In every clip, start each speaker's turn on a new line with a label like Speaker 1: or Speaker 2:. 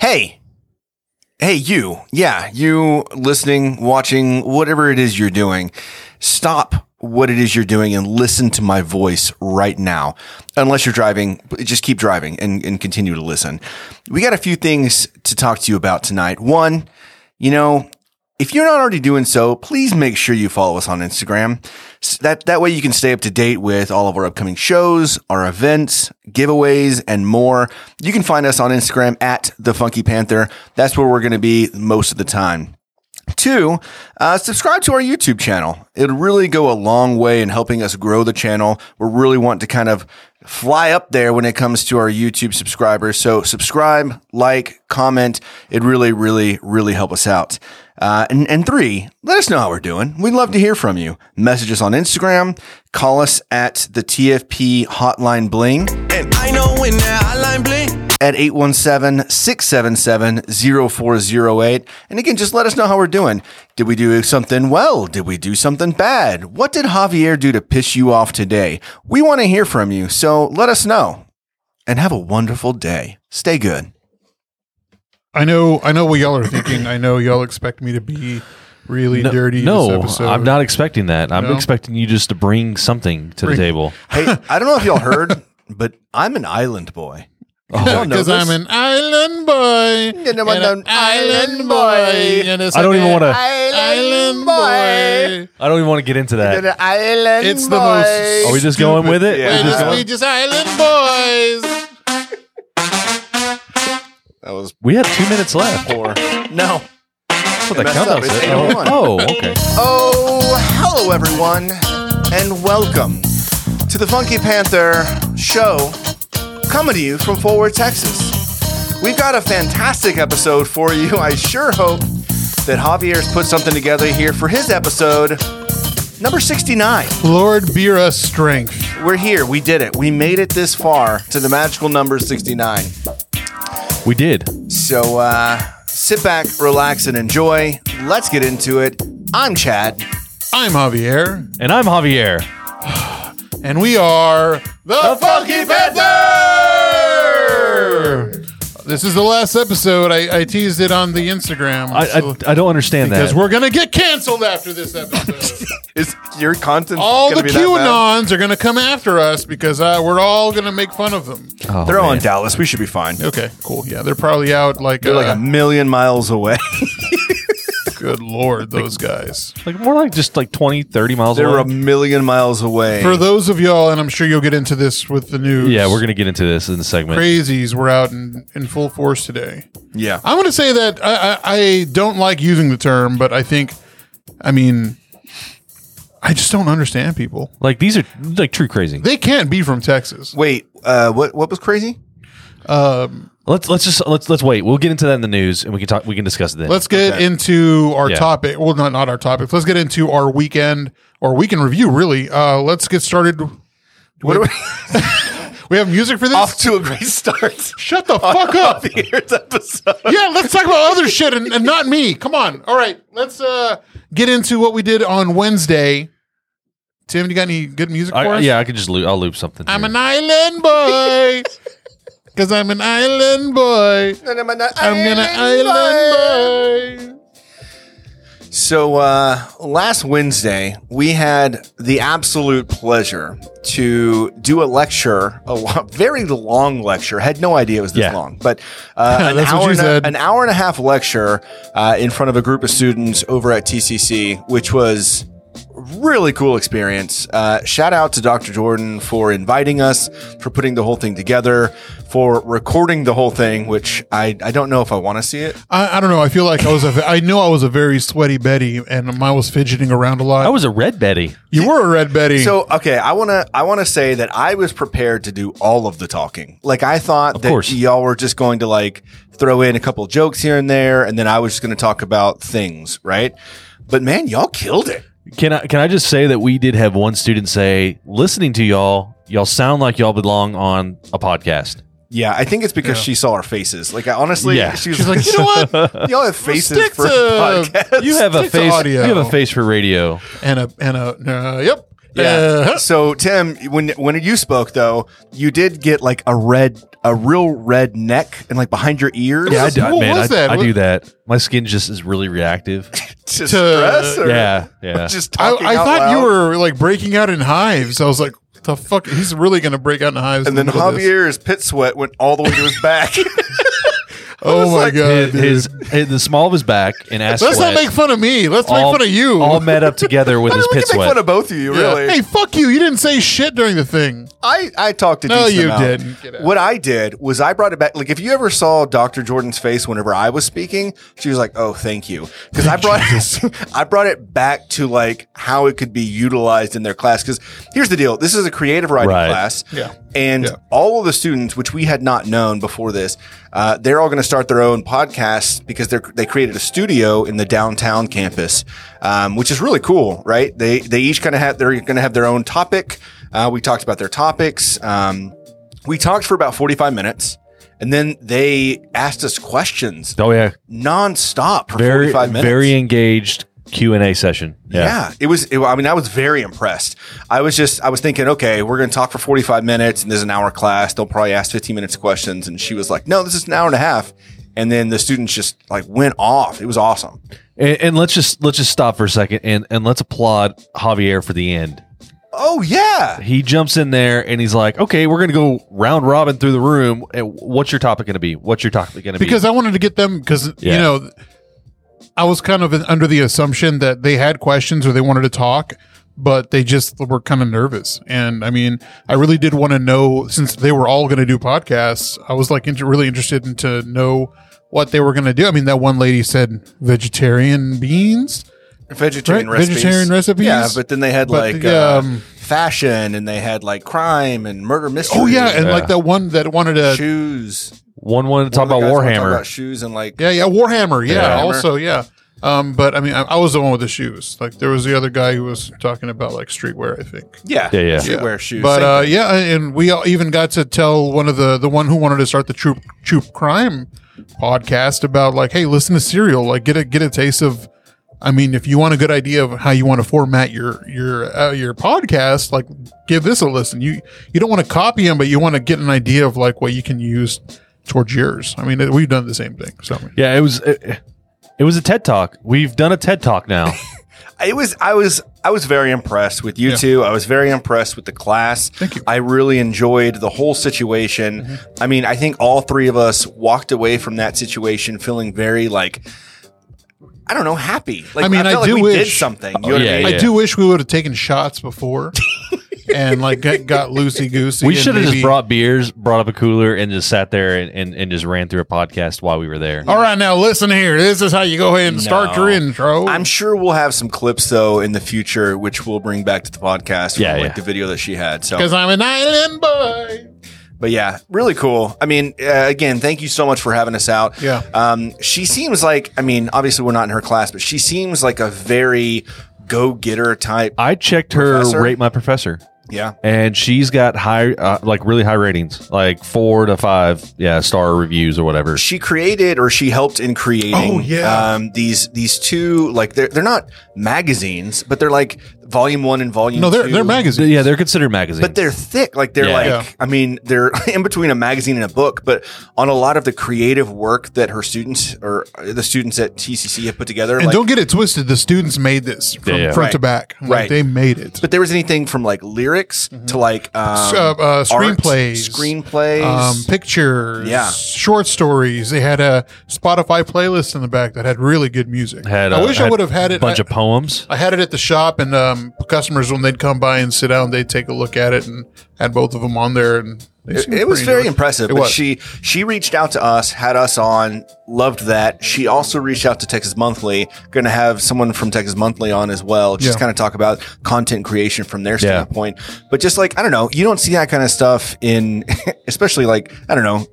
Speaker 1: Hey, hey, you, yeah, you listening, watching, whatever it is you're doing, stop what it is you're doing and listen to my voice right now. Unless you're driving, just keep driving and, and continue to listen. We got a few things to talk to you about tonight. One, you know, if you're not already doing so, please make sure you follow us on Instagram. S- That that way you can stay up to date with all of our upcoming shows, our events, giveaways, and more. You can find us on Instagram at the Funky Panther. That's where we're going to be most of the time. Two, uh, subscribe to our YouTube channel. It'll really go a long way in helping us grow the channel. We really want to kind of fly up there when it comes to our YouTube subscribers. So subscribe, like, comment. It really, really, really help us out. Uh, and, and three, let us know how we're doing. We'd love to hear from you. Message us on Instagram. Call us at the TFP hotline bling
Speaker 2: And I know when that hotline bling.
Speaker 1: at 817-677-0408 and again just let us know how we're doing did we do something well did we do something bad what did javier do to piss you off today we want to hear from you so let us know and have a wonderful day stay good
Speaker 3: I know, I know what y'all are thinking. I know y'all expect me to be really dirty.
Speaker 4: no,
Speaker 3: this episode.
Speaker 4: I'm not expecting that. I'm
Speaker 3: No?
Speaker 4: expecting you just to bring something to
Speaker 3: Bring-
Speaker 4: the table.
Speaker 1: hey i don't know if y'all heard but i'm an island boy Y'all know
Speaker 3: Oh, because I'm
Speaker 1: this.
Speaker 3: an island boy.
Speaker 1: Yeah, no, I'm
Speaker 3: and
Speaker 1: an island boy.
Speaker 3: and it's
Speaker 4: I don't
Speaker 3: like
Speaker 4: even
Speaker 3: an
Speaker 4: wanna-
Speaker 1: Island
Speaker 3: Island boy.
Speaker 4: I don't even want to get into
Speaker 1: An
Speaker 4: that.
Speaker 1: island
Speaker 3: It's the most-
Speaker 4: Are we just
Speaker 3: Stupid.
Speaker 4: going with it?
Speaker 1: Yeah.
Speaker 4: Are we
Speaker 3: We
Speaker 1: It
Speaker 4: just
Speaker 1: is-
Speaker 3: just, we
Speaker 4: going-
Speaker 3: just island boys.
Speaker 1: that was
Speaker 4: We have two minutes left.
Speaker 1: poor no
Speaker 4: That's what
Speaker 1: It
Speaker 4: that
Speaker 1: messed up.
Speaker 4: countdown
Speaker 1: It's
Speaker 4: said.
Speaker 1: 8:01.
Speaker 4: Oh, oh, okay.
Speaker 1: Oh, hello everyone, and welcome to the Funky Panther show coming to you from Fort Worth, Texas. We've got a fantastic episode for you. I sure hope that Javier's put something together here for his episode number 69.
Speaker 3: Lord beer us strength.
Speaker 1: We're here, we did it, we made it this far to the magical number 69.
Speaker 4: We did.
Speaker 1: So uh, sit back, relax, and enjoy. Let's get into it. I'm Chad.
Speaker 3: I'm Javier,
Speaker 4: And I'm Javier.
Speaker 3: and we are the, Funky Panther. This is the last episode. I, I teased it on the Instagram
Speaker 4: I, I, I don't understand
Speaker 3: because
Speaker 4: that.
Speaker 3: we're gonna get canceled after this episode.
Speaker 1: Is your content
Speaker 3: all the
Speaker 1: gonna be that bad?
Speaker 3: QAnons are gonna come after us because uh, we're all gonna make fun of them.
Speaker 4: Oh,
Speaker 1: They're all in
Speaker 4: man.
Speaker 1: Dallas. We should be fine.
Speaker 3: Okay, cool. Yeah, they're probably out like,
Speaker 1: They're like
Speaker 3: uh,
Speaker 1: a million miles away.
Speaker 3: good lord, those guys.
Speaker 4: like more like just like 20, 30 miles
Speaker 1: They're a
Speaker 4: away.
Speaker 1: million miles away.
Speaker 3: For those of y'all, and I'm sure you'll get into this with the news.
Speaker 4: yeah, we're gonna get into this in a segment.
Speaker 3: crazies were out in, in full force today.
Speaker 1: yeah.
Speaker 3: I'm going to say that I, I, I don't like using the term, but I think, I mean, I just don't understand people.
Speaker 4: Like these are like true crazy.
Speaker 3: They can't be from Texas. Um,
Speaker 1: Wait, uh, what what was crazy?
Speaker 4: Let's let's just let's let's wait. We'll get into that in the news, and we can talk. We can discuss it then.
Speaker 3: Let's get into our
Speaker 4: Yeah.
Speaker 3: topic. Well, not not our topic. Let's get into our weekend or weekend review. Really, uh, let's get started.
Speaker 1: What are we
Speaker 3: We have music for this.
Speaker 1: off to a great start?
Speaker 3: Shut the fuck up.
Speaker 1: the year's episode.
Speaker 3: yeah, let's talk about other shit and, and not me. Come on. All right, let's uh, get into what we did on Wednesday. Tim, you got any good music for
Speaker 4: I-
Speaker 3: us?
Speaker 4: yeah, I could just loop. I'll loop something.
Speaker 3: I'm
Speaker 4: here.
Speaker 3: an island boy. Cause I'm an island boy.
Speaker 1: I'm
Speaker 3: I'm gonna island boy.
Speaker 1: So uh, last Wednesday, we had the absolute pleasure to do a lecture, a lo- very long lecture. Had no idea it was this
Speaker 4: Yeah.
Speaker 1: long, but uh, an,
Speaker 3: That's what
Speaker 1: hour
Speaker 3: you
Speaker 1: and
Speaker 3: said.
Speaker 1: a, an hour and a half lecture uh, in front of a group of students over at TCC, which was really cool experience. Uh, shout out to Dr. Jordan for inviting us, for putting the whole thing together, for recording the whole thing, which I, I don't know if I want to see it.
Speaker 3: I, I don't know. I feel like I was a. I know I was a very sweaty Betty, and I was fidgeting around a lot.
Speaker 4: I was a red Betty.
Speaker 3: you were a red Betty.
Speaker 1: So okay, I wanna I wanna say that I was prepared to do all of the talking. Like I thought that
Speaker 4: course.
Speaker 1: y'all were just going to like throw in a couple jokes here and there, and then I was just gonna talk about things, right? But man, y'all killed it.
Speaker 4: Can I can I just say that we did have one student say, listening to y'all, y'all sound like y'all belong on a podcast.
Speaker 1: Yeah, I think it's because
Speaker 3: Yeah.
Speaker 1: she saw our faces. Like I honestly,
Speaker 4: Yeah.
Speaker 1: she was
Speaker 3: She's like, you know what?
Speaker 1: what? Y'all have faces
Speaker 3: stick
Speaker 1: for
Speaker 3: to-
Speaker 1: podcasts.
Speaker 4: You have a
Speaker 3: Stick to
Speaker 4: face.
Speaker 3: audio.
Speaker 4: You have a face for radio.
Speaker 3: And a and a uh, yep. Uh-huh.
Speaker 1: So Tim, when when you spoke though, you did get like a red, a real red neck, and like behind your ears.
Speaker 4: Yeah, I
Speaker 3: was-
Speaker 4: do,
Speaker 3: what
Speaker 4: man,
Speaker 3: was
Speaker 4: I,
Speaker 3: that?
Speaker 4: I
Speaker 3: What-
Speaker 4: do that. My skin just is really reactive.
Speaker 1: to stress. Or
Speaker 4: yeah, yeah.
Speaker 1: just
Speaker 3: I,
Speaker 1: talking
Speaker 3: I
Speaker 1: out
Speaker 3: thought you
Speaker 1: loud?
Speaker 3: were like breaking out in hives. I was like, what the fuck? He's really gonna break out in hives.
Speaker 1: And
Speaker 3: in
Speaker 1: then
Speaker 3: the middle of this.
Speaker 1: Javier's pit sweat went all the way to his back.
Speaker 3: Oh my
Speaker 1: like,
Speaker 3: god,
Speaker 4: His,
Speaker 3: dude.
Speaker 4: his, his- the small of his back and ass.
Speaker 3: Let's
Speaker 4: sweat
Speaker 3: not make fun of me. Let's
Speaker 4: all-
Speaker 3: make fun of you.
Speaker 4: All met up together with his
Speaker 1: we
Speaker 4: pit
Speaker 1: can make
Speaker 4: sweat.
Speaker 1: fun of both of you,
Speaker 3: Yeah.
Speaker 1: really.
Speaker 3: Hey, fuck you! You didn't say shit during the thing.
Speaker 1: I, I talked to
Speaker 3: No,
Speaker 1: decent
Speaker 3: you
Speaker 1: amount.
Speaker 3: didn't. Get out.
Speaker 1: What I did was I brought it back. Like if you ever saw Dr. Jordan's face whenever I was speaking, she was like, "Oh, thank you," because I brought I brought it back to like how it could be utilized in their class. Because here's the deal: this is a creative writing
Speaker 4: Right.
Speaker 1: class,
Speaker 3: Yeah.
Speaker 1: and
Speaker 3: Yeah.
Speaker 1: all of the students, which we had not known before this, uh, they're all going to start their own podcasts because they're they created a studio in the downtown campus, um, which is really cool, right? They they each kind of have they're going to have their own topic. Uh, we talked about their topics. Um, we talked for about forty five minutes, and then they asked us questions
Speaker 4: oh yeah,
Speaker 1: nonstop for
Speaker 4: very
Speaker 1: forty five minutes.
Speaker 4: very engaged Q and A session.
Speaker 1: Yeah. it was. It, I mean, I was very impressed. I was just, I was thinking, okay, we're going to talk for 45 minutes and there's an hour class. They'll probably ask 15 minutes of questions. And she was like, no, this is an hour and a half. And then the students just like went off. It was awesome.
Speaker 4: And, and let's just let's just stop for a second and and let's applaud Javier for the end.
Speaker 1: Oh, yeah.
Speaker 4: He jumps in there and he's like, "Okay, we're gonna go round robin through the room. And what's your topic gonna be? What's your topic gonna
Speaker 3: because
Speaker 4: be?"
Speaker 3: I wanted to get them because
Speaker 4: Yeah.
Speaker 3: you know I was kind of under the assumption that they had questions or they wanted to talk, but they just were kind of nervous. And I mean, I really did want to know since they were all going to do podcasts. I was like inter- really interested in to know what they were going to do. I mean, that one lady said vegetarian beans.
Speaker 1: Vegetarian
Speaker 3: Right,
Speaker 1: recipes.
Speaker 3: vegetarian recipes.
Speaker 1: Yeah, but then they had
Speaker 3: But
Speaker 1: like
Speaker 3: the,
Speaker 1: uh,
Speaker 3: um,
Speaker 1: fashion and they had like crime and murder mystery.
Speaker 3: Oh yeah, and uh, like
Speaker 4: Yeah.
Speaker 3: that one that wanted to.
Speaker 1: shoes.
Speaker 4: one wanted to
Speaker 1: One
Speaker 4: talk
Speaker 1: of the
Speaker 4: about
Speaker 1: guys wanted to talk
Speaker 4: Warhammer.
Speaker 1: about shoes and like,
Speaker 3: Yeah, yeah, Warhammer. Yeah,
Speaker 1: Warhammer.
Speaker 3: also, yeah. Um, but I mean, I, I was the one with the shoes. Like, there was the other guy who was talking about like streetwear. I think.
Speaker 1: yeah,
Speaker 4: Yeah, yeah.
Speaker 1: streetwear shoes.
Speaker 3: But
Speaker 1: Same
Speaker 3: uh,
Speaker 1: thing.
Speaker 3: yeah, and we all even got to tell one of the the one who wanted to start the troop troop crime podcast about like, hey, listen to Serial, like get a get a taste of. I mean, if you want a good idea of how you want to format your your uh, your podcast, like give this a listen. You you don't want to copy them, but you want to get an idea of like what you can use towards yours. I mean, we've done the same thing. So
Speaker 4: Yeah, it was it, it was a TED talk. We've done a TED talk now.
Speaker 1: it was I was I was very impressed with you
Speaker 3: Yeah.
Speaker 1: two. I was very impressed with the class. Thank
Speaker 3: you. Mm-hmm.
Speaker 1: I really enjoyed the whole situation. I mean, I think all three of us walked away from that situation feeling very like I don't know, happy. Like
Speaker 3: I mean, I
Speaker 1: felt like
Speaker 3: do
Speaker 1: we did
Speaker 3: wish- Oh,
Speaker 1: something. You know what
Speaker 4: yeah,
Speaker 1: I mean?
Speaker 3: I do wish we would have taken shots before. and like got, got loosey goosey.
Speaker 4: we should have just brought beers, brought up a cooler, and just sat there and, and, and just ran through a podcast while we were there.
Speaker 3: All right, now listen here. This is how you go ahead and start
Speaker 4: No.
Speaker 3: your intro.
Speaker 1: I'm sure we'll have some clips though in the future, which we'll bring back to the podcast. From,
Speaker 4: Yeah,
Speaker 1: like
Speaker 4: yeah.
Speaker 1: the video that she had. So
Speaker 3: because I'm an island boy.
Speaker 1: But yeah, really cool. I mean, uh, again, thank you so much for having us out.
Speaker 3: Yeah.
Speaker 1: Um, she seems like, I mean, obviously we're not in her class, but she seems like a very go getter type.
Speaker 4: I checked her
Speaker 1: Professor?
Speaker 4: rate my professor,
Speaker 1: Yeah.
Speaker 4: and she's got high, uh, like really high ratings, like four to five, yeah, star reviews or whatever.
Speaker 1: She created or she helped in creating
Speaker 3: Oh, yeah.
Speaker 1: um, these these two like they're they're not magazines but they're like volume 1 and volume
Speaker 3: No, they're
Speaker 1: 2.
Speaker 3: they're magazines.
Speaker 4: Yeah, they're considered magazines.
Speaker 1: but they're thick like they're
Speaker 4: Yeah.
Speaker 1: like
Speaker 3: Yeah.
Speaker 1: i mean they're in between a magazine and a book but on a lot of the creative work that her students or the students at tcc have put together
Speaker 3: And
Speaker 1: like,
Speaker 3: don't get it twisted. The students made this from
Speaker 4: Yeah, yeah.
Speaker 3: front to
Speaker 1: Right.
Speaker 3: back. Like,
Speaker 1: Right.
Speaker 3: they made it.
Speaker 1: But there was anything from like lyrics to like um,
Speaker 3: Mm-hmm. uh, uh, screenplays.
Speaker 1: screenplays.
Speaker 3: Um, pictures,
Speaker 1: Yeah.
Speaker 3: short stories. They had a Spotify playlist in the back that had really good music.
Speaker 4: had,
Speaker 3: I
Speaker 4: uh,
Speaker 3: wish I would have had
Speaker 4: a
Speaker 3: it.
Speaker 4: bunch
Speaker 3: I,
Speaker 4: of poems.
Speaker 3: I had it at the shop, and um, customers when they'd come by and sit down, they'd take a look at it and had both of them on there. And they
Speaker 1: it,
Speaker 3: seemed
Speaker 1: it was
Speaker 3: pretty
Speaker 1: very
Speaker 3: good.
Speaker 1: impressive.
Speaker 3: It
Speaker 1: but
Speaker 3: was.
Speaker 1: she she reached out to us, had us on, loved that. She also reached out to Texas Monthly. Going to have someone from Texas Monthly on as well, just
Speaker 3: Yeah.
Speaker 1: kind of talk about content creation from their standpoint. But just like I don't know, you don't see that kind of stuff in, especially like I don't know,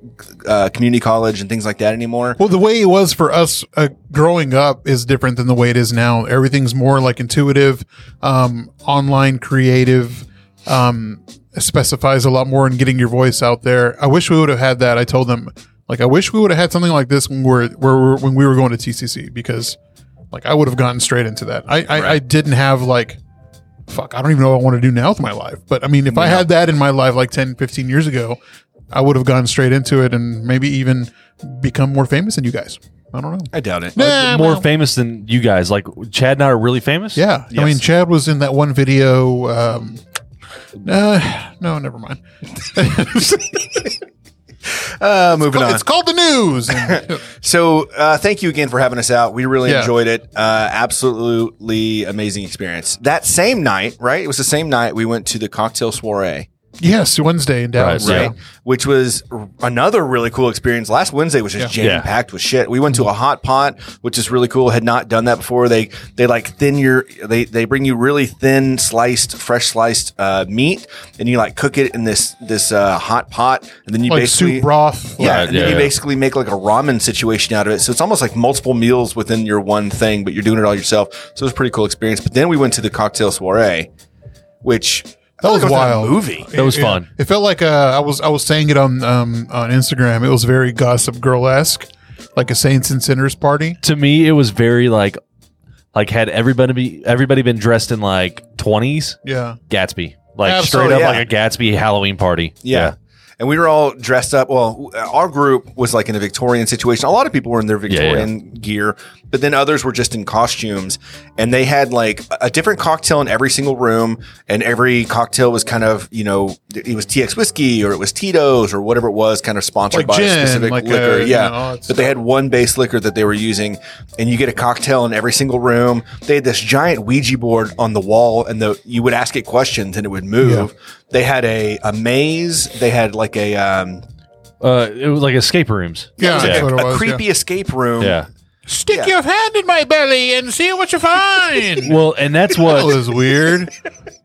Speaker 1: uh, community college and things like that anymore.
Speaker 3: Well, the way it was for us uh, growing up is different than the way it is now. Everything's more like intuitive, um, online, creative. Um, specifies a lot more in getting your voice out there. I wish we would have had that. I told them, like, I wish we would have had something like this when we're, where we when we were going to TCC because, like, I would have gotten straight into that. I I, I didn't have like fuck, I don't even know what I want to do now with my life. But I mean, if I had that in my life like 10, 15 years ago, I would have gone straight into it and maybe even become more famous than you guys. I don't know.
Speaker 1: I doubt it.
Speaker 3: Nah,
Speaker 4: More
Speaker 3: Uh, well,
Speaker 4: famous than you guys. Like Chad and I are really famous.
Speaker 3: Yeah. I
Speaker 1: Yes.
Speaker 3: mean, Chad was in that one video. Um, uh, no, never mind.
Speaker 1: Uh, moving on.
Speaker 3: It's called the news. And-
Speaker 1: So, uh, thank you again for having us out. We really
Speaker 3: Yeah.
Speaker 1: enjoyed it. Uh, absolutely amazing experience. That same night, right? It was the same night we went to the cocktail soiree,
Speaker 3: yes, Wednesday in Dallas.
Speaker 4: Right,
Speaker 1: right?
Speaker 3: yeah.
Speaker 1: Which was r- another really cool experience. Last Wednesday was just
Speaker 3: Yeah.
Speaker 1: jam packed with shit. We went to a hot pot, which is really cool. Had not done that before. They they like thin your they they bring you really thin sliced, fresh sliced uh, meat, and you like cook it in this this uh, hot pot, and then you
Speaker 3: Like
Speaker 1: basically
Speaker 3: soup broth.
Speaker 1: yeah, and
Speaker 4: Right,
Speaker 1: then
Speaker 4: yeah,
Speaker 1: you
Speaker 4: yeah.
Speaker 1: basically make like a ramen situation out of it. So it's almost like multiple meals within your one thing, but you're doing it all yourself. So it was a pretty cool experience. But then we went to the cocktail soiree, which
Speaker 3: That
Speaker 1: I
Speaker 3: was
Speaker 1: felt like I
Speaker 3: wild.
Speaker 1: was in a movie.
Speaker 4: That was
Speaker 3: Yeah.
Speaker 4: fun.
Speaker 3: It felt like uh, I was I was saying it on um, on Instagram. It was very Gossip Girl esque, like a Saints and Sinners party.
Speaker 4: To me, it was very like, like had everybody be, everybody been dressed in like twenties
Speaker 3: Yeah,
Speaker 4: Gatsby, like
Speaker 3: Absolutely,
Speaker 4: straight up
Speaker 1: yeah.
Speaker 4: like a Gatsby Halloween party.
Speaker 1: Yeah. And we were all dressed up. Well, our group was like in a Victorian situation. A lot of people were in their
Speaker 4: yeah.
Speaker 1: Victorian gear, but then others were just in costumes and they had like a- a different cocktail in every single room. And every cocktail was kind of, you know, it was TX whiskey or it was Tito's or whatever it was kind of sponsored
Speaker 3: Like
Speaker 1: by
Speaker 3: gin,
Speaker 1: a specific
Speaker 3: like,
Speaker 1: liquor.
Speaker 3: uh, you
Speaker 1: yeah.
Speaker 3: know, all that
Speaker 1: but they had one base liquor that they were using and you get a cocktail in every single room. They had this giant Ouija board on the wall and the, you would ask it questions and it would move. They had a, a maze. They had like a, um,
Speaker 4: Uh, it was like escape rooms.
Speaker 3: yeah,
Speaker 1: it was
Speaker 3: that's
Speaker 1: like
Speaker 3: what
Speaker 1: a,
Speaker 3: it was.
Speaker 1: a
Speaker 3: yeah.
Speaker 1: creepy escape room.
Speaker 4: Yeah.
Speaker 3: Stick
Speaker 1: Yeah.
Speaker 3: your hand in my belly and see what you find.
Speaker 4: Well, and that's
Speaker 3: that
Speaker 4: what
Speaker 3: was weird.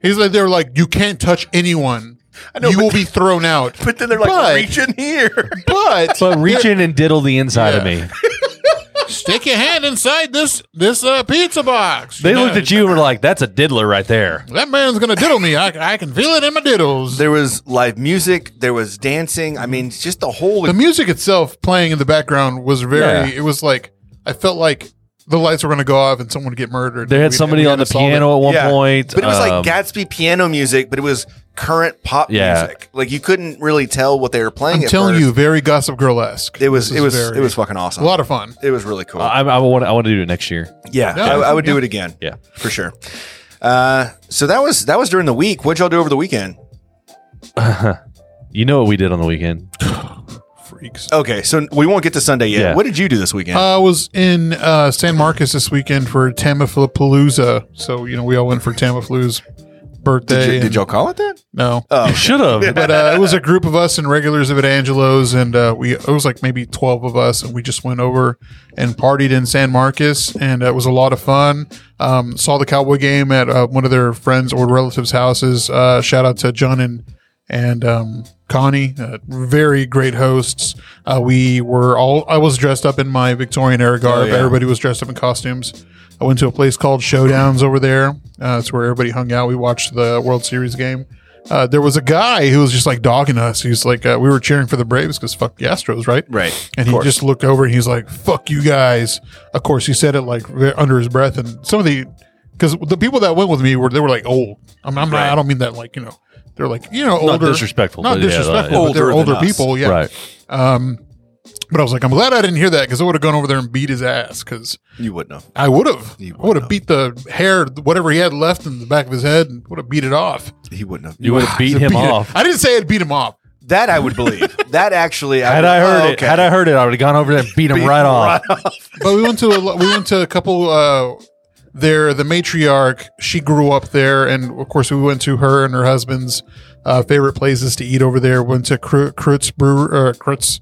Speaker 3: He's like they were like you can't touch anyone. you will be thrown out.
Speaker 1: But then they're like,
Speaker 3: But-
Speaker 1: reach in here.
Speaker 3: But,
Speaker 4: but reach in and diddle the inside of me.
Speaker 3: stick your hand inside this this uh, pizza box.
Speaker 4: They
Speaker 3: You know,
Speaker 4: looked at you and were like, "That's a diddler right there."
Speaker 3: That man's gonna diddle me. I, I can feel it in my diddles.
Speaker 1: there was live music. There was dancing. I mean, just the whole.
Speaker 3: the music itself playing in the background was very it was like i felt like the lights were going to go off and someone would get murdered
Speaker 4: They had
Speaker 3: We-
Speaker 4: somebody
Speaker 3: we
Speaker 4: on the
Speaker 3: to solve it.
Speaker 4: piano at one
Speaker 1: Yeah.
Speaker 4: point.
Speaker 1: But it was
Speaker 4: um,
Speaker 1: like Gatsby piano music, but it was current pop
Speaker 4: Yeah.
Speaker 1: music. Like you couldn't really tell what they were playing.
Speaker 3: i'm
Speaker 1: at
Speaker 3: telling
Speaker 1: first.
Speaker 3: you very gossip girl esque
Speaker 1: it was it was it was fucking awesome.
Speaker 3: a lot of fun
Speaker 1: it was really cool.
Speaker 4: I, I want I want to do it next year.
Speaker 1: yeah,
Speaker 3: Yeah.
Speaker 1: I, I would do it again.
Speaker 4: Yeah.
Speaker 1: for sure. Uh, so that was that was during the week. What'd y'all do over the weekend?
Speaker 4: You know what we did on the weekend?
Speaker 3: freaks
Speaker 1: Okay, so we won't get to Sunday yet.
Speaker 4: Yeah.
Speaker 1: What did you do this weekend?
Speaker 3: Uh, i was in uh, san marcos this weekend for tamiflapalooza so you know we all went for tamiflu's birthday
Speaker 1: did, you,
Speaker 3: and-
Speaker 1: did y'all Oh. call it that?
Speaker 3: no
Speaker 4: You should have.
Speaker 3: but uh, it was a group of us and regulars of at Angelo's, and uh, we it was like maybe twelve of us, and we just went over and partied in San Marcos, and it was a lot of fun. Um, saw the Cowboy game at uh, one of their friends or relatives' houses. Uh, shout out to John and and um, Connie, uh, very great hosts. Uh, we were all I was dressed up in my Victorian era garb.
Speaker 1: Oh, yeah.
Speaker 3: Everybody was dressed up in costumes. I went to a place called Showdowns over there. Uh, that's where everybody hung out. We watched the World Series game. Uh, there was a guy who was just like dogging us. He was like, uh, we were cheering for the Braves because fuck the Astros, right?
Speaker 1: Right.
Speaker 3: And he just looked over and he's like, fuck you guys. Of course, he said it like ve- under his breath. And some of the, because the people that went with me were, they were like old. I'm, I'm not, I don't mean that like, you know, they're like, you know, older.
Speaker 4: disrespectful,
Speaker 3: Not
Speaker 4: but yeah,
Speaker 3: disrespectful,
Speaker 1: like-
Speaker 3: but they're
Speaker 1: Older than
Speaker 3: older
Speaker 1: us.
Speaker 3: people. Yeah. Um,
Speaker 4: Right.
Speaker 3: But I was like, I'm glad I didn't hear that because I would have gone over there and beat his ass because
Speaker 1: You wouldn't have.
Speaker 3: I would have.
Speaker 1: You
Speaker 3: I would
Speaker 1: would've.
Speaker 3: have beat the hair, whatever he had left in the back of his head, and would have beat it off.
Speaker 1: He wouldn't have.
Speaker 4: You would have beat him
Speaker 3: Beat it-
Speaker 4: off.
Speaker 3: I didn't say I'd beat him off.
Speaker 1: That I would believe. that actually,
Speaker 4: Had
Speaker 1: would-
Speaker 4: I heard
Speaker 1: Oh,
Speaker 4: it, had I heard it, I would have gone over there and beat him right off.
Speaker 3: but we went to a, lo- we went to a couple uh there the matriarch she grew up there and of course we went to her and her husband's uh, favorite places to eat over there went to Kru- Krutz Brewer or Krutz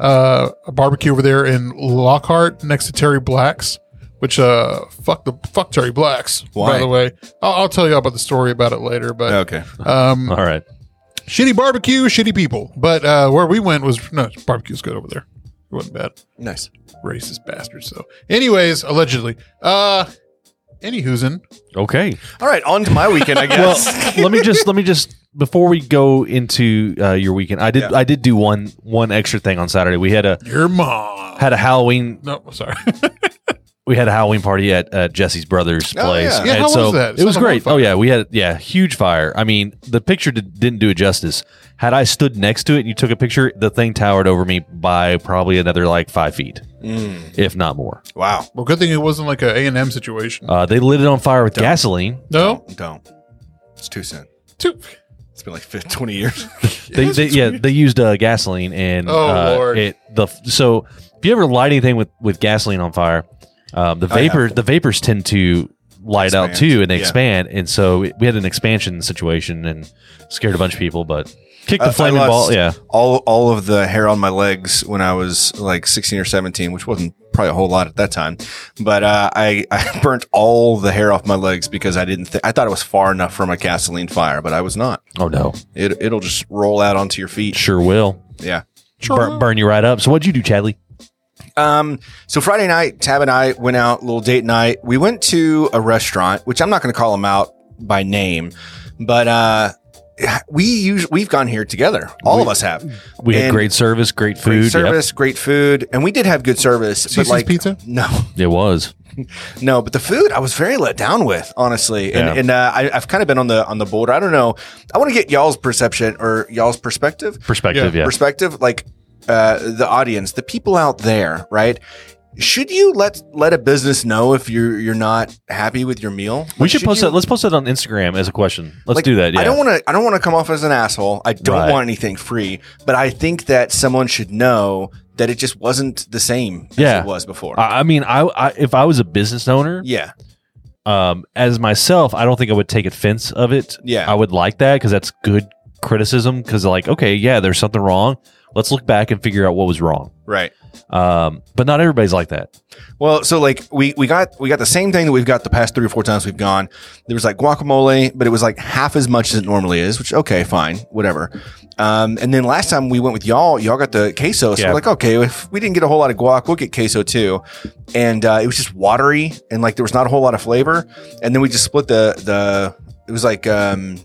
Speaker 3: uh, a barbecue over there in Lockhart next to Terry Black's which uh fuck the fuck Terry Black's
Speaker 1: Why?
Speaker 3: by the way I'll, I'll tell you about the story about it later but
Speaker 1: Okay.
Speaker 4: All right.
Speaker 3: shitty barbecue shitty people but uh where we went was no barbecue's good over there it wasn't bad
Speaker 1: Nice.
Speaker 3: racist bastards. So, anyways, allegedly, uh, anywho'sin,
Speaker 4: Okay.
Speaker 1: All right, on to my weekend, I
Speaker 4: Well,
Speaker 1: guess.
Speaker 4: let me just let me just before we go into uh, your weekend, I did
Speaker 1: Yeah.
Speaker 4: I did do one one extra thing on Saturday. We had a
Speaker 3: your mom.
Speaker 4: had a Halloween
Speaker 3: No, sorry.
Speaker 4: we had a Halloween party at uh, Jesse's brother's
Speaker 1: Oh,
Speaker 4: place.
Speaker 1: yeah.
Speaker 3: Yeah,
Speaker 4: and
Speaker 3: how
Speaker 4: so
Speaker 3: was that?
Speaker 4: It was
Speaker 3: Somehow
Speaker 4: great.
Speaker 3: fire.
Speaker 4: Oh yeah, we had yeah huge fire. I mean, the picture did, didn't do it justice. Had I stood next to it and you took a picture, the thing towered over me by probably another like five feet, if not more.
Speaker 1: Mm, Wow.
Speaker 3: Well, good thing it wasn't like a A and M situation.
Speaker 4: Uh, they lit it on fire with gasoline.
Speaker 3: no,
Speaker 1: Don't. It's too soon.
Speaker 3: two.
Speaker 1: It's been like 15, 20 years.
Speaker 4: They, they yeah they used uh, gasoline and
Speaker 3: Oh,
Speaker 4: uh,
Speaker 3: Lord.
Speaker 4: it the so if you ever light anything with with gasoline on fire, um, the
Speaker 1: I have.
Speaker 4: vapor the vapors tend to light out
Speaker 1: Expand.
Speaker 4: too and they
Speaker 1: Yeah.
Speaker 4: expand and so we had an expansion situation and scared a bunch of people but kicked
Speaker 1: I-
Speaker 4: the
Speaker 1: I
Speaker 4: flaming ball
Speaker 1: lost
Speaker 4: yeah
Speaker 1: All all of the hair on my legs when I was like 16 or 17, which wasn't probably a whole lot at that time. But uh, I I burnt all the hair off my legs because I didn't. Th- I thought it was far enough from a gasoline fire, but I was not.
Speaker 4: oh no
Speaker 1: It it'll just roll out onto your feet.
Speaker 4: sure will
Speaker 1: Yeah.
Speaker 4: Bur- burn you right up so what'd you do Chadley
Speaker 1: Um, so Friday night, Tab and I went out, little date night. We went to a restaurant, which I'm not going to call them out by name, but uh, we usually we've gone here together. All of us have.
Speaker 4: we had
Speaker 1: And
Speaker 4: great service great
Speaker 1: great
Speaker 4: food yep.
Speaker 1: service, great food, and we did have good service. but
Speaker 3: CC's
Speaker 1: like
Speaker 3: Pizza?
Speaker 1: no,
Speaker 4: it was
Speaker 1: no, but the food I was very let down with, honestly, and,
Speaker 4: Yeah.
Speaker 1: and uh, I, I've kind of been on the on the border. I don't know. I want to get y'all's perception or y'all's perspective
Speaker 4: perspective yeah,
Speaker 1: perspective like uh, the audience the people out there right should you let let a business know if you're you're not happy with your meal
Speaker 4: we
Speaker 1: Like,
Speaker 4: should, post
Speaker 1: you-
Speaker 4: that let's post that on Instagram as a question let's
Speaker 1: like,
Speaker 4: do that yeah
Speaker 1: I don't want to. I don't want to come off as an asshole. I don't
Speaker 4: Right.
Speaker 1: want anything free, but I think that someone should know that it just wasn't the same as
Speaker 4: Yeah. Uh,
Speaker 1: it was before.
Speaker 4: I, I mean I, I if I was a business owner
Speaker 1: yeah,
Speaker 4: um, as myself, I don't think I would take offense of it.
Speaker 1: Yeah.
Speaker 4: I would like that because that's good criticism. Because like, okay, yeah, there's something wrong. Let's look back and figure out what was wrong.
Speaker 1: right.
Speaker 4: Um, but not everybody's like that.
Speaker 1: Well, so like we we got we got the same thing that we've got the past three or four times we've gone. There was like guacamole, but it was like half as much as it normally is, which okay, fine, whatever. Um, and then last time we went with y'all, y'all got the queso, so
Speaker 4: Yeah.
Speaker 1: we're like, okay, if we didn't get a whole lot of guac, we'll get queso too. And uh, it was just watery, and like there was not a whole lot of flavor. And then we just split the the. It was like um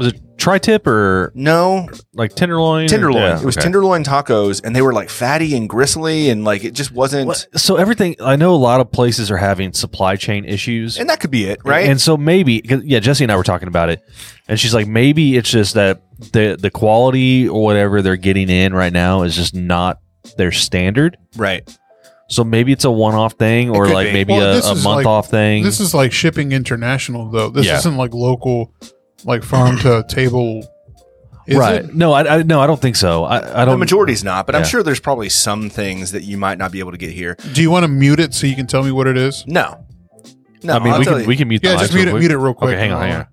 Speaker 4: Was it tri tip or
Speaker 1: no
Speaker 4: like tenderloin?
Speaker 1: tenderloin.
Speaker 4: Yeah,
Speaker 1: it was
Speaker 4: okay.
Speaker 1: tenderloin tacos, and they were like fatty and gristly, and like it just wasn't.
Speaker 4: Well, So everything I know, a lot of places are having supply chain issues.
Speaker 1: And that could be it, right?
Speaker 4: And so maybe, 'cause, yeah, Jesse and I were talking about it, and she's like, maybe it's just that the the quality or whatever they're getting in right now is just not their standard.
Speaker 1: right.
Speaker 4: So maybe it's a one-off thing, or
Speaker 1: could
Speaker 4: like
Speaker 1: be.
Speaker 4: maybe
Speaker 3: Well,
Speaker 4: a,
Speaker 3: this
Speaker 4: a
Speaker 3: is like-
Speaker 4: month-off thing.
Speaker 3: This is like shipping international though. This
Speaker 4: Yeah.
Speaker 3: isn't like local, like farm to table. is it?
Speaker 4: right? No, I, I no, I don't think so. I, I
Speaker 1: the
Speaker 4: don't.
Speaker 1: majority's not, but I'm
Speaker 4: Yeah.
Speaker 1: sure there's probably some things that you might not be able to get here.
Speaker 3: Do you want to mute it so you can tell me what it is?
Speaker 1: No, no.
Speaker 4: I mean,
Speaker 1: I'll
Speaker 4: we
Speaker 1: tell
Speaker 4: can
Speaker 1: you.
Speaker 4: we can mute.
Speaker 3: Yeah,
Speaker 4: the
Speaker 3: just
Speaker 4: mics
Speaker 3: mute it.
Speaker 4: real quick.
Speaker 3: Mute it real quick.
Speaker 4: Okay, hang on, hang on.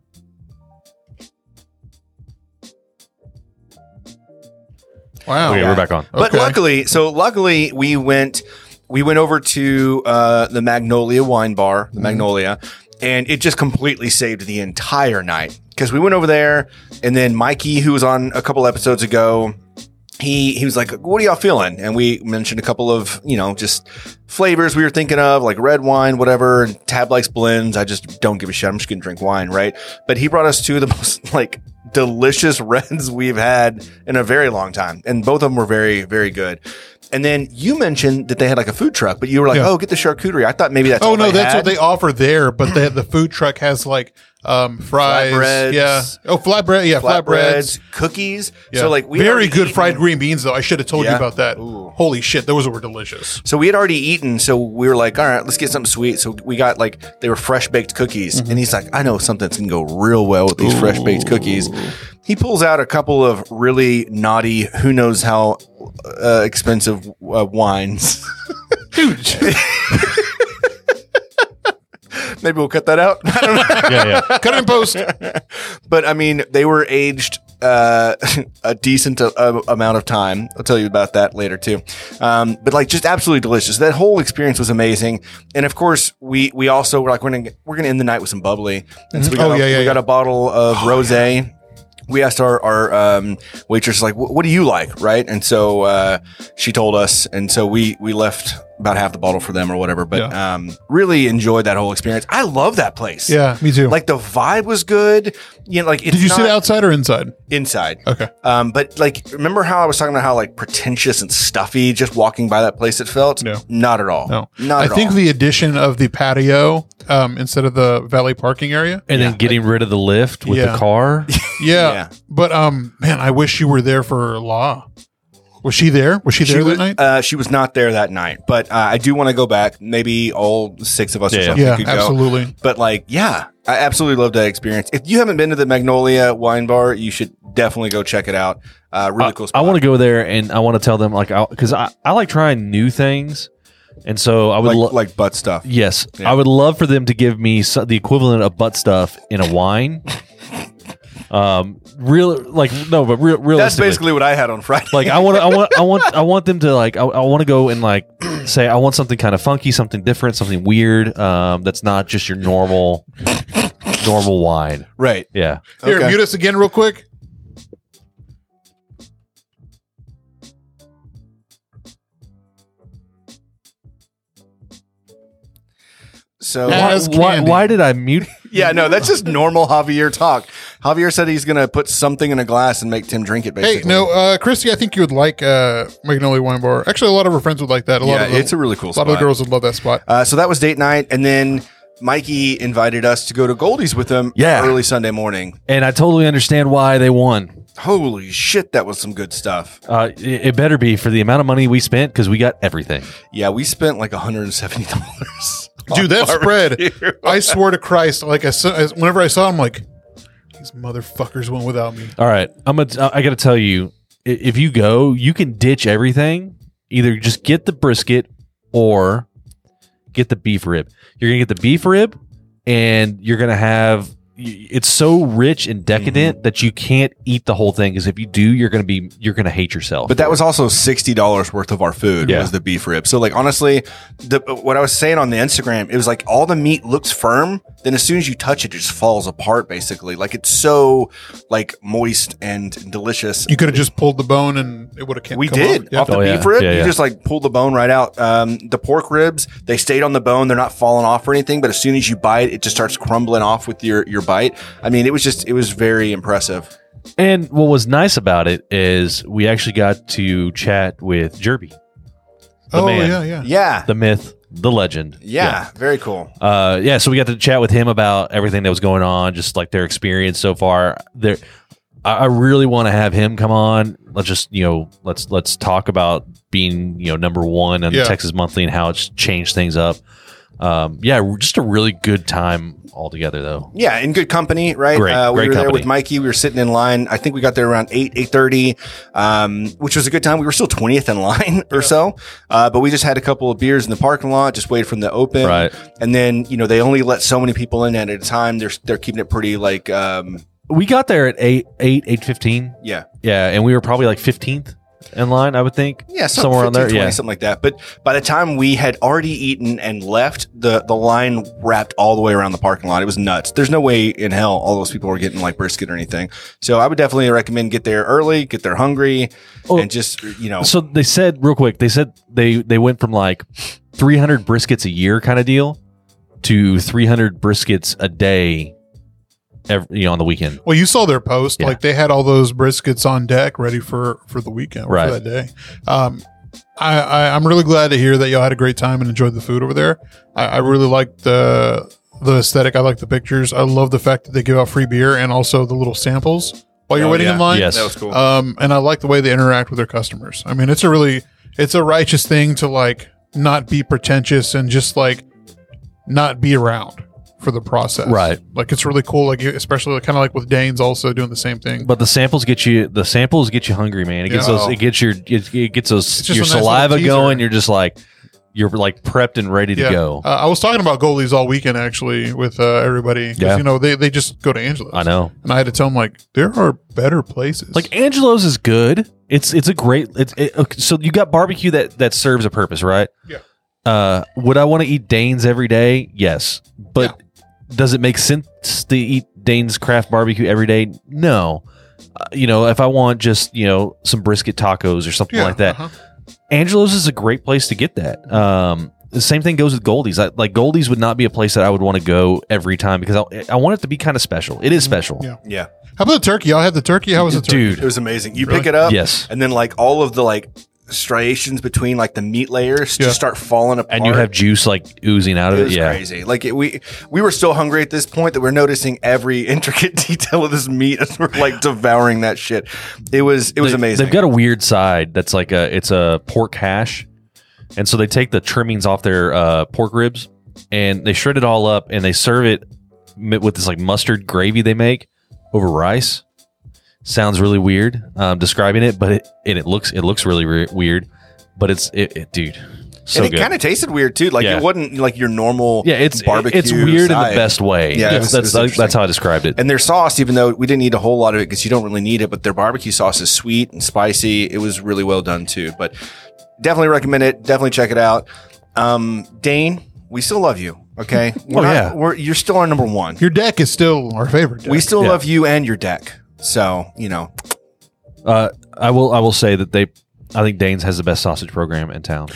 Speaker 3: Wow.
Speaker 4: Okay,
Speaker 1: yeah.
Speaker 4: we're back on.
Speaker 1: But
Speaker 3: Okay.
Speaker 1: luckily, so luckily we went we went over to uh, the Magnolia Wine Bar,
Speaker 4: Mm-hmm.
Speaker 1: the Magnolia, and it just completely saved the entire night because we went over there, and then Mikey, who was on a couple episodes ago. He, he was like, "What are y'all feeling?" And we mentioned a couple of you know just flavors we were thinking of, like red wine, whatever. And Tab likes blends. I just don't give a shit. I'm just gonna drink wine, right? But he brought us two of the most like delicious reds we've had in a very long time. And both of them were very, very good. And then you mentioned that they had like a food truck, but you were like,
Speaker 3: Yeah.
Speaker 1: oh, get the charcuterie. I thought maybe that's
Speaker 3: Oh
Speaker 1: all
Speaker 3: no,
Speaker 1: they
Speaker 3: that's
Speaker 1: had.
Speaker 3: what they offer there. But they, the food truck has like um, fries,
Speaker 1: Flatbreads.
Speaker 3: yeah. Oh, flatbread, yeah, flatbreads.
Speaker 1: flatbreads, cookies.
Speaker 3: Yeah.
Speaker 1: So like we had
Speaker 3: very
Speaker 1: already
Speaker 3: good
Speaker 1: eaten-
Speaker 3: fried green beans though. I should have told
Speaker 1: Yeah.
Speaker 3: you about that.
Speaker 1: Ooh.
Speaker 3: Holy shit, those were delicious.
Speaker 1: So we had already eaten, so we were like, all right, let's get something sweet. So we got like they were fresh baked cookies,
Speaker 3: Mm-hmm.
Speaker 1: and he's like, I know something that's gonna go real well with these fresh baked cookies. He pulls out a couple of really naughty, who knows how uh, expensive uh, wines. Dude, maybe we'll cut that out. I don't know
Speaker 4: yeah, yeah.
Speaker 3: Cut and post.
Speaker 1: but I mean, they were aged uh, a decent uh, uh, amount of time. I'll tell you about that later too. Um, but like, just absolutely delicious. That whole experience was amazing. And of course, we we also were like, we're gonna we're gonna end the night with some bubbly. And so we got,
Speaker 3: Oh,
Speaker 1: a,
Speaker 3: yeah, yeah, Oh,
Speaker 1: we got
Speaker 3: yeah.
Speaker 1: a bottle of rosé. We asked our our um, waitress like, "Wh- "What do you like?" Right, and so uh, she told us, and so we we left about half the bottle for them or whatever. But
Speaker 3: Yeah.
Speaker 1: um, really enjoyed that whole experience. I love that place.
Speaker 3: Yeah, me too.
Speaker 1: Like the vibe was good. You know, like it's
Speaker 3: Did you sit
Speaker 1: not
Speaker 3: outside or inside?
Speaker 1: inside?
Speaker 3: Okay.
Speaker 1: Um, but like, remember how I was talking about how like pretentious and stuffy just walking by that place it felt?
Speaker 3: No.
Speaker 1: not at all.
Speaker 3: No,
Speaker 1: not
Speaker 3: I
Speaker 1: at
Speaker 3: think
Speaker 1: all.
Speaker 3: the addition of the patio um, instead of the valet parking area.
Speaker 4: and then getting rid of the lift with
Speaker 3: Yeah.
Speaker 4: the car.
Speaker 3: Yeah,
Speaker 1: Yeah.
Speaker 3: but um, man, I wish you were there for Law. Was she there? Was she there
Speaker 1: she
Speaker 3: that
Speaker 1: was,
Speaker 3: night?
Speaker 1: Uh, she was not there that night, but uh, I do want to go back. Maybe all six of us or
Speaker 4: Yeah.
Speaker 1: something
Speaker 3: yeah,
Speaker 1: could go.
Speaker 3: absolutely.
Speaker 1: But like, yeah, I absolutely love that experience. If you haven't been to the Magnolia Wine Bar, you should definitely go check it out. Uh, really cool
Speaker 4: I
Speaker 1: spot.
Speaker 4: want to go there and I want to tell them like because I, I like trying new things, and so I would
Speaker 1: like,
Speaker 4: lo-
Speaker 1: like butt stuff.
Speaker 4: yes
Speaker 1: Yeah.
Speaker 4: I would love for them to give me so- the equivalent of butt stuff in a wine. um, real like no, but real
Speaker 1: That's
Speaker 4: realistically,
Speaker 1: basically what I had on Friday.
Speaker 4: like I want I want I want I want them to like I, I want to go and like say I want something kind of funky, something different, something weird. Um, that's not just your normal normal wine.
Speaker 1: right.
Speaker 4: Yeah.
Speaker 3: Here,
Speaker 1: Okay.
Speaker 3: mute us again, real quick.
Speaker 1: So
Speaker 3: As
Speaker 4: Why,
Speaker 3: candy.
Speaker 4: why did I mute?
Speaker 1: yeah, no, that's just normal Javier talk. Javier said he's gonna put something in a glass and make Tim drink it. Basically,
Speaker 3: Hey, no, uh, Christy, I think you would like uh, Magnolia Wine Bar. Actually, a lot of her friends would like that. A lot
Speaker 1: yeah,
Speaker 3: of the,
Speaker 1: it's a really cool.
Speaker 3: a lot of the
Speaker 1: spot.
Speaker 3: girls would love that spot.
Speaker 1: Uh, so that was date night, and then Mikey invited us to go to Goldie's with him.
Speaker 4: Yeah.
Speaker 1: early Sunday morning.
Speaker 4: And I totally understand why they won.
Speaker 1: Holy shit, that was some good stuff.
Speaker 4: Uh, it, it better be for the amount of money we spent because we got everything.
Speaker 1: Yeah, we spent like hundred and seventy dollars.
Speaker 3: Dude, that spread. I swear to Christ, like I, saw- I- whenever I saw him, like these motherfuckers went without me.
Speaker 4: All right, I'm gonna. I gotta tell you, i- if you go, you can ditch everything. Either just get the brisket or get the beef rib. You're gonna get the beef rib, and you're gonna have. y- It's so rich and
Speaker 1: Mm-hmm.
Speaker 4: decadent that you can't eat the whole thing because if you do, you're gonna be you're gonna hate yourself.
Speaker 1: But that was also sixty dollars worth of our food
Speaker 4: Yeah.
Speaker 1: was the beef rib. So like honestly, the, what I was saying on the Instagram, it was like all the meat looks firm. Then as soon as you touch it, it just falls apart. Basically, like it's so like moist and delicious.
Speaker 3: You could have just pulled the bone and it would have came.
Speaker 1: we
Speaker 3: come
Speaker 1: did
Speaker 3: off. Yeah.
Speaker 1: off the
Speaker 4: Oh, yeah.
Speaker 1: beef rib.
Speaker 4: Yeah,
Speaker 1: You
Speaker 4: yeah.
Speaker 1: just like pull the bone right out. Um, the pork ribs, they stayed on the bone. They're not falling off or anything. But as soon as you bite, it just starts crumbling off with your your bite. I mean, it was just it was very impressive.
Speaker 4: and what was nice about it is we actually got to chat with Jerby, the
Speaker 3: oh
Speaker 4: man.
Speaker 3: yeah, yeah.
Speaker 1: Yeah,
Speaker 4: the myth, the legend.
Speaker 1: yeah, very cool.
Speaker 4: uh yeah so we got to chat with him about everything that was going on just like their experience so far there i, I really want to have him come on let's just you know let's let's talk about being you know number one on
Speaker 3: Yeah.
Speaker 4: texas monthly and how it's changed things up um yeah just a really good time altogether though
Speaker 1: Yeah, in good company, right?
Speaker 4: Great,
Speaker 1: uh, we
Speaker 4: great
Speaker 1: were there
Speaker 4: company.
Speaker 1: with Mikey. We were sitting in line. I think we got there around eight, eight thirty, um, which was a good time. We were still twentieth in line or so, uh, but we just had a couple of beers in the parking lot, just waited from the open,
Speaker 4: Right.
Speaker 1: And then you know they only let so many people in at a time. They're they're keeping it pretty like um,
Speaker 4: we got there at 8 8 eight fifteen.
Speaker 1: yeah,
Speaker 4: yeah and we were probably like 15th in line i would think
Speaker 1: yeah, some-
Speaker 4: somewhere
Speaker 1: 15,
Speaker 4: on there
Speaker 1: 20,
Speaker 4: yeah
Speaker 1: something like that. But by the time we had already eaten and left, the the line wrapped all the way around the parking lot. It was nuts. There's no way in hell all those people were getting like brisket or anything. So I would definitely recommend get there early, get there hungry,
Speaker 4: Oh.
Speaker 1: and just you know,
Speaker 4: So they said real quick. They said they they went from like 300 briskets a year kind of deal to 300 briskets a day, every, you know, on the weekend.
Speaker 3: Well, you saw their post.
Speaker 4: Yeah.
Speaker 3: Like they had all those briskets on deck, ready for for the weekend,
Speaker 4: Right.
Speaker 3: For that day. Um, I, I I'm really glad to hear that y'all had a great time and enjoyed the food over there. I, I really liked the the aesthetic. I like the pictures. I love the fact that they give out free beer and also the little samples while you're
Speaker 1: Oh,
Speaker 3: waiting
Speaker 1: yeah.
Speaker 3: in line.
Speaker 4: Yes.
Speaker 1: that was cool.
Speaker 3: Um, and I like the way they interact with their customers. I mean, it's a really it's a righteous thing to like not be pretentious and just like not be around for the process.
Speaker 4: Right.
Speaker 3: Like it's really cool. Like especially like, kind of like with Danes also doing the same thing.
Speaker 4: But the samples get you the samples get you hungry, man. It gets
Speaker 3: Yeah.
Speaker 4: those it gets your it, it gets those
Speaker 3: just a
Speaker 4: your
Speaker 3: nice little
Speaker 4: saliva
Speaker 3: teaser.
Speaker 4: going. You're just like you're like prepped and ready to
Speaker 3: yeah.
Speaker 4: go.
Speaker 3: Uh, I was talking about goalies all weekend actually with uh, everybody. 'cause,
Speaker 4: Yeah.
Speaker 3: You know they they just go to Angelo's.
Speaker 4: I know.
Speaker 3: And I had to tell them like there are better places.
Speaker 4: Like Angelo's is good. It's it's a great. It's it, okay, so you got barbecue that that serves a purpose, right?
Speaker 3: Yeah.
Speaker 4: Uh, would I want to eat Danes every day? Yes, but does it make sense to eat Danes craft barbecue every day? No. Uh, you know, if I want just you know some brisket tacos or something
Speaker 3: Yeah,
Speaker 4: like that,
Speaker 3: uh-huh.
Speaker 4: Angelo's is a great place to get that. Um, the same thing goes with Goldie's. I, like Goldie's would not be a place that I would want to go every time because I, I want it to be kind of special. It is special.
Speaker 3: Mm-hmm. Yeah.
Speaker 1: Yeah.
Speaker 3: How about the turkey? Y'all had the turkey. How was the turkey?
Speaker 1: It
Speaker 4: Dude,
Speaker 1: was amazing. You pick it up.
Speaker 4: Yes.
Speaker 1: And then like all of the like striations between like the meat layers
Speaker 3: Yeah.
Speaker 1: just start falling apart.
Speaker 4: and you have juice like oozing out of
Speaker 1: It
Speaker 4: it.
Speaker 1: was
Speaker 4: Yeah.
Speaker 1: crazy. Like it, we we were so hungry at this point that we're noticing every intricate detail of this meat as we're like devouring that shit. It was it was
Speaker 4: They-
Speaker 1: amazing.
Speaker 4: They've got a weird side that's like a it's a pork hash, and so they take the trimmings off their uh, pork ribs and they shred it all up and they serve it mi- with this like mustard gravy they make over rice. Sounds really weird um, describing it, but it and it looks it looks really re- weird, but it's it, it dude so
Speaker 1: and it
Speaker 4: good.
Speaker 1: kind of tasted weird too. Like
Speaker 4: Yeah.
Speaker 1: it wasn't like your normal
Speaker 4: yeah, it's
Speaker 1: barbecue.
Speaker 4: It's weird in
Speaker 1: side.
Speaker 4: the best way.
Speaker 1: Yeah,
Speaker 4: Yeah,
Speaker 1: it was-
Speaker 4: that's
Speaker 1: it
Speaker 4: that's,
Speaker 1: was
Speaker 4: that's,
Speaker 1: interesting.
Speaker 4: how I described it.
Speaker 1: And their sauce, even though we didn't eat a whole lot of it because you don't really need it, but their barbecue sauce is sweet and spicy. It was really well done too. But definitely recommend it. Definitely check it out. Um, Dane, we still love you. Okay, we're
Speaker 4: Oh, yeah.
Speaker 1: we're, you're still our number one.
Speaker 3: Your deck is still our favorite. Deck.
Speaker 1: we still
Speaker 4: Yeah.
Speaker 1: love you and your deck. So you know,
Speaker 4: Uh, I will I will say that they. I think Dane's has the best sausage program in town.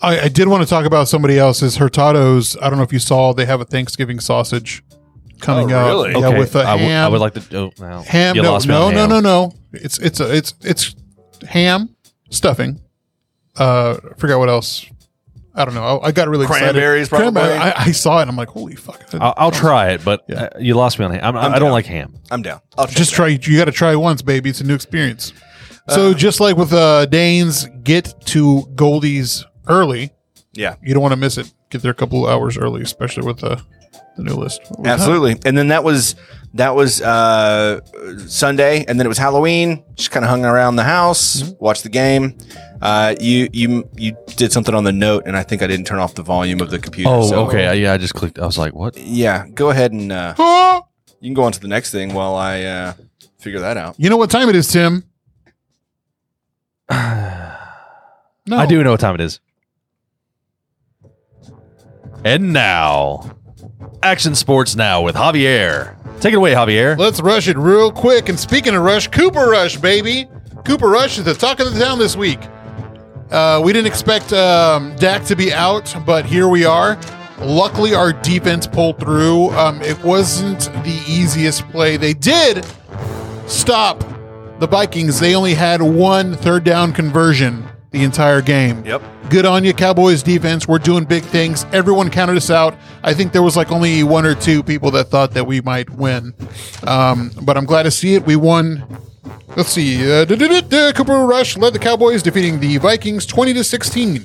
Speaker 3: I, I did want to talk about somebody else's Hurtado's. I don't know if you saw they have a Thanksgiving sausage coming
Speaker 1: Oh,
Speaker 3: out.
Speaker 1: really?
Speaker 3: Yeah, with the
Speaker 4: I would-
Speaker 3: ham.
Speaker 4: I would like to. Oh, no.
Speaker 3: ham.
Speaker 4: You
Speaker 3: No,
Speaker 4: lost me
Speaker 3: no,
Speaker 4: on
Speaker 3: no,
Speaker 4: ham.
Speaker 3: no, no. It's it's a, it's it's ham stuffing. Uh, I forgot what else. I don't know. I, I got really
Speaker 1: Cranberries,
Speaker 3: excited.
Speaker 1: probably.
Speaker 3: Cranberry- I, I saw it. and I'm like, holy fuck!
Speaker 4: I'll, I'll try it, but
Speaker 3: Yeah.
Speaker 4: uh, you lost me on ham. I'm, I'm, I am i do
Speaker 1: down.
Speaker 4: not like ham.
Speaker 1: I'm down. I'll check
Speaker 3: just
Speaker 1: it out.
Speaker 3: try. You got to try once, baby. It's a new experience. So just like with uh, Danes, get to Goldie's early.
Speaker 1: Yeah,
Speaker 3: You don't want to miss it. Get there a couple hours early, especially with the the new list. What was that?
Speaker 1: absolutely. And then that was that was uh, Sunday, and then it was Halloween. Just kind of hung around the house, watched the game. Uh, you you you did something on the note, and I think I didn't turn off the volume of the computer.
Speaker 4: Oh,
Speaker 1: so-
Speaker 4: okay. I, yeah, I just clicked. I was like, what?
Speaker 1: Yeah, go ahead and uh,
Speaker 3: Ah!
Speaker 1: you can go on to the next thing while I uh, figure that out.
Speaker 3: You know what time it is, Tim? No,
Speaker 4: I do know what time it is. And now, Action Sports Now with Javier. Take it away, Javier.
Speaker 3: Let's rush it real quick. And speaking of rush, Cooper Rush, baby. Cooper Rush is the talk of the town this week. Uh, we didn't expect um, Dak to be out, but here we are. Luckily, our defense pulled through. Um, it wasn't the easiest play. They did stop the Vikings. They only had one third down conversion the entire game.
Speaker 1: Yep.
Speaker 3: Good on you, Cowboys defense. We're doing big things. Everyone counted us out. I think there was like only one or two people that thought that we might win. Um, but I'm glad to see it. We won. Let's see. Uh, da-da-da-da. Cooper Rush led the Cowboys, defeating the Vikings 20 to 16.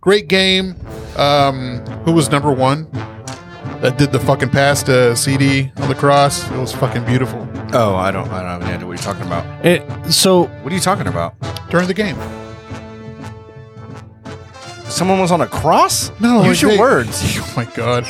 Speaker 3: Great game. Um, who was number one? That did the fucking pass to CD on the cross. It was fucking beautiful
Speaker 1: Oh, I don't I don't have any idea what you're talking about.
Speaker 4: It- so,
Speaker 1: What are you talking about?
Speaker 3: during the game.
Speaker 1: Someone was on a cross?
Speaker 3: No,
Speaker 1: use
Speaker 3: like
Speaker 1: your
Speaker 3: they-
Speaker 1: words.
Speaker 3: Oh my god.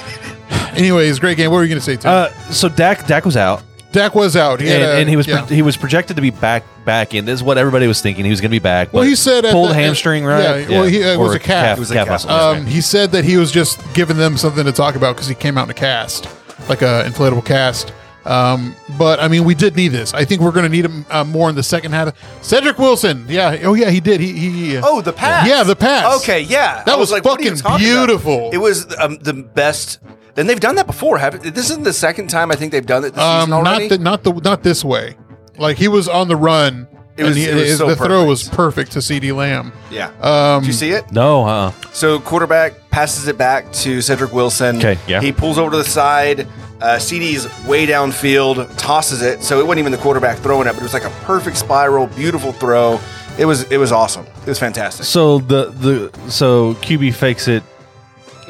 Speaker 3: Anyways, great game. What were you going to say, Tim?
Speaker 4: uh, so Dak Dak was out,
Speaker 3: Dak was out,
Speaker 4: and,
Speaker 3: a-
Speaker 4: and he was
Speaker 3: yeah.
Speaker 4: pro- he was projected to be back back in. This is what everybody was thinking. He was going to be back.
Speaker 3: Well,
Speaker 4: but
Speaker 3: he said at
Speaker 4: pulled
Speaker 3: the-
Speaker 4: hamstring, right?
Speaker 3: yeah, well, he- uh, it was
Speaker 4: Or
Speaker 3: a calf.
Speaker 1: It was a
Speaker 4: calf
Speaker 1: calf.
Speaker 4: muscle.
Speaker 3: Um, he said that he was just giving them something to talk about because he came out in a cast, like a inflatable cast. Um, but I mean, we did need this. I think we're going to need him uh, more in the second half. Cedric Wilson, yeah, oh yeah, he did. He, he uh,
Speaker 1: Oh, the pass.
Speaker 3: Yeah, the pass.
Speaker 1: Okay, yeah.
Speaker 3: That was
Speaker 1: what are you
Speaker 3: fucking
Speaker 1: talking about?
Speaker 3: beautiful.
Speaker 1: It was um, the best. And they've done that before, haven't? This isn't the second time I think they've done it this
Speaker 3: Um,
Speaker 1: season
Speaker 3: not
Speaker 1: already.
Speaker 3: the not the not this way. Like he was on the run.
Speaker 1: It was-
Speaker 3: and he-
Speaker 1: it was
Speaker 3: his-
Speaker 1: so
Speaker 3: the throw
Speaker 1: perfect.
Speaker 3: was perfect to C.D. Lamb.
Speaker 1: yeah.
Speaker 3: Um,
Speaker 1: Did you see it?
Speaker 4: no, uh,
Speaker 1: So quarterback passes it back to Cedric Wilson.
Speaker 4: 'Kay, yeah.
Speaker 1: He pulls over to the side. Uh, CD's way downfield, tosses it. So it wasn't even the quarterback throwing it, but it was like a perfect spiral, beautiful throw. It was it was awesome. It was fantastic.
Speaker 4: So the the so QB fakes it,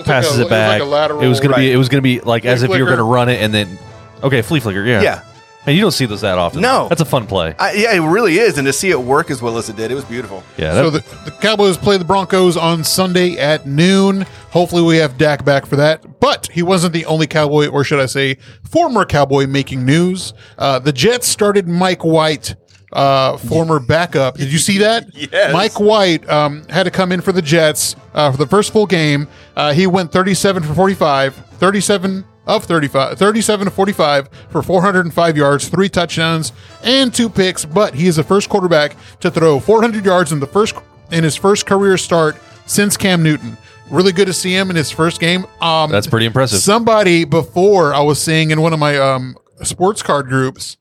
Speaker 4: passes
Speaker 3: a-
Speaker 4: it back.
Speaker 3: it was like a lateral-
Speaker 4: It was gonna be
Speaker 1: right.
Speaker 4: it was gonna be like as if you were
Speaker 3: flicker.
Speaker 4: gonna run it and then okay flea flicker yeah
Speaker 1: Yeah.
Speaker 4: and you don't see those that often
Speaker 1: No.
Speaker 4: that's a fun play
Speaker 1: I, yeah, it really is. And to see it work as well as it did, it was beautiful.
Speaker 4: yeah that,
Speaker 3: So the, the Cowboys play the Broncos on Sunday at noon. Hopefully, we have Dak back for that. But he wasn't the only Cowboy, or should I say, former Cowboy making news. Uh, the Jets started Mike White, uh, former backup. Did you see that?
Speaker 1: Yes.
Speaker 3: Mike White um, had to come in for the Jets uh, for the first full game. Uh, he went 37 for 45, 37 of 35, 37 to 45 for 405 yards, three touchdowns, and two picks. But he is the first quarterback to throw 400 yards in the first in his first career start since Cam Newton. Really good to see him in his first game. Um,
Speaker 4: That's pretty impressive.
Speaker 3: Somebody before I was seeing in one of my um, sports card groups,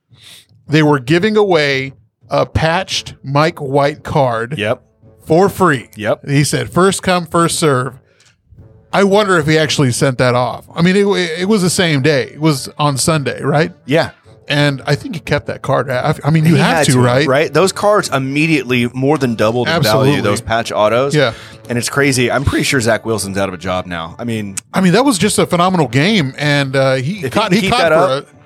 Speaker 3: they were giving away a patched Mike White card
Speaker 1: Yep.
Speaker 3: for free.
Speaker 1: Yep.
Speaker 3: He said, first come, first serve. I wonder if he actually sent that off. I mean, it, it was the same day. It was on Sunday, right?
Speaker 1: Yeah.
Speaker 3: And I think he kept that card. I, I mean, you
Speaker 1: He
Speaker 3: have
Speaker 1: had
Speaker 3: to, right?
Speaker 1: Right. Those cards immediately more than doubled in
Speaker 3: Absolutely.
Speaker 1: value. Those patch autos.
Speaker 3: Yeah.
Speaker 1: And it's crazy. I'm pretty sure Zach Wilson's out of a job now. I mean,
Speaker 3: I mean, that was just a phenomenal game, and uh, he
Speaker 1: he
Speaker 3: caught.
Speaker 1: can
Speaker 3: He
Speaker 1: keep
Speaker 3: caught
Speaker 1: that
Speaker 3: for.
Speaker 1: up-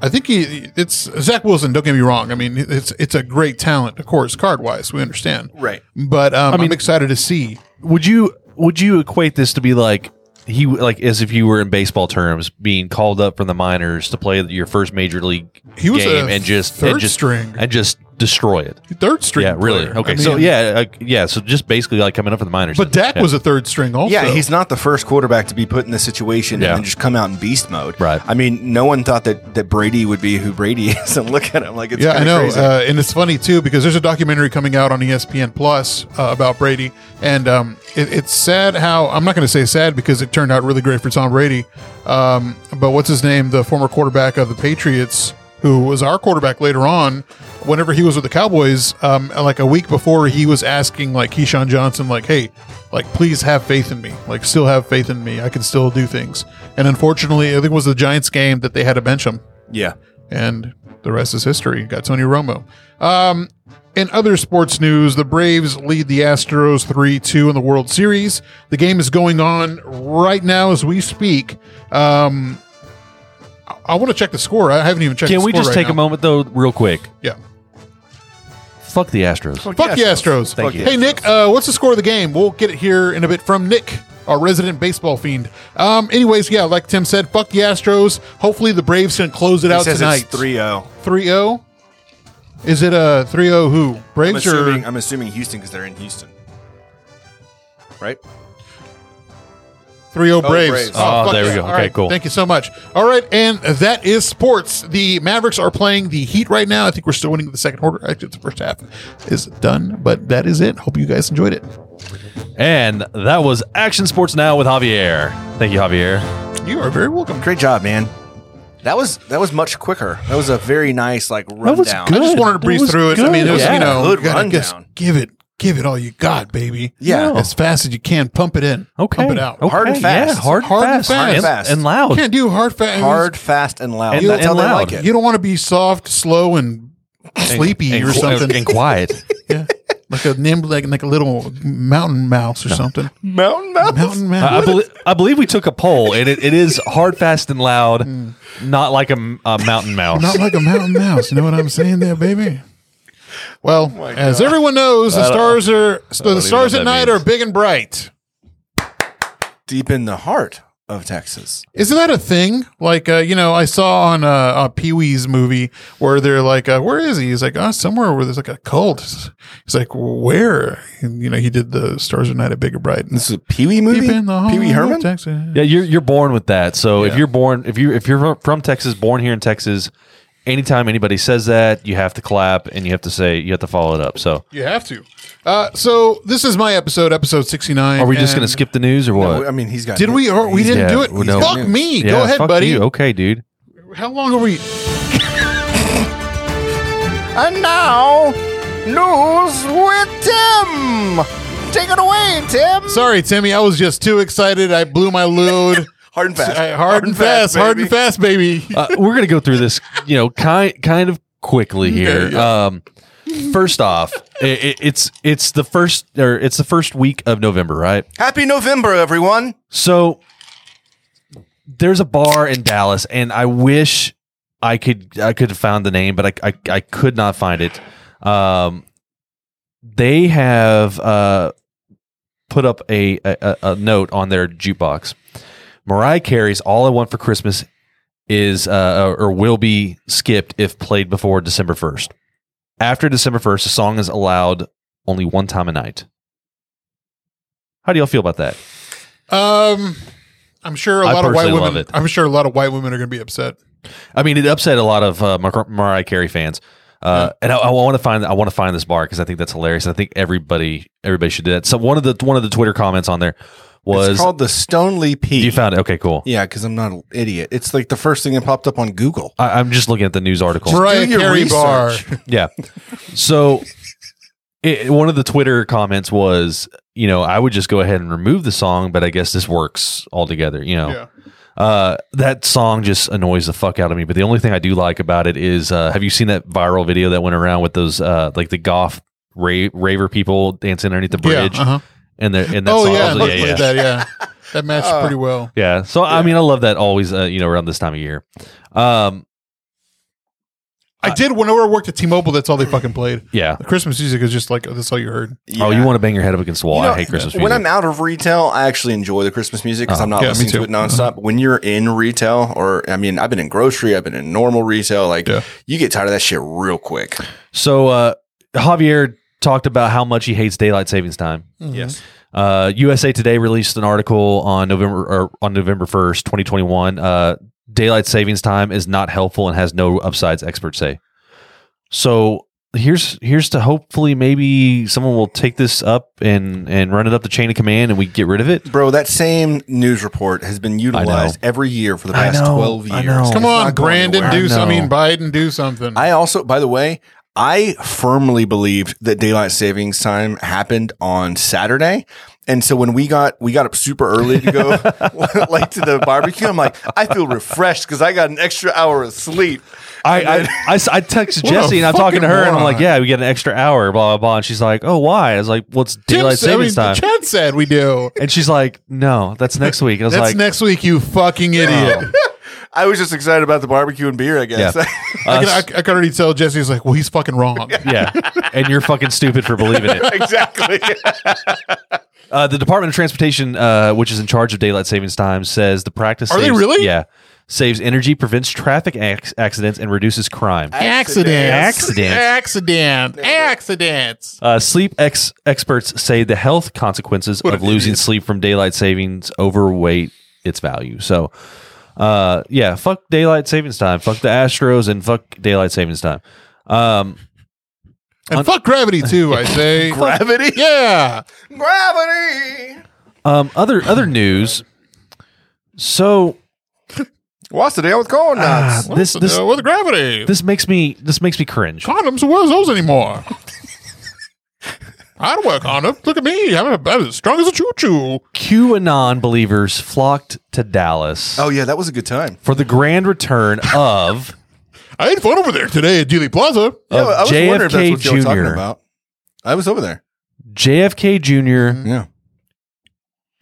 Speaker 3: A, I think he. It's Zach Wilson. Don't get me wrong. I mean, it's it's a great talent, of course, card wise. We understand,
Speaker 1: Right.
Speaker 3: But um, I
Speaker 4: mean-
Speaker 3: am excited to see.
Speaker 4: would you would you equate this to be like he like as if you were in baseball terms being called up from the minors to play your first major league
Speaker 3: He was
Speaker 4: game
Speaker 3: a
Speaker 4: and just
Speaker 3: third
Speaker 4: and just
Speaker 3: string.
Speaker 4: and just destroy it.
Speaker 3: Third string.
Speaker 4: yeah, really.
Speaker 3: player.
Speaker 4: Okay,
Speaker 3: I
Speaker 4: so
Speaker 3: mean,
Speaker 4: yeah, uh, yeah. So just basically like coming up from the minors.
Speaker 3: But
Speaker 4: then.
Speaker 3: Dak
Speaker 4: Yeah.
Speaker 3: was a third string also.
Speaker 1: yeah, he's not the first quarterback to be put in this situation
Speaker 4: Yeah.
Speaker 1: and then just come out in beast mode.
Speaker 4: Right.
Speaker 1: I mean, no one thought that that Brady would be who Brady is. And look at him. Like it's
Speaker 3: Yeah, I
Speaker 1: kinda
Speaker 3: know,
Speaker 1: Crazy.
Speaker 3: uh, and it's funny too because there's a documentary coming out on E ESPN Plus uh, about Brady, and um, it, it's sad how I'm not going to say sad because it turned out really great for Tom Brady, um, but what's his name, the former quarterback of the Patriots, who was our quarterback later on, whenever he was with the Cowboys, um, like a week before, he was asking like Keyshawn Johnson, like, hey, like please have faith in me, like still have faith in me, I can still do things, and unfortunately, I think it was the Giants game that they had to bench him
Speaker 1: yeah.
Speaker 3: and the rest is history. Got Tony Romo. Um, in other sports news, the Braves lead the Astros 3 2 in the World Series. The game is going on right now as we speak. Um, I, want to check the score. I haven't even checked
Speaker 4: Can
Speaker 3: the
Speaker 4: we
Speaker 3: score
Speaker 4: just
Speaker 3: right
Speaker 4: take
Speaker 3: now.
Speaker 4: a moment though, real quick?
Speaker 3: Yeah.
Speaker 4: Fuck the Astros.
Speaker 3: Fuck the Astros.
Speaker 4: Thank
Speaker 3: Fuck
Speaker 4: you.
Speaker 3: Hey, Nick, uh, what's the score of the game? We'll get it here in a bit from Nick, our resident baseball fiend. Um, anyways, yeah, like Tim said, fuck the Astros. Hopefully the Braves can close it
Speaker 1: He
Speaker 3: out
Speaker 1: says
Speaker 3: tonight.
Speaker 1: it's oh. 3-0.
Speaker 3: 3 0. oh? Is it a 3 0 who?
Speaker 1: I'm
Speaker 3: Braves or
Speaker 1: assuming, I'm assuming Houston because they're in Houston. Right?
Speaker 3: 3 0 Braves?
Speaker 1: Braves.
Speaker 4: Oh,
Speaker 3: fuck
Speaker 4: there we
Speaker 3: yeah.
Speaker 4: go.
Speaker 3: All
Speaker 4: Okay,
Speaker 3: right.
Speaker 4: cool.
Speaker 3: Thank you so much. All right. And that is sports. The Mavericks are playing the Heat right now. I think we're still winning the second quarter. Actually, the first half is done, but that is it. Hope you guys enjoyed it.
Speaker 4: And that was Action Sports Now with Javier. Thank you, Javier.
Speaker 3: You are very welcome.
Speaker 1: Great job, man. That was that was much quicker. That was a very nice like rundown.
Speaker 3: I just
Speaker 4: Good.
Speaker 3: wanted to
Speaker 4: That
Speaker 3: breeze
Speaker 4: was
Speaker 3: through it. I
Speaker 4: good.
Speaker 3: mean, it was,
Speaker 1: Yeah.
Speaker 3: you know,
Speaker 1: Good
Speaker 3: you gotta just
Speaker 1: rundown.
Speaker 3: give it. Give it all you got, baby.
Speaker 1: Yeah. No.
Speaker 3: As fast as you can. Pump it in.
Speaker 4: Okay.
Speaker 3: Pump it out.
Speaker 4: Okay.
Speaker 1: Hard and fast.
Speaker 4: Yeah, hard,
Speaker 3: Hard and
Speaker 4: and fast.
Speaker 3: fast.
Speaker 4: And,
Speaker 1: Fast.
Speaker 4: and loud.
Speaker 3: Can't do hard, fast.
Speaker 1: Hard, fast, and loud.
Speaker 4: And-
Speaker 1: That's
Speaker 4: and
Speaker 1: how they
Speaker 4: loud.
Speaker 1: like it.
Speaker 3: You don't want to be soft, slow, and sleepy
Speaker 4: and
Speaker 3: or
Speaker 4: qu-
Speaker 3: something.
Speaker 4: And quiet.
Speaker 3: yeah. Like a nimble, like, like a little mountain mouse or something.
Speaker 1: Mountain Mouse.
Speaker 3: Mountain
Speaker 4: I, I
Speaker 3: mouse.
Speaker 4: belie- I believe we took a poll, and it, it is hard, fast, and loud, not like a, m- a mountain mouse.
Speaker 3: Mm. Not like a mountain mouse. You know what I'm saying there, baby?
Speaker 1: Oh
Speaker 3: Well, as everyone knows, the stars are the stars
Speaker 4: what
Speaker 3: at
Speaker 4: that
Speaker 3: night
Speaker 4: means.
Speaker 3: are big and bright.
Speaker 1: Deep in the heart of Texas.
Speaker 3: Isn't that a thing? Like, uh, you know, I saw on uh, uh, Pee Wee's movie where they're like, uh, "Where is he?" He's like, "Oh, somewhere where there's like a cult." He's like, "Where?" And, you know, he did the Stars at Night at Big and Bright.
Speaker 1: This is a Pee Wee movie.
Speaker 3: Deep in the
Speaker 1: Pee Wee
Speaker 3: heart of
Speaker 1: Herman.
Speaker 3: Texas.
Speaker 4: yeah, you're you're born with that. So if you're born, if you if you're from Texas, born here in Texas, anytime anybody says that, you have to clap and you have to say you have to follow it up. So
Speaker 3: You have to. Uh, so this is my episode, episode sixty nine.
Speaker 4: are we just going to skip the news or what?
Speaker 1: I mean, he's got.
Speaker 3: Did we? Or we
Speaker 1: he's
Speaker 3: didn't
Speaker 1: got-
Speaker 3: do it.
Speaker 1: he's got
Speaker 3: Fuck
Speaker 1: news.
Speaker 3: me.
Speaker 4: Yeah,
Speaker 3: Go ahead,
Speaker 4: fuck
Speaker 3: buddy.
Speaker 4: you. Okay, dude.
Speaker 3: How long are we?
Speaker 1: And now, news with Tim. Take it away, Tim.
Speaker 3: Sorry, Timmy. I was just too excited. I blew my load.
Speaker 1: Hard and fast.
Speaker 3: I- Uh, hard, and fast. hard and
Speaker 1: baby.
Speaker 3: fast, baby.
Speaker 4: uh, we're gonna go through this, you know, kind kind of quickly here. Um, first off, it, it, it's it's the first or it's the first week of November, right?
Speaker 1: Happy November, everyone.
Speaker 4: So there's a bar in Dallas, and I wish I could I could have found the name, but I I, I could not find it. Um, they have uh, put up a, a- a a note on their jukebox. Mariah Carey's "All I Want for Christmas" is uh, or will be skipped if played before December first. After December first, the song is allowed only one time a night. How do y'all feel about that?
Speaker 3: Um, I'm sure a
Speaker 4: I
Speaker 3: lot of white
Speaker 4: personally
Speaker 3: women.
Speaker 4: love it.
Speaker 3: I'm sure a lot of white women are going to be upset.
Speaker 4: I mean, it upset a lot of uh, Mar- Mariah Carey fans. Uh, and I, I want to find I want to find this bar because I think that's hilarious. I think everybody everybody should do that. So one of the one of the Twitter comments on there was
Speaker 1: it's called the Stonely Peak.
Speaker 4: you found it. Okay, cool.
Speaker 1: yeah, because I'm not an idiot. It's like the first thing that popped up on Google.
Speaker 4: I, I'm just looking at the news article.
Speaker 3: Mariah
Speaker 1: your
Speaker 3: Carey bar.
Speaker 1: research.
Speaker 4: Yeah. So it, one of the Twitter comments was, you know, I would just go ahead and remove the song, but I guess this works altogether, you know.
Speaker 3: Yeah.
Speaker 4: Uh, that song just annoys the fuck out of me. But the only thing I do like about it is, uh, have you seen that viral video that went around with those, uh, like the goth ra- raver people dancing underneath the bridge?
Speaker 3: Yeah. Uh-huh.
Speaker 4: And, the, and that
Speaker 3: Oh
Speaker 4: song,
Speaker 3: yeah,
Speaker 4: I was
Speaker 3: look
Speaker 4: like,
Speaker 3: at that. Yeah, that matched pretty well.
Speaker 4: yeah. So I mean, I love that always, uh, you know, around this time of year. Um,
Speaker 3: I did. Whenever I worked at T-Mobile, that's all they fucking played.
Speaker 4: yeah.
Speaker 3: The Christmas music is just like that's all you heard.
Speaker 4: Oh,
Speaker 1: Yeah.
Speaker 4: you want to bang your head up against the wall?
Speaker 1: You know,
Speaker 4: I hate Christmas
Speaker 1: When
Speaker 4: music. Uh-huh.
Speaker 1: I'm out of retail, I actually enjoy the Christmas music because I'm not
Speaker 3: yeah, me
Speaker 1: listening to
Speaker 3: too.
Speaker 1: it nonstop. When you're in retail, or I mean, I've been in grocery, I've been in normal retail. Like
Speaker 3: Yeah.
Speaker 1: you get tired of that shit real quick.
Speaker 4: So uh, Javier talked about how much he hates daylight savings time.
Speaker 3: Mm-hmm.
Speaker 1: Yes.
Speaker 4: Uh, USA Today released an article on November or on November first, twenty twenty one. Uh, daylight savings time is not helpful and has no upsides, experts say. So here's here's to hopefully maybe someone will take this up and and run it up the chain of command and we get rid of it.
Speaker 1: Bro, that same news report has been utilized every year for the
Speaker 4: I
Speaker 1: past
Speaker 4: know,
Speaker 1: 12 years.
Speaker 4: I know.
Speaker 3: Come
Speaker 1: It's
Speaker 3: on,
Speaker 1: not going
Speaker 3: Brandon,
Speaker 1: anywhere.
Speaker 3: do
Speaker 4: I
Speaker 3: something. I mean,
Speaker 4: know.
Speaker 3: Biden, do something.
Speaker 1: I also, by the way, I firmly believed that daylight savings time happened on Saturday. And so when we got we got up super early to go like to the barbecue, I'm like, I feel refreshed because I got an extra hour of sleep.
Speaker 4: I I, I, s- I texted
Speaker 3: What a
Speaker 4: Jesse and I'm talking to her and I'm
Speaker 3: fucking
Speaker 4: like,
Speaker 3: moron.
Speaker 4: yeah, we get an extra hour, blah blah blah. And she's like, oh, why? I was like, well, it's
Speaker 3: Tim
Speaker 4: daylight
Speaker 3: said- I mean,
Speaker 4: savings time.
Speaker 3: Chad said we do.
Speaker 4: And she's like, "No, that's next week." I was
Speaker 3: That's
Speaker 4: like,
Speaker 3: next week, you fucking idiot.
Speaker 1: I was just excited about the barbecue and beer, I guess.
Speaker 4: Yeah.
Speaker 3: I,
Speaker 4: uh,
Speaker 3: can, I, I can already tell Jesse's like, well, he's fucking wrong.
Speaker 4: "Yeah," and you're fucking stupid for believing it.
Speaker 1: exactly.
Speaker 4: Uh, the Department of Transportation, uh, which is in charge of daylight savings time, says the practice.
Speaker 3: Are they
Speaker 4: saves-
Speaker 3: really?
Speaker 4: Yeah, saves energy, prevents traffic ac- accidents, and reduces crime. Accidents.
Speaker 3: Accident. Accidents.
Speaker 4: Uh, sleep ex- experts say the health consequences
Speaker 3: What
Speaker 4: of
Speaker 3: an
Speaker 4: losing
Speaker 3: idiot.
Speaker 4: sleep from daylight savings overweight its value. So, uh, yeah, fuck daylight savings time. Fuck the Astros and fuck daylight savings time. Um,
Speaker 3: And fuck gravity, too, I say.
Speaker 1: Gravity.
Speaker 3: Yeah.
Speaker 1: Gravity.
Speaker 4: um, other other news. So
Speaker 1: What's the deal with corn nuts?
Speaker 4: Ah, this this
Speaker 3: uh, with gravity.
Speaker 4: this makes me this makes me cringe.
Speaker 3: condoms, where's those anymore? I don't wear condoms. Look at me. I'm about as strong as a choo choo.
Speaker 4: QAnon believers flocked to Dallas
Speaker 1: oh yeah, that was a good time.
Speaker 4: for the grand return of
Speaker 3: I had fun over there today at Dealey Plaza.
Speaker 1: Yeah, I was wondering if that's
Speaker 4: JFK
Speaker 1: what you were talking
Speaker 4: Jr.
Speaker 1: about. I was over there.
Speaker 4: JFK Jr.
Speaker 1: Yeah.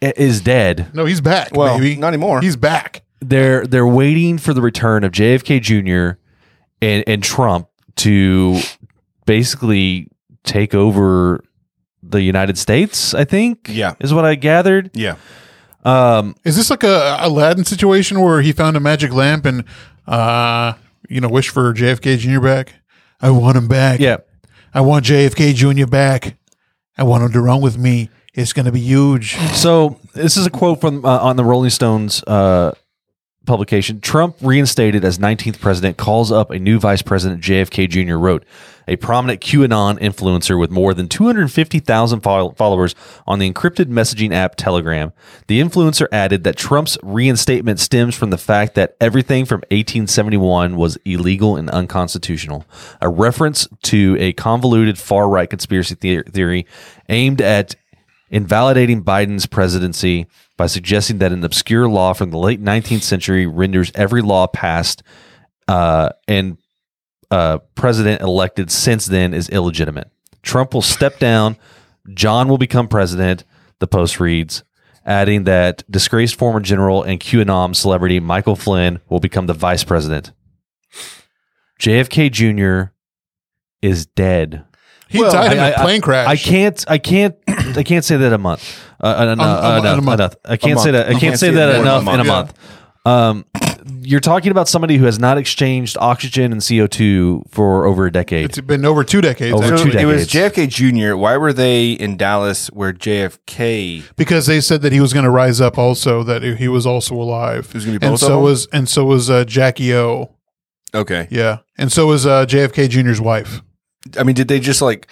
Speaker 4: i- is dead.
Speaker 3: No, he's back,
Speaker 1: Well,
Speaker 3: baby.
Speaker 1: not anymore.
Speaker 3: He's back.
Speaker 4: They're they're waiting for the return of JFK Jr. and and Trump to basically take over the United States. I think
Speaker 1: Yeah.
Speaker 4: is what I gathered.
Speaker 1: yeah.
Speaker 4: Um,
Speaker 3: Is this like a Aladdin situation where he found a magic lamp and, uh, you know, wish for JFK Jr. back? I want him back.
Speaker 4: yeah.
Speaker 3: I want JFK Jr. back. I want him to run with me. It's going to be huge.
Speaker 4: So this is a quote from uh, on the Rolling Stones uh, publication. Trump reinstated as 19th president calls up a new vice president. JFK Jr. wrote a prominent QAnon influencer with more than 250,000 fol- followers on the encrypted messaging app Telegram. The influencer added that Trump's reinstatement stems from the fact that everything from 1871 was illegal and unconstitutional. A reference to a convoluted far right conspiracy the- theory aimed at invalidating Biden's presidency by suggesting that an obscure law from the late 19th century renders every law passed uh, and uh, president elected since then is illegitimate. Trump will step down. John will become president. The Post reads, adding that disgraced former general and QAnon celebrity Michael Flynn will become the vice president. JFK Jr. is dead.
Speaker 3: He
Speaker 1: Well,
Speaker 3: died in
Speaker 4: I-
Speaker 3: a
Speaker 4: I-
Speaker 3: plane crash.
Speaker 4: I can't. I can't. I can't say that a month. Uh, uh, no,
Speaker 3: Um,
Speaker 4: uh,
Speaker 3: um,
Speaker 4: no,
Speaker 3: in a month.
Speaker 4: enough. I can't
Speaker 1: month.
Speaker 4: say that. I
Speaker 1: You
Speaker 4: can't
Speaker 1: can't
Speaker 4: say
Speaker 1: say it
Speaker 4: that
Speaker 1: more than
Speaker 4: enough
Speaker 1: a
Speaker 4: in a month.
Speaker 3: month.
Speaker 4: Um, you're talking about somebody who has not exchanged oxygen and CO2 for over a decade.
Speaker 3: It's been over two decades
Speaker 4: Over
Speaker 3: actually,
Speaker 4: two
Speaker 1: It was
Speaker 4: decades.
Speaker 1: JFK Jr. Why were they in Dallas where JFK
Speaker 3: because they said that he was going to rise up. Also, that he was also alive.
Speaker 1: was gonna be both
Speaker 3: and
Speaker 1: of
Speaker 3: so
Speaker 1: them?
Speaker 3: was and so was uh, Jackie O.
Speaker 1: Okay.
Speaker 3: Yeah, and so is uh, JFK Jr.'s wife.
Speaker 1: I mean, did they just like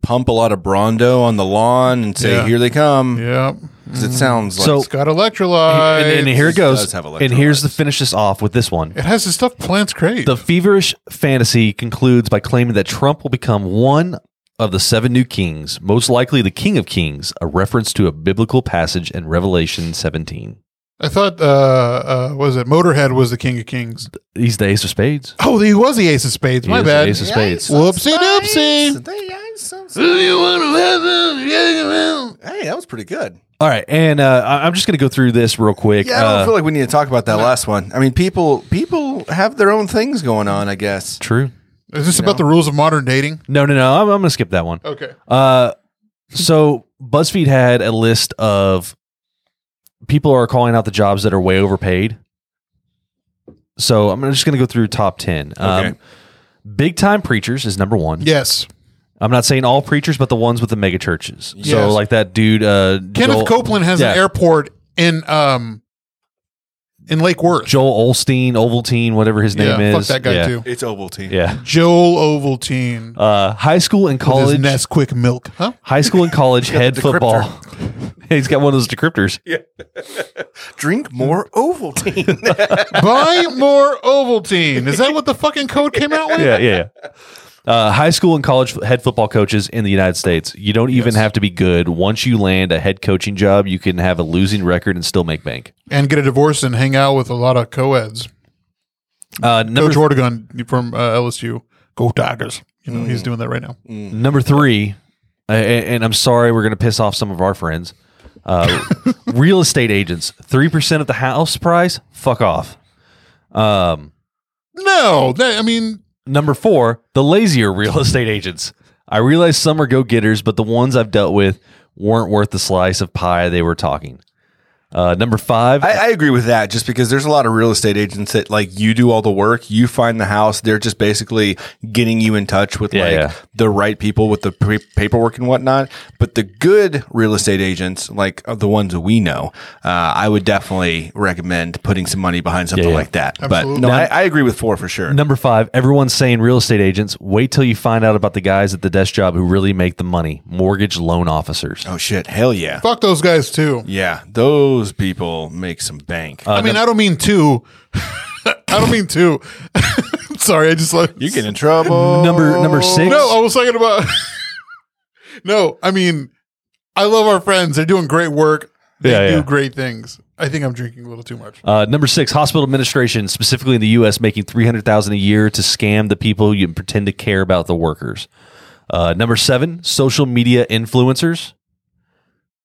Speaker 1: pump a lot of Brondo on the lawn and say,
Speaker 3: Yeah.
Speaker 1: "Here they come"?
Speaker 3: Yeah,
Speaker 1: 'Cause it sounds like
Speaker 4: So-
Speaker 3: it's got electrolytes.
Speaker 4: and, and here
Speaker 1: This
Speaker 4: it goes.
Speaker 1: does have
Speaker 4: And here's the
Speaker 1: electrolytes.
Speaker 4: finish this off with this one.
Speaker 3: it has the stuff plants crave.
Speaker 4: The feverish fantasy concludes by claiming that Trump will become one of the seven new kings, most likely the King of Kings, a reference to a biblical passage in Revelation 17.
Speaker 3: I thought, uh, uh, what was it Motorhead was the king of kings?
Speaker 4: He's the Ace of Spades.
Speaker 3: Oh, he was the ace of spades.
Speaker 4: He
Speaker 3: My
Speaker 4: is the
Speaker 3: bad.
Speaker 4: Ace of Spades.
Speaker 3: Whoopsie doopsie.
Speaker 1: Hey, that was pretty good.
Speaker 4: All right, and uh, I- I'm just going to go through this real quick.
Speaker 1: Yeah, I don't
Speaker 4: Uh,
Speaker 1: feel like we need to talk about that last one. I mean, people people have their own things going on, I guess.
Speaker 4: true.
Speaker 3: Is this about the rules of modern dating?
Speaker 4: No, no, no. I'm, I'm going to skip that one.
Speaker 3: Okay.
Speaker 4: Uh, so BuzzFeed had a list of people are calling out the jobs that are way overpaid. So I'm just going to go through top ten. Um,
Speaker 1: Okay.
Speaker 4: Big time preachers is number one.
Speaker 3: Yes.
Speaker 4: I'm not saying all preachers, but the ones with the mega churches. So
Speaker 3: Yes.
Speaker 4: like that dude, uh,
Speaker 3: Kenneth
Speaker 4: Joel,
Speaker 3: Copeland has
Speaker 4: Yeah.
Speaker 3: an airport in um in Lake Worth.
Speaker 4: Joel Olstein, Ovaltine, whatever his
Speaker 3: yeah,
Speaker 4: name is.
Speaker 3: fuck that guy
Speaker 4: yeah.
Speaker 3: too.
Speaker 1: It's Ovaltine.
Speaker 4: Yeah.
Speaker 3: Joel Ovaltine.
Speaker 4: Uh, high school and
Speaker 3: With his
Speaker 4: college.
Speaker 3: Nesquik milk, huh?
Speaker 4: High school and college head football. He's got one of those decryptors.
Speaker 1: Drink more Ovaltine.
Speaker 3: Buy more Ovaltine. Is that what the fucking code came out with?
Speaker 4: yeah, yeah, yeah. Uh, high school and college head football coaches in the United States. You don't even have to be good. Once you land a head coaching job, you can have a losing record and still make bank.
Speaker 3: And get a divorce and hang out with a lot of co-eds.
Speaker 4: Uh, number
Speaker 3: Coach Ortegon from uh, LSU. Go Tigers. You know,
Speaker 4: Mm.
Speaker 3: he's doing that right now.
Speaker 4: number three, a- a- and I'm sorry, we're going to piss off some of our friends. Uh, real estate agents, three percent of the house price. Fuck off. Um,
Speaker 3: No, that, I mean,
Speaker 4: Number four, the lazier real estate agents. I realize some are go getters, but the ones I've dealt with weren't worth the slice of pie they were talking. Uh, number five,
Speaker 1: I, I agree with that just because there's a lot of real estate agents that like you do all the work, you find the house, they're just basically getting you in touch with
Speaker 4: Yeah,
Speaker 1: like
Speaker 4: yeah.
Speaker 1: the right people with the pre- paperwork and whatnot. But the good real estate agents, like uh, the ones that we know, uh, I would definitely recommend putting some money behind something
Speaker 4: Yeah, yeah.
Speaker 1: like that. But
Speaker 3: Absolutely.
Speaker 1: no, I, I agree with four for sure.
Speaker 4: number five, everyone's saying real estate agents. Wait till you find out about the guys at the desk job who really make the money mortgage loan officers.
Speaker 1: Oh shit, hell yeah.
Speaker 3: fuck those guys too.
Speaker 1: Yeah, those people make some bank.
Speaker 4: Uh,
Speaker 3: I mean, I don't mean two. I don't mean two. Sorry, I just like
Speaker 1: you get in trouble.
Speaker 4: Number number six,
Speaker 3: No, I was talking about. no, I mean, I love our friends. They're doing great work. They
Speaker 4: Yeah,
Speaker 3: do
Speaker 4: yeah.
Speaker 3: great things. I think I'm drinking a little too much.
Speaker 4: Uh, number six, hospital administration, specifically in the U.S., making three hundred thousand a year to scam the people you pretend to care about the workers. Uh, number seven, social media influencers.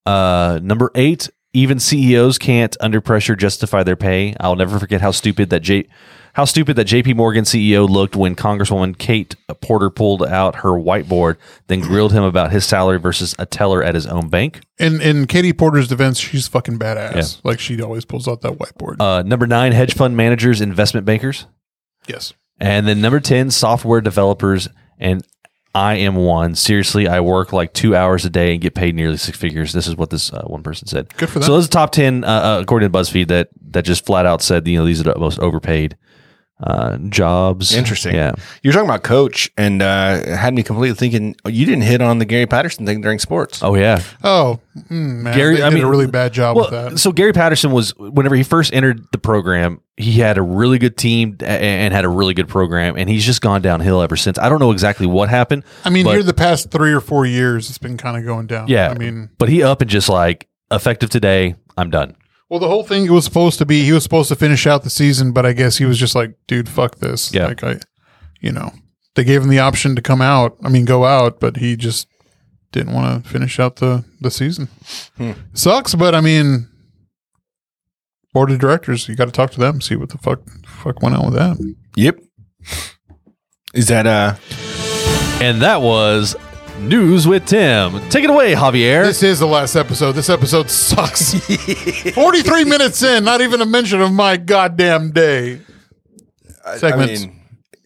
Speaker 4: Uh, number eight, even CEOs can't under pressure justify their pay. I'll never forget how stupid that J, how stupid that J.P. Morgan CEO looked when Congresswoman Kate Porter pulled out her whiteboard, then grilled him about his salary versus a teller at his own bank.
Speaker 3: In in Katie Porter's defense, she's fucking badass. Like she always pulls out that whiteboard.
Speaker 4: Uh, number nine, hedge fund managers, investment bankers.
Speaker 3: yes.
Speaker 4: And then number 10, software developers. And I am one. Seriously, I work like two hours a day and get paid nearly six figures. This is what this uh, one person said.
Speaker 3: Good for
Speaker 4: So
Speaker 3: them.
Speaker 4: those are top 10, uh, uh, according to BuzzFeed, that, that just flat out said, you know, these are the most overpaid uh, jobs.
Speaker 1: Interesting.
Speaker 4: Yeah.
Speaker 1: You're talking about coach, and uh, had me completely thinking oh, you didn't hit on the Gary Patterson thing during sports.
Speaker 4: Oh, yeah.
Speaker 3: Oh, mm, man,
Speaker 4: Gary-
Speaker 3: they
Speaker 4: I
Speaker 3: did
Speaker 4: mean-
Speaker 3: a really bad job with
Speaker 4: Well,
Speaker 3: that.
Speaker 4: so Gary Patterson was whenever he first entered the program, he had a really good team a- and had a really good program, and he's just gone downhill ever since. I don't know exactly what happened.
Speaker 3: I mean,
Speaker 4: but-
Speaker 3: here the past three or four years, it's been kind of going down.
Speaker 4: Yeah,
Speaker 3: I mean,
Speaker 4: but he up and just like effective today, I'm done.
Speaker 3: Well, the whole thing was supposed to be he was supposed to finish out the season, but I guess he was just like, dude, fuck this.
Speaker 4: Yeah.
Speaker 3: Like I you know. They gave him the option to come out, I mean go out, but he just didn't want to finish out the the season. Hmm. Sucks, but I mean board of directors, you got to talk to them, see what the fuck fuck went on with that.
Speaker 1: Yep. Is that uh
Speaker 4: And that was News with Tim. Take it away, Javier.
Speaker 3: This is the last episode. This episode sucks. 43 minutes in, not even a mention of my goddamn day.
Speaker 1: I- I
Speaker 3: Segments.
Speaker 1: mean,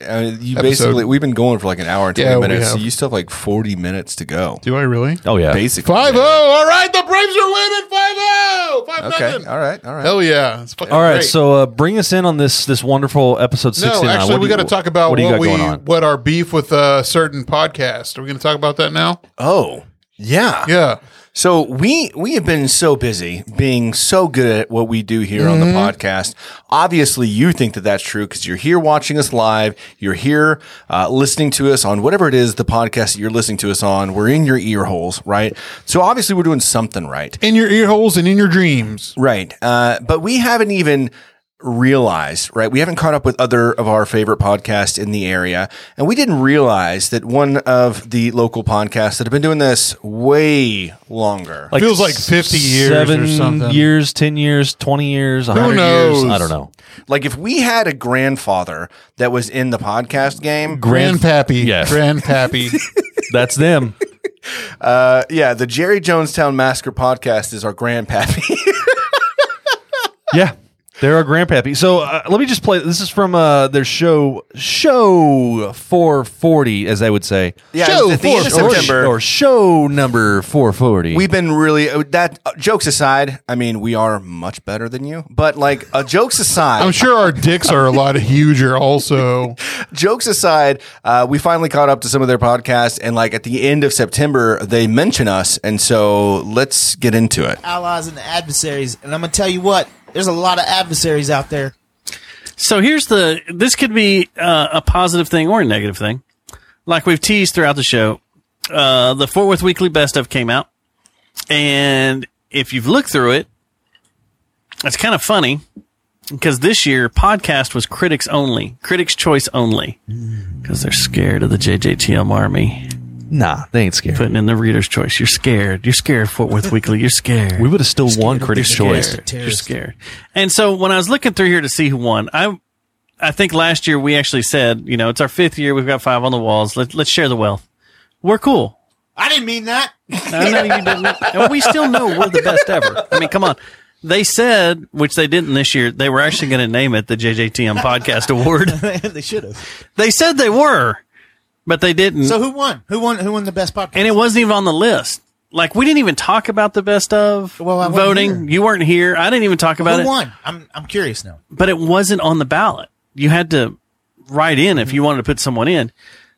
Speaker 1: I mean, you
Speaker 3: Episode.
Speaker 1: basically we've been going for like an hour and twenty
Speaker 3: Yeah, we
Speaker 1: minutes. So
Speaker 3: have.
Speaker 1: you still have like forty minutes to go.
Speaker 3: Do I really?
Speaker 4: Oh yeah.
Speaker 1: Basically,
Speaker 3: 5 0. All right. The Braves are winning 5 0. 5
Speaker 1: Okay.
Speaker 3: 0.
Speaker 1: All right. All right.
Speaker 3: Hell yeah. It's fucking
Speaker 4: All right,
Speaker 3: great.
Speaker 4: so uh, bring us in on this this wonderful episode
Speaker 3: No,
Speaker 4: sixty nine.
Speaker 3: actually, we got to talk about what,
Speaker 4: what do you got
Speaker 3: we
Speaker 4: going on?
Speaker 3: what our beef with a certain podcast. Are we going to talk about that now?
Speaker 1: Oh, yeah.
Speaker 3: Yeah,
Speaker 1: So we we have been so busy being so good at what we do here on the podcast. Obviously, you think that that's true because you're here watching us live. You're here uh, listening to us on whatever it is the podcast that you're listening to us on. We're in your ear holes, right? So obviously, we're doing something right.
Speaker 3: in your ear holes and in your dreams.
Speaker 1: Right. Uh, but we haven't even realized, right? We haven't caught up with other of our favorite podcasts in the area. And we didn't realize that one of the local podcasts that have been doing this way longer.
Speaker 4: Like
Speaker 3: Feels like
Speaker 4: s-
Speaker 3: 50 years or
Speaker 4: seven
Speaker 3: something.
Speaker 4: years, ten years, twenty years, hundred years.
Speaker 3: knows?
Speaker 4: I don't know.
Speaker 1: Like if we had a grandfather that was in the podcast game,
Speaker 3: Grandpappy,
Speaker 4: Yes.
Speaker 3: grandpappy.
Speaker 4: That's them.
Speaker 1: uh, yeah, the Jerry Jonestown Massacre podcast is our grandpappy.
Speaker 4: yeah, they're our grandpappy. So uh, let me just play. This is from uh, their show show four forty, as they would say.
Speaker 1: yeah,
Speaker 3: Show
Speaker 1: at the end of
Speaker 3: for sure.
Speaker 1: September.
Speaker 4: or show number four forty.
Speaker 1: We've been really uh, that uh, jokes aside. I mean, we are much better than you, but like uh, jokes aside,
Speaker 3: I'm sure our dicks are a lot huger. Also,
Speaker 1: jokes aside, uh, we finally caught up to some of their podcasts, and like at the end of September, they mention us, and so let's get into it.
Speaker 5: allies and the adversaries. And I'm gonna tell you what, there's a lot of adversaries out there.
Speaker 6: So here's the this could be uh, a positive thing or a negative thing. Like we've teased throughout the show, uh, the Fort Worth Weekly Best of came out, and if you've looked through it, it's kind of funny because this year podcast was critics only, critics choice only,
Speaker 4: Mm.
Speaker 6: because they're scared of the JJTM army
Speaker 4: nah, they ain't scared.
Speaker 6: putting in the readers' choice. You're scared. You're scared. of Fort Worth Weekly. You're scared.
Speaker 4: we would have still won Critics'
Speaker 6: You're
Speaker 4: Choice.
Speaker 6: scared. You're scared. And so when I was looking through here to see who won, I I think last year we actually said, you know, it's our fifth year. We've got five on the walls. Let, let's share the wealth. We're cool.
Speaker 5: I didn't mean that.
Speaker 6: I know you didn't. And we still know we're the best ever. I mean, come on. They said, which they didn't this year, they were actually going to name it the JJTM Podcast Award.
Speaker 5: they should have.
Speaker 6: They said they were, but they didn't.
Speaker 5: So who won? Who won? Who won the best podcast?
Speaker 6: and it wasn't even on the list. Like, we didn't even talk about the best of
Speaker 5: Well, I wasn't
Speaker 6: voting.
Speaker 5: here.
Speaker 6: You weren't here. I didn't even talk about
Speaker 5: who
Speaker 6: it.
Speaker 5: won? I'm I'm curious now.
Speaker 6: but it wasn't on the ballot. You had to write in if you wanted to put someone in.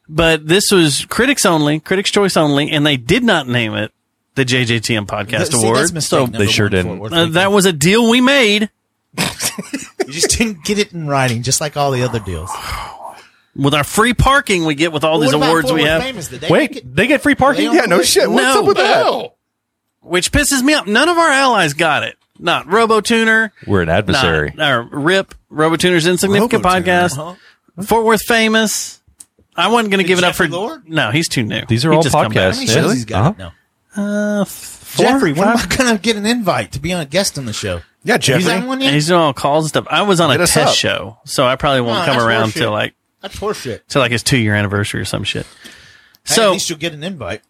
Speaker 6: But this was critics only, critics choice only, and they did not name it the JJTM Podcast
Speaker 5: See,
Speaker 6: Award.
Speaker 5: that's mistake number
Speaker 4: they sure
Speaker 5: one for
Speaker 4: didn't.
Speaker 5: Worth
Speaker 6: uh,
Speaker 5: Weekly.
Speaker 6: that was a deal we made.
Speaker 5: you just didn't get it in writing, just like all the other deals.
Speaker 6: With our free parking we get with all these
Speaker 5: What about
Speaker 6: awards we
Speaker 5: Forward
Speaker 6: have,
Speaker 5: Famous? Did they make
Speaker 4: Wait,
Speaker 5: it?
Speaker 4: they get free parking.
Speaker 5: They don't-
Speaker 1: shit.
Speaker 6: No.
Speaker 1: that?
Speaker 6: which pisses me off. None of our allies got it. Not RoboTuner,
Speaker 4: We're an adversary.
Speaker 6: not or RIP, RoboTuner's Insignificant
Speaker 1: RoboTuner,
Speaker 6: Podcast,
Speaker 5: Uh-huh.
Speaker 6: Fort Worth Famous. I wasn't going to give it up for
Speaker 5: Jeffrey Lord?
Speaker 6: No, he's too new.
Speaker 4: These are
Speaker 6: He
Speaker 4: all
Speaker 6: just come
Speaker 4: podcasts.
Speaker 6: back.
Speaker 5: How many
Speaker 4: Yeah.
Speaker 5: shows he's got
Speaker 4: Uh-huh.
Speaker 5: now?
Speaker 6: Uh, four,
Speaker 5: Jeffrey, when am
Speaker 6: five-
Speaker 5: I gonna get an invite to be on a guest on the show?
Speaker 1: Yeah, Jeffrey.
Speaker 5: Is that one
Speaker 6: And
Speaker 5: yet?
Speaker 6: he's doing all calls and stuff. I was on
Speaker 1: Hit
Speaker 6: a
Speaker 1: us
Speaker 6: test
Speaker 1: up.
Speaker 6: show, so I probably won't
Speaker 5: Oh,
Speaker 6: come
Speaker 5: that's
Speaker 6: around
Speaker 5: bullshit.
Speaker 6: till like
Speaker 5: That's horseshit.
Speaker 6: till like his two year anniversary or some shit.
Speaker 5: So at
Speaker 6: So
Speaker 5: least you'll get an invite.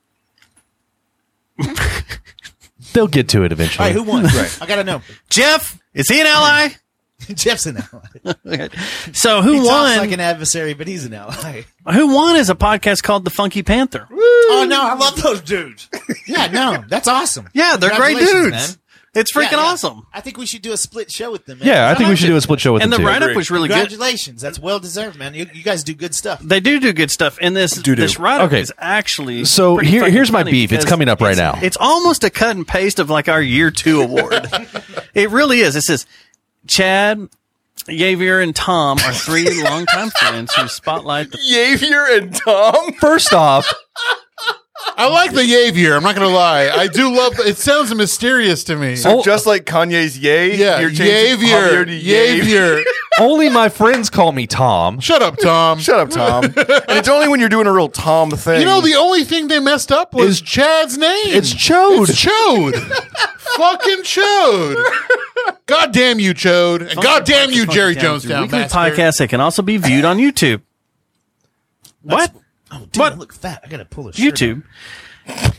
Speaker 4: They'll get to it
Speaker 5: All
Speaker 4: eventually.
Speaker 5: right, who won? I gotta know.
Speaker 6: Jeff is he an ally?
Speaker 5: Jeff's an ally.
Speaker 6: So who
Speaker 5: He talks
Speaker 6: won?
Speaker 5: like an adversary, but he's an ally.
Speaker 6: who won is a podcast called The Funky Panther.
Speaker 5: Oh no, I love those dudes. Yeah, no, that's awesome.
Speaker 6: Yeah, they're great
Speaker 5: Congratulations,
Speaker 6: dudes.
Speaker 5: man.
Speaker 6: It's freaking
Speaker 5: Yeah, yeah.
Speaker 6: awesome.
Speaker 5: I think we should do a split show with them. Man.
Speaker 4: yeah, I think we
Speaker 5: like
Speaker 4: should
Speaker 5: it.
Speaker 4: do a split show with
Speaker 6: And the
Speaker 4: them too.
Speaker 6: write up was really good.
Speaker 5: Congratulations, that's well deserved, man. You, you guys do good stuff.
Speaker 6: They do do good stuff, and this
Speaker 1: Do-do.
Speaker 6: this write up
Speaker 4: Okay.
Speaker 6: is actually
Speaker 4: So
Speaker 6: pretty
Speaker 4: here,
Speaker 6: fucking
Speaker 4: here's my
Speaker 6: funny
Speaker 4: beef. It's
Speaker 6: because
Speaker 4: coming up right now.
Speaker 6: It's almost a cut and paste of like our year two award. it really is. It says Chad, Javier, and Tom are three longtime friends who spotlight the
Speaker 1: Xavier and Tom.
Speaker 4: First off,
Speaker 3: I like the Yavier. I'm not going to lie. I do love. It sounds mysterious to me.
Speaker 1: So just like Kanye's yay,
Speaker 3: yeah,
Speaker 1: you're changing
Speaker 3: Yavier,
Speaker 1: Javier to Yave.
Speaker 3: Yavier.
Speaker 4: only my friends call me Tom.
Speaker 3: Shut up, Tom.
Speaker 1: Shut up, Tom. and it's only when you're doing a real Tom thing.
Speaker 3: You know the only thing they messed up was
Speaker 4: Is-
Speaker 3: Chad's name.
Speaker 4: It's Chode.
Speaker 3: It's Chode. Fucking Chode. God damn you, Chode. And God damn you, Jerry Jonestown.
Speaker 6: Weekly
Speaker 3: bastard.
Speaker 6: podcast that can also be viewed on YouTube. what?
Speaker 5: Oh, dude,
Speaker 6: What?
Speaker 5: I look fat. I gotta pull a shirt
Speaker 6: YouTube.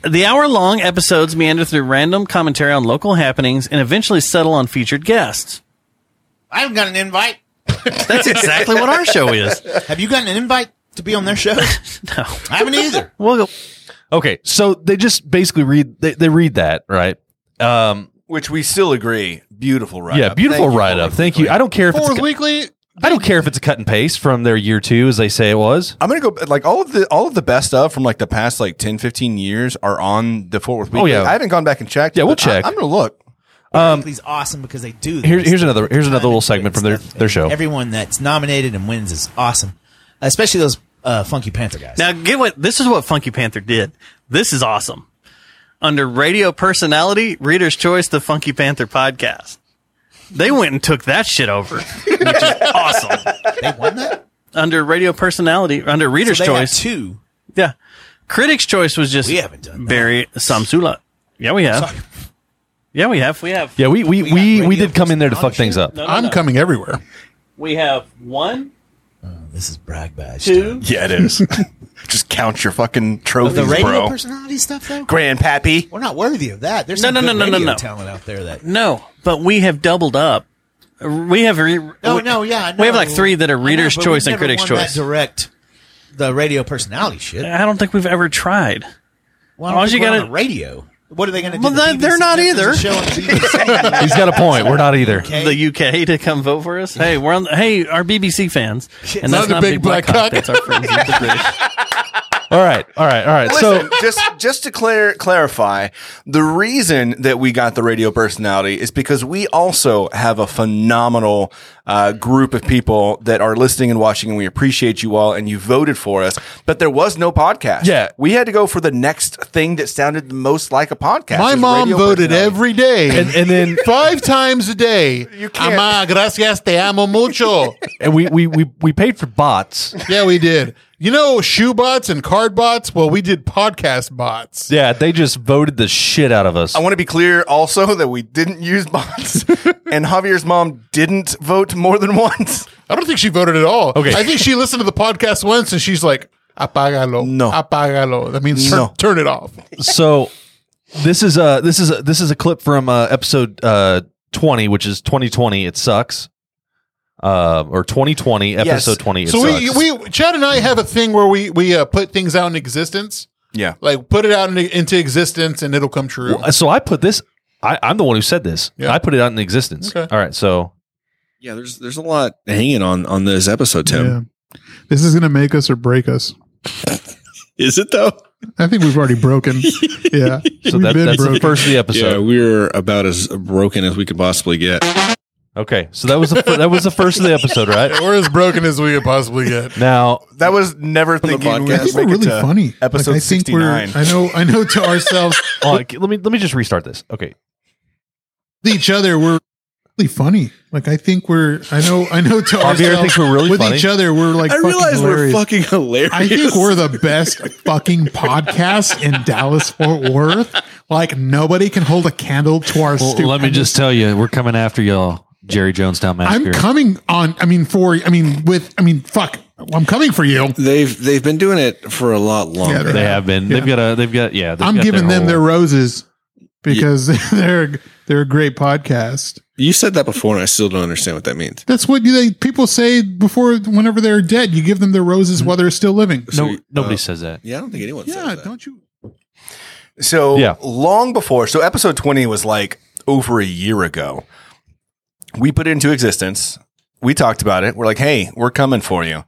Speaker 6: The hour long episodes meander through random commentary on local happenings and eventually settle on featured guests.
Speaker 5: I haven't got an invite.
Speaker 6: That's exactly what our show is.
Speaker 5: Have you gotten an invite to be on their show?
Speaker 6: No.
Speaker 5: I haven't either.
Speaker 6: We'll go.
Speaker 4: Okay, so they just basically read they, they read that right. Um,
Speaker 1: Which we still agree. Beautiful write
Speaker 4: yeah, beautiful write up. Thank you. I don't care if it's a,
Speaker 3: Fourth
Speaker 4: cu-
Speaker 3: Weekly.
Speaker 4: I don't care if it's a cut and paste from their year two as they say it was.
Speaker 1: I'm gonna go like all of the all of the best of from like the past like 10, 15 years are on the Fort Worth Weekly.
Speaker 4: Oh, yeah.
Speaker 1: I haven't gone back and checked.
Speaker 4: Yeah, we'll
Speaker 1: but I-
Speaker 4: check.
Speaker 1: I'm gonna look.
Speaker 5: Um, He's awesome because they do.
Speaker 4: Here,
Speaker 5: this.
Speaker 4: here's another here's another little segment from their
Speaker 5: Stuff.
Speaker 4: their show.
Speaker 5: Everyone that's nominated and wins is awesome, especially those uh, Funky Panther guys.
Speaker 6: Now, get what this is what Funky Panther did. This is awesome. Under radio personality, Reader's Choice, the Funky Panther podcast. They went and took that shit over, which is awesome.
Speaker 5: they won that.
Speaker 6: Under radio personality, under Reader's
Speaker 5: They have
Speaker 6: Choice.
Speaker 5: two.
Speaker 6: yeah. Critics' Choice was just
Speaker 5: We haven't done that.
Speaker 6: Barry Samsula. Yeah, we have.
Speaker 5: Sorry.
Speaker 6: Yeah, we have. We have.
Speaker 4: Yeah, we we we, we,
Speaker 5: radio
Speaker 4: did come in there to
Speaker 5: on
Speaker 4: fuck
Speaker 5: the
Speaker 4: things
Speaker 5: show.
Speaker 4: up.
Speaker 6: No, no,
Speaker 3: I'm
Speaker 6: no.
Speaker 3: coming everywhere.
Speaker 6: We have one,
Speaker 5: This is brag badge.
Speaker 6: two,
Speaker 1: Yeah, it is. Just count your fucking
Speaker 5: But
Speaker 1: trophies,
Speaker 5: the radio
Speaker 1: bro.
Speaker 5: personality stuff though.
Speaker 1: Grandpappy.
Speaker 5: We're not worthy of that. There's
Speaker 6: No,
Speaker 5: some
Speaker 6: no,
Speaker 5: good
Speaker 6: no, no, no,
Speaker 5: radio
Speaker 6: no.
Speaker 5: talent out there that
Speaker 6: No, but we have doubled up. We have re-
Speaker 5: No,
Speaker 6: we-
Speaker 5: no, yeah. I
Speaker 6: we have
Speaker 5: know.
Speaker 6: like three that are
Speaker 5: I know,
Speaker 6: readers'
Speaker 5: but
Speaker 6: choice
Speaker 5: we've
Speaker 6: and
Speaker 5: never
Speaker 6: critics'
Speaker 5: won that
Speaker 6: choice.
Speaker 5: direct the radio personality shit.
Speaker 6: I don't think we've ever tried.
Speaker 5: Why don't
Speaker 6: All
Speaker 5: they
Speaker 6: you
Speaker 5: put it
Speaker 6: gotta-
Speaker 5: on radio? What are they going to do?
Speaker 6: Well,
Speaker 5: The
Speaker 6: they- they're
Speaker 5: BBC?
Speaker 6: not
Speaker 5: There's a
Speaker 6: either.
Speaker 5: Show on BBC.
Speaker 4: He's got a point. We're not either.
Speaker 5: Okay.
Speaker 6: The UK to come vote for us. Hey, we're on. The, hey, our BBC fans, and
Speaker 3: Not
Speaker 6: that's
Speaker 3: the
Speaker 6: not
Speaker 3: big
Speaker 6: Big Black
Speaker 3: black
Speaker 6: Cock.
Speaker 3: cock.
Speaker 6: That's our friends at the British.
Speaker 4: All right, all right, all right.
Speaker 1: Listen,
Speaker 4: So
Speaker 1: just just to clar- clarify, the reason that we got the radio personality is because we also have a phenomenal uh, group of people that are listening and watching, and we appreciate you all, and you voted for us. But there was no podcast.
Speaker 4: Yeah.
Speaker 1: we had to go for the next thing that sounded the most like a podcast.
Speaker 3: My
Speaker 1: It was
Speaker 3: mom
Speaker 1: radio
Speaker 3: voted
Speaker 1: personality.
Speaker 3: every day,
Speaker 4: and and then
Speaker 3: five times a day.
Speaker 1: You can't.
Speaker 3: Ama, gracias, te amo mucho.
Speaker 4: and we we we we paid for bots.
Speaker 3: yeah, we did. You know, shoe bots and card bots. Well, we did podcast bots.
Speaker 4: Yeah, they just voted the shit out of us.
Speaker 1: I want to be clear also that we didn't use bots, and Javier's mom didn't vote more than once.
Speaker 3: I don't think she voted at all.
Speaker 4: Okay.
Speaker 3: I think she listened to the podcast once and she's like, apágalo.
Speaker 1: No.
Speaker 3: Apágalo. That means turn,
Speaker 1: No.
Speaker 3: turn it off.
Speaker 4: so this is a this is a, this is a clip from uh, episode uh, twenty, which is twenty twenty. It sucks. Uh, or twenty twenty episode twenty. It
Speaker 3: so we,
Speaker 4: sucks.
Speaker 3: we, Chad and I have a thing where we, we uh, put things out in existence.
Speaker 1: Yeah.
Speaker 3: Like put it out in, into existence and it'll come true.
Speaker 4: Well, so I put this. I, I'm the one who said this.
Speaker 3: Yeah.
Speaker 4: I put it out in existence.
Speaker 3: Okay.
Speaker 4: All right, so
Speaker 1: Yeah, there's there's a lot hanging on on this episode,
Speaker 3: This is going to make us or break us.
Speaker 7: Is it though?
Speaker 3: I think we've already broken. Yeah.
Speaker 4: so that, that's the first of the episode.
Speaker 7: Yeah, we're about as broken as we could possibly get.
Speaker 4: Okay, so that was the fir- that was the first of the episode, right?
Speaker 3: We're as broken as we could possibly get.
Speaker 4: Now,
Speaker 1: That was never thinking we
Speaker 7: podcast. I
Speaker 1: would
Speaker 7: think
Speaker 1: make it to Episode sixty nine.
Speaker 3: I know. I know to ourselves,
Speaker 4: oh, okay, let me let me just restart this. Okay,
Speaker 3: to each other, we're really funny. Like I think we're. I know. I know to ourselves.
Speaker 4: thinks we're really
Speaker 3: with
Speaker 4: funny?
Speaker 3: each other. We're like.
Speaker 7: I
Speaker 3: fucking
Speaker 7: realize we're
Speaker 3: hilarious.
Speaker 7: fucking hilarious.
Speaker 3: I think we're the best fucking podcast in Dallas Fort Worth. Like nobody can hold a candle to our.
Speaker 4: well, let me
Speaker 3: stupendous-
Speaker 4: just tell you, we're coming after y'all, Jerry Jonestown
Speaker 3: I'm
Speaker 4: Massacre.
Speaker 3: coming on. I mean, for. I mean, with. I mean, fuck. I'm coming for you.
Speaker 7: They've they've been doing it for a lot longer.
Speaker 3: Yeah,
Speaker 4: they have been. They've got a. They've got yeah. They've
Speaker 3: I'm
Speaker 4: got
Speaker 3: giving them
Speaker 4: whole-
Speaker 3: their roses because they're they're a great podcast.
Speaker 7: you said that before, and I still don't understand what that means.
Speaker 3: That's what you- they people say before whenever they're dead. You give them their
Speaker 4: Mm-hmm.
Speaker 3: roses while they're still living.
Speaker 4: No,
Speaker 7: So,
Speaker 4: nobody
Speaker 7: uh,
Speaker 4: says that.
Speaker 7: Yeah, I don't think anyone.
Speaker 3: Yeah,
Speaker 7: says that.
Speaker 3: don't you?
Speaker 1: So
Speaker 4: Yeah.
Speaker 1: long before, so episode 20 was like over a year ago. We put it into existence. We talked about it. We're like, hey, we're coming for you.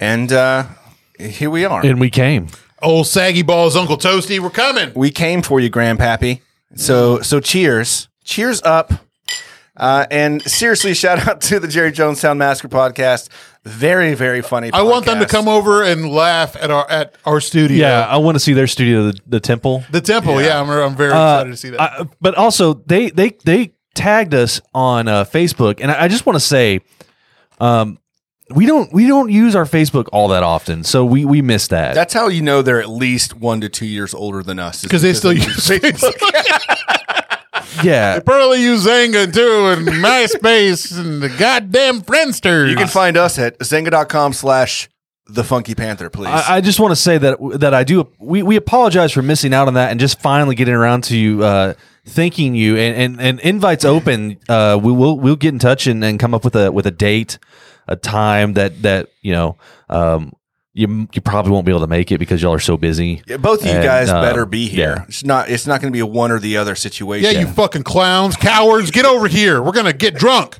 Speaker 1: And uh, here we are.
Speaker 4: And we came.
Speaker 3: Old saggy balls, Uncle Toasty, we're coming.
Speaker 1: we came for you, Grandpappy. So so cheers. Cheers up. Uh, and seriously, shout out to the Jerry Jonestown Massacre podcast. Very, very funny.
Speaker 3: I want them to
Speaker 1: podcast.
Speaker 3: come over and laugh at our at our studio.
Speaker 4: Yeah, I want to see their studio, the, the temple.
Speaker 3: the temple. Yeah, I'm, I'm very
Speaker 4: Uh,
Speaker 3: excited to see that.
Speaker 4: I- but also, they they they tagged us on uh, Facebook, and I, I just want to say, um, we don't we don't use our Facebook all that often, so we we miss that.
Speaker 1: That's how you know they're at least one to two years older than us. is
Speaker 3: because they still use Facebook.
Speaker 4: yeah,
Speaker 3: Probably use Zanga too, and MySpace, and the goddamn Friendster.
Speaker 1: You can find us at zenga.com slash the funky panther, please.
Speaker 4: I, I just want to say that that I do. We, we apologize for missing out on that, and just finally getting around to uh, thanking you. And, and and invites open. Uh, we will we'll get in touch and, and come up with a with a date a time that that you know um, you you probably won't be able to make it because y'all are so busy.
Speaker 1: Yeah, both of you
Speaker 4: And,
Speaker 1: guys
Speaker 4: uh,
Speaker 1: better be here.
Speaker 4: yeah.
Speaker 1: It's not. It's not going to be a one or the other
Speaker 3: Yeah,
Speaker 1: situation.
Speaker 3: you fucking clowns, cowards, get over here. We're gonna get drunk.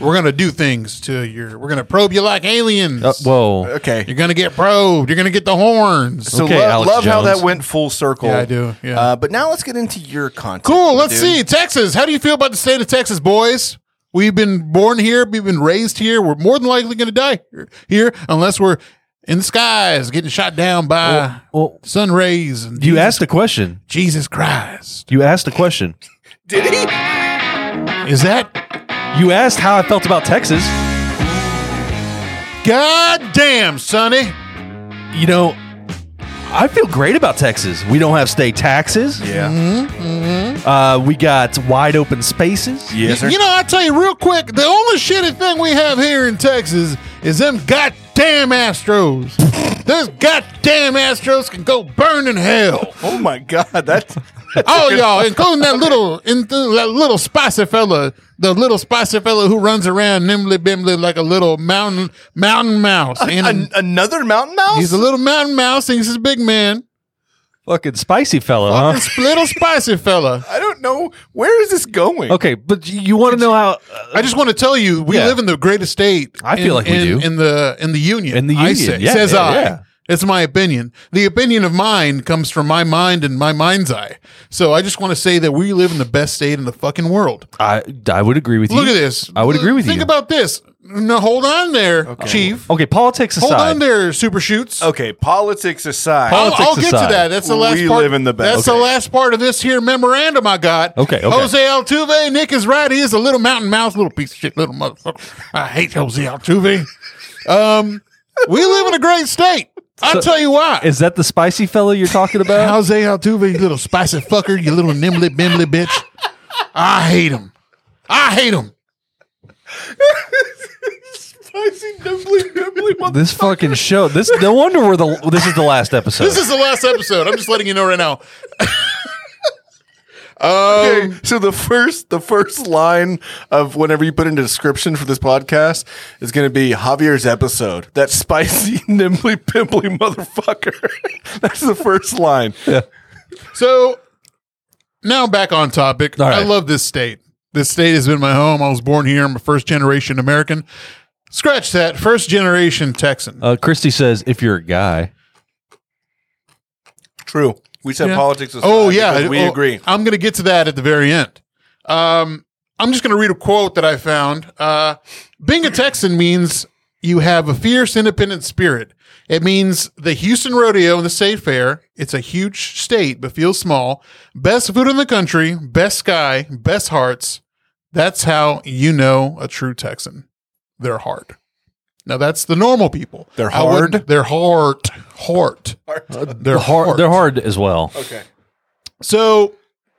Speaker 3: We're gonna do things to your. We're gonna probe you like aliens.
Speaker 4: Uh, whoa,
Speaker 1: Okay.
Speaker 3: You're gonna get probed. You're gonna get the horns.
Speaker 1: So
Speaker 4: Okay,
Speaker 1: lo-
Speaker 4: Alex
Speaker 1: love how
Speaker 4: Jones.
Speaker 1: that went full circle.
Speaker 3: Yeah, I do, yeah.
Speaker 1: Uh, but now let's get into your content.
Speaker 3: Cool.
Speaker 1: dude.
Speaker 3: Let's see. Texas. How do you feel about the state of Texas, boys? We've been born here. We've been raised here. We're more than likely going to die here- here unless we're in the skies getting shot down by
Speaker 4: well,
Speaker 3: sun rays. And
Speaker 4: you
Speaker 3: Jesus,
Speaker 4: asked a question.
Speaker 3: Jesus Christ.
Speaker 4: You asked a question.
Speaker 1: Did he?
Speaker 3: Is that
Speaker 4: You asked how I felt about Texas.
Speaker 3: goddamn, Sonny?
Speaker 4: You know, I feel great about Texas. We don't have state taxes.
Speaker 1: Yeah.
Speaker 3: Mm-hmm.
Speaker 4: Uh, we got wide open spaces.
Speaker 1: Yes, sir.
Speaker 3: You know, I tell you real quick, the only shitty thing we have here in Texas is them goddamn Astros. Those goddamn Astros can go burn in hell.
Speaker 1: oh my God. That's
Speaker 3: Oh, y'all, including that little, in, that little spicy fella, the little spicy fella who runs around nimbly bimbly like a little mountain mountain mouse. And
Speaker 1: an- another mountain mouse.
Speaker 3: he's a little mountain mouse. And he's a big man,
Speaker 4: Fucking spicy fellow, huh?
Speaker 3: This little spicy fella.
Speaker 1: I don't know where is this going.
Speaker 4: Okay, but you want to know how uh,
Speaker 3: I just want to tell you, we
Speaker 4: Yeah.
Speaker 3: live in the greatest state.
Speaker 4: I feel
Speaker 3: in-
Speaker 4: like we
Speaker 3: in-
Speaker 4: do.
Speaker 3: in the in the union.
Speaker 4: In the
Speaker 3: I
Speaker 4: union,
Speaker 3: say-
Speaker 4: yeah,
Speaker 3: says
Speaker 4: yeah,
Speaker 3: I.
Speaker 4: yeah.
Speaker 3: It's my opinion. The opinion of mine comes from my mind and my mind's eye. So I just want to say that we live in the best state in the fucking world.
Speaker 4: I I would agree with you.
Speaker 3: Look at this.
Speaker 4: I would agree with
Speaker 3: Think
Speaker 4: you.
Speaker 3: Think about this. No, hold on there, Chief.
Speaker 4: okay, politics aside.
Speaker 3: Hold on there, Super Shoots.
Speaker 1: Okay. Politics aside.
Speaker 3: I'll,
Speaker 4: Politics
Speaker 3: I'll get
Speaker 4: aside.
Speaker 3: to that. That's the last
Speaker 1: We
Speaker 3: part.
Speaker 1: live in the best.
Speaker 3: That's
Speaker 1: Okay.
Speaker 3: the last part of this here memorandum I got.
Speaker 4: Okay, okay.
Speaker 3: Jose Altuve, Nick is right. He is a little mountain mouse, little piece of shit, little motherfucker. I hate Jose Altuve. Um, we live in a great state. I'll tell you why.
Speaker 4: Is that the spicy fellow you're talking about?
Speaker 3: Jose Altuve, you little spicy fucker, you little nimbly bimbly bitch. I hate him. I hate him.
Speaker 4: this fucking show. This no wonder we're the this is the last episode.
Speaker 3: This is the last episode. I'm just letting you know right now. Um,
Speaker 1: Okay, so the first the first line of whenever you put in a description for this podcast is going to be Javier's episode. That spicy, nimbly, pimply motherfucker. That's the first line.
Speaker 3: So now back on topic.
Speaker 4: All right.
Speaker 3: I love this state. This state has been my home. I was born here. I'm a first generation American. Scratch that. First generation Texan.
Speaker 4: uh, Christy says if you're a guy.
Speaker 1: True. We said
Speaker 3: Yeah.
Speaker 1: politics. Aside
Speaker 3: oh, yeah.
Speaker 1: because we
Speaker 3: Oh,
Speaker 1: agree.
Speaker 3: I'm going to get to that at the very end. Um, I'm just going to read a quote that I found. Uh, being a Texan means you have a fierce, independent spirit. It means the Houston Rodeo and the State Fair. It's a huge state, but feels small. Best food in the country, best sky, best hearts. That's how you know a true Texan. They're hard. Now that's the normal people.
Speaker 1: They're
Speaker 3: I wouldn't-
Speaker 1: hard?
Speaker 3: They're hard. Hard. They're hard.
Speaker 4: They're hard as well.
Speaker 1: Okay.
Speaker 3: So,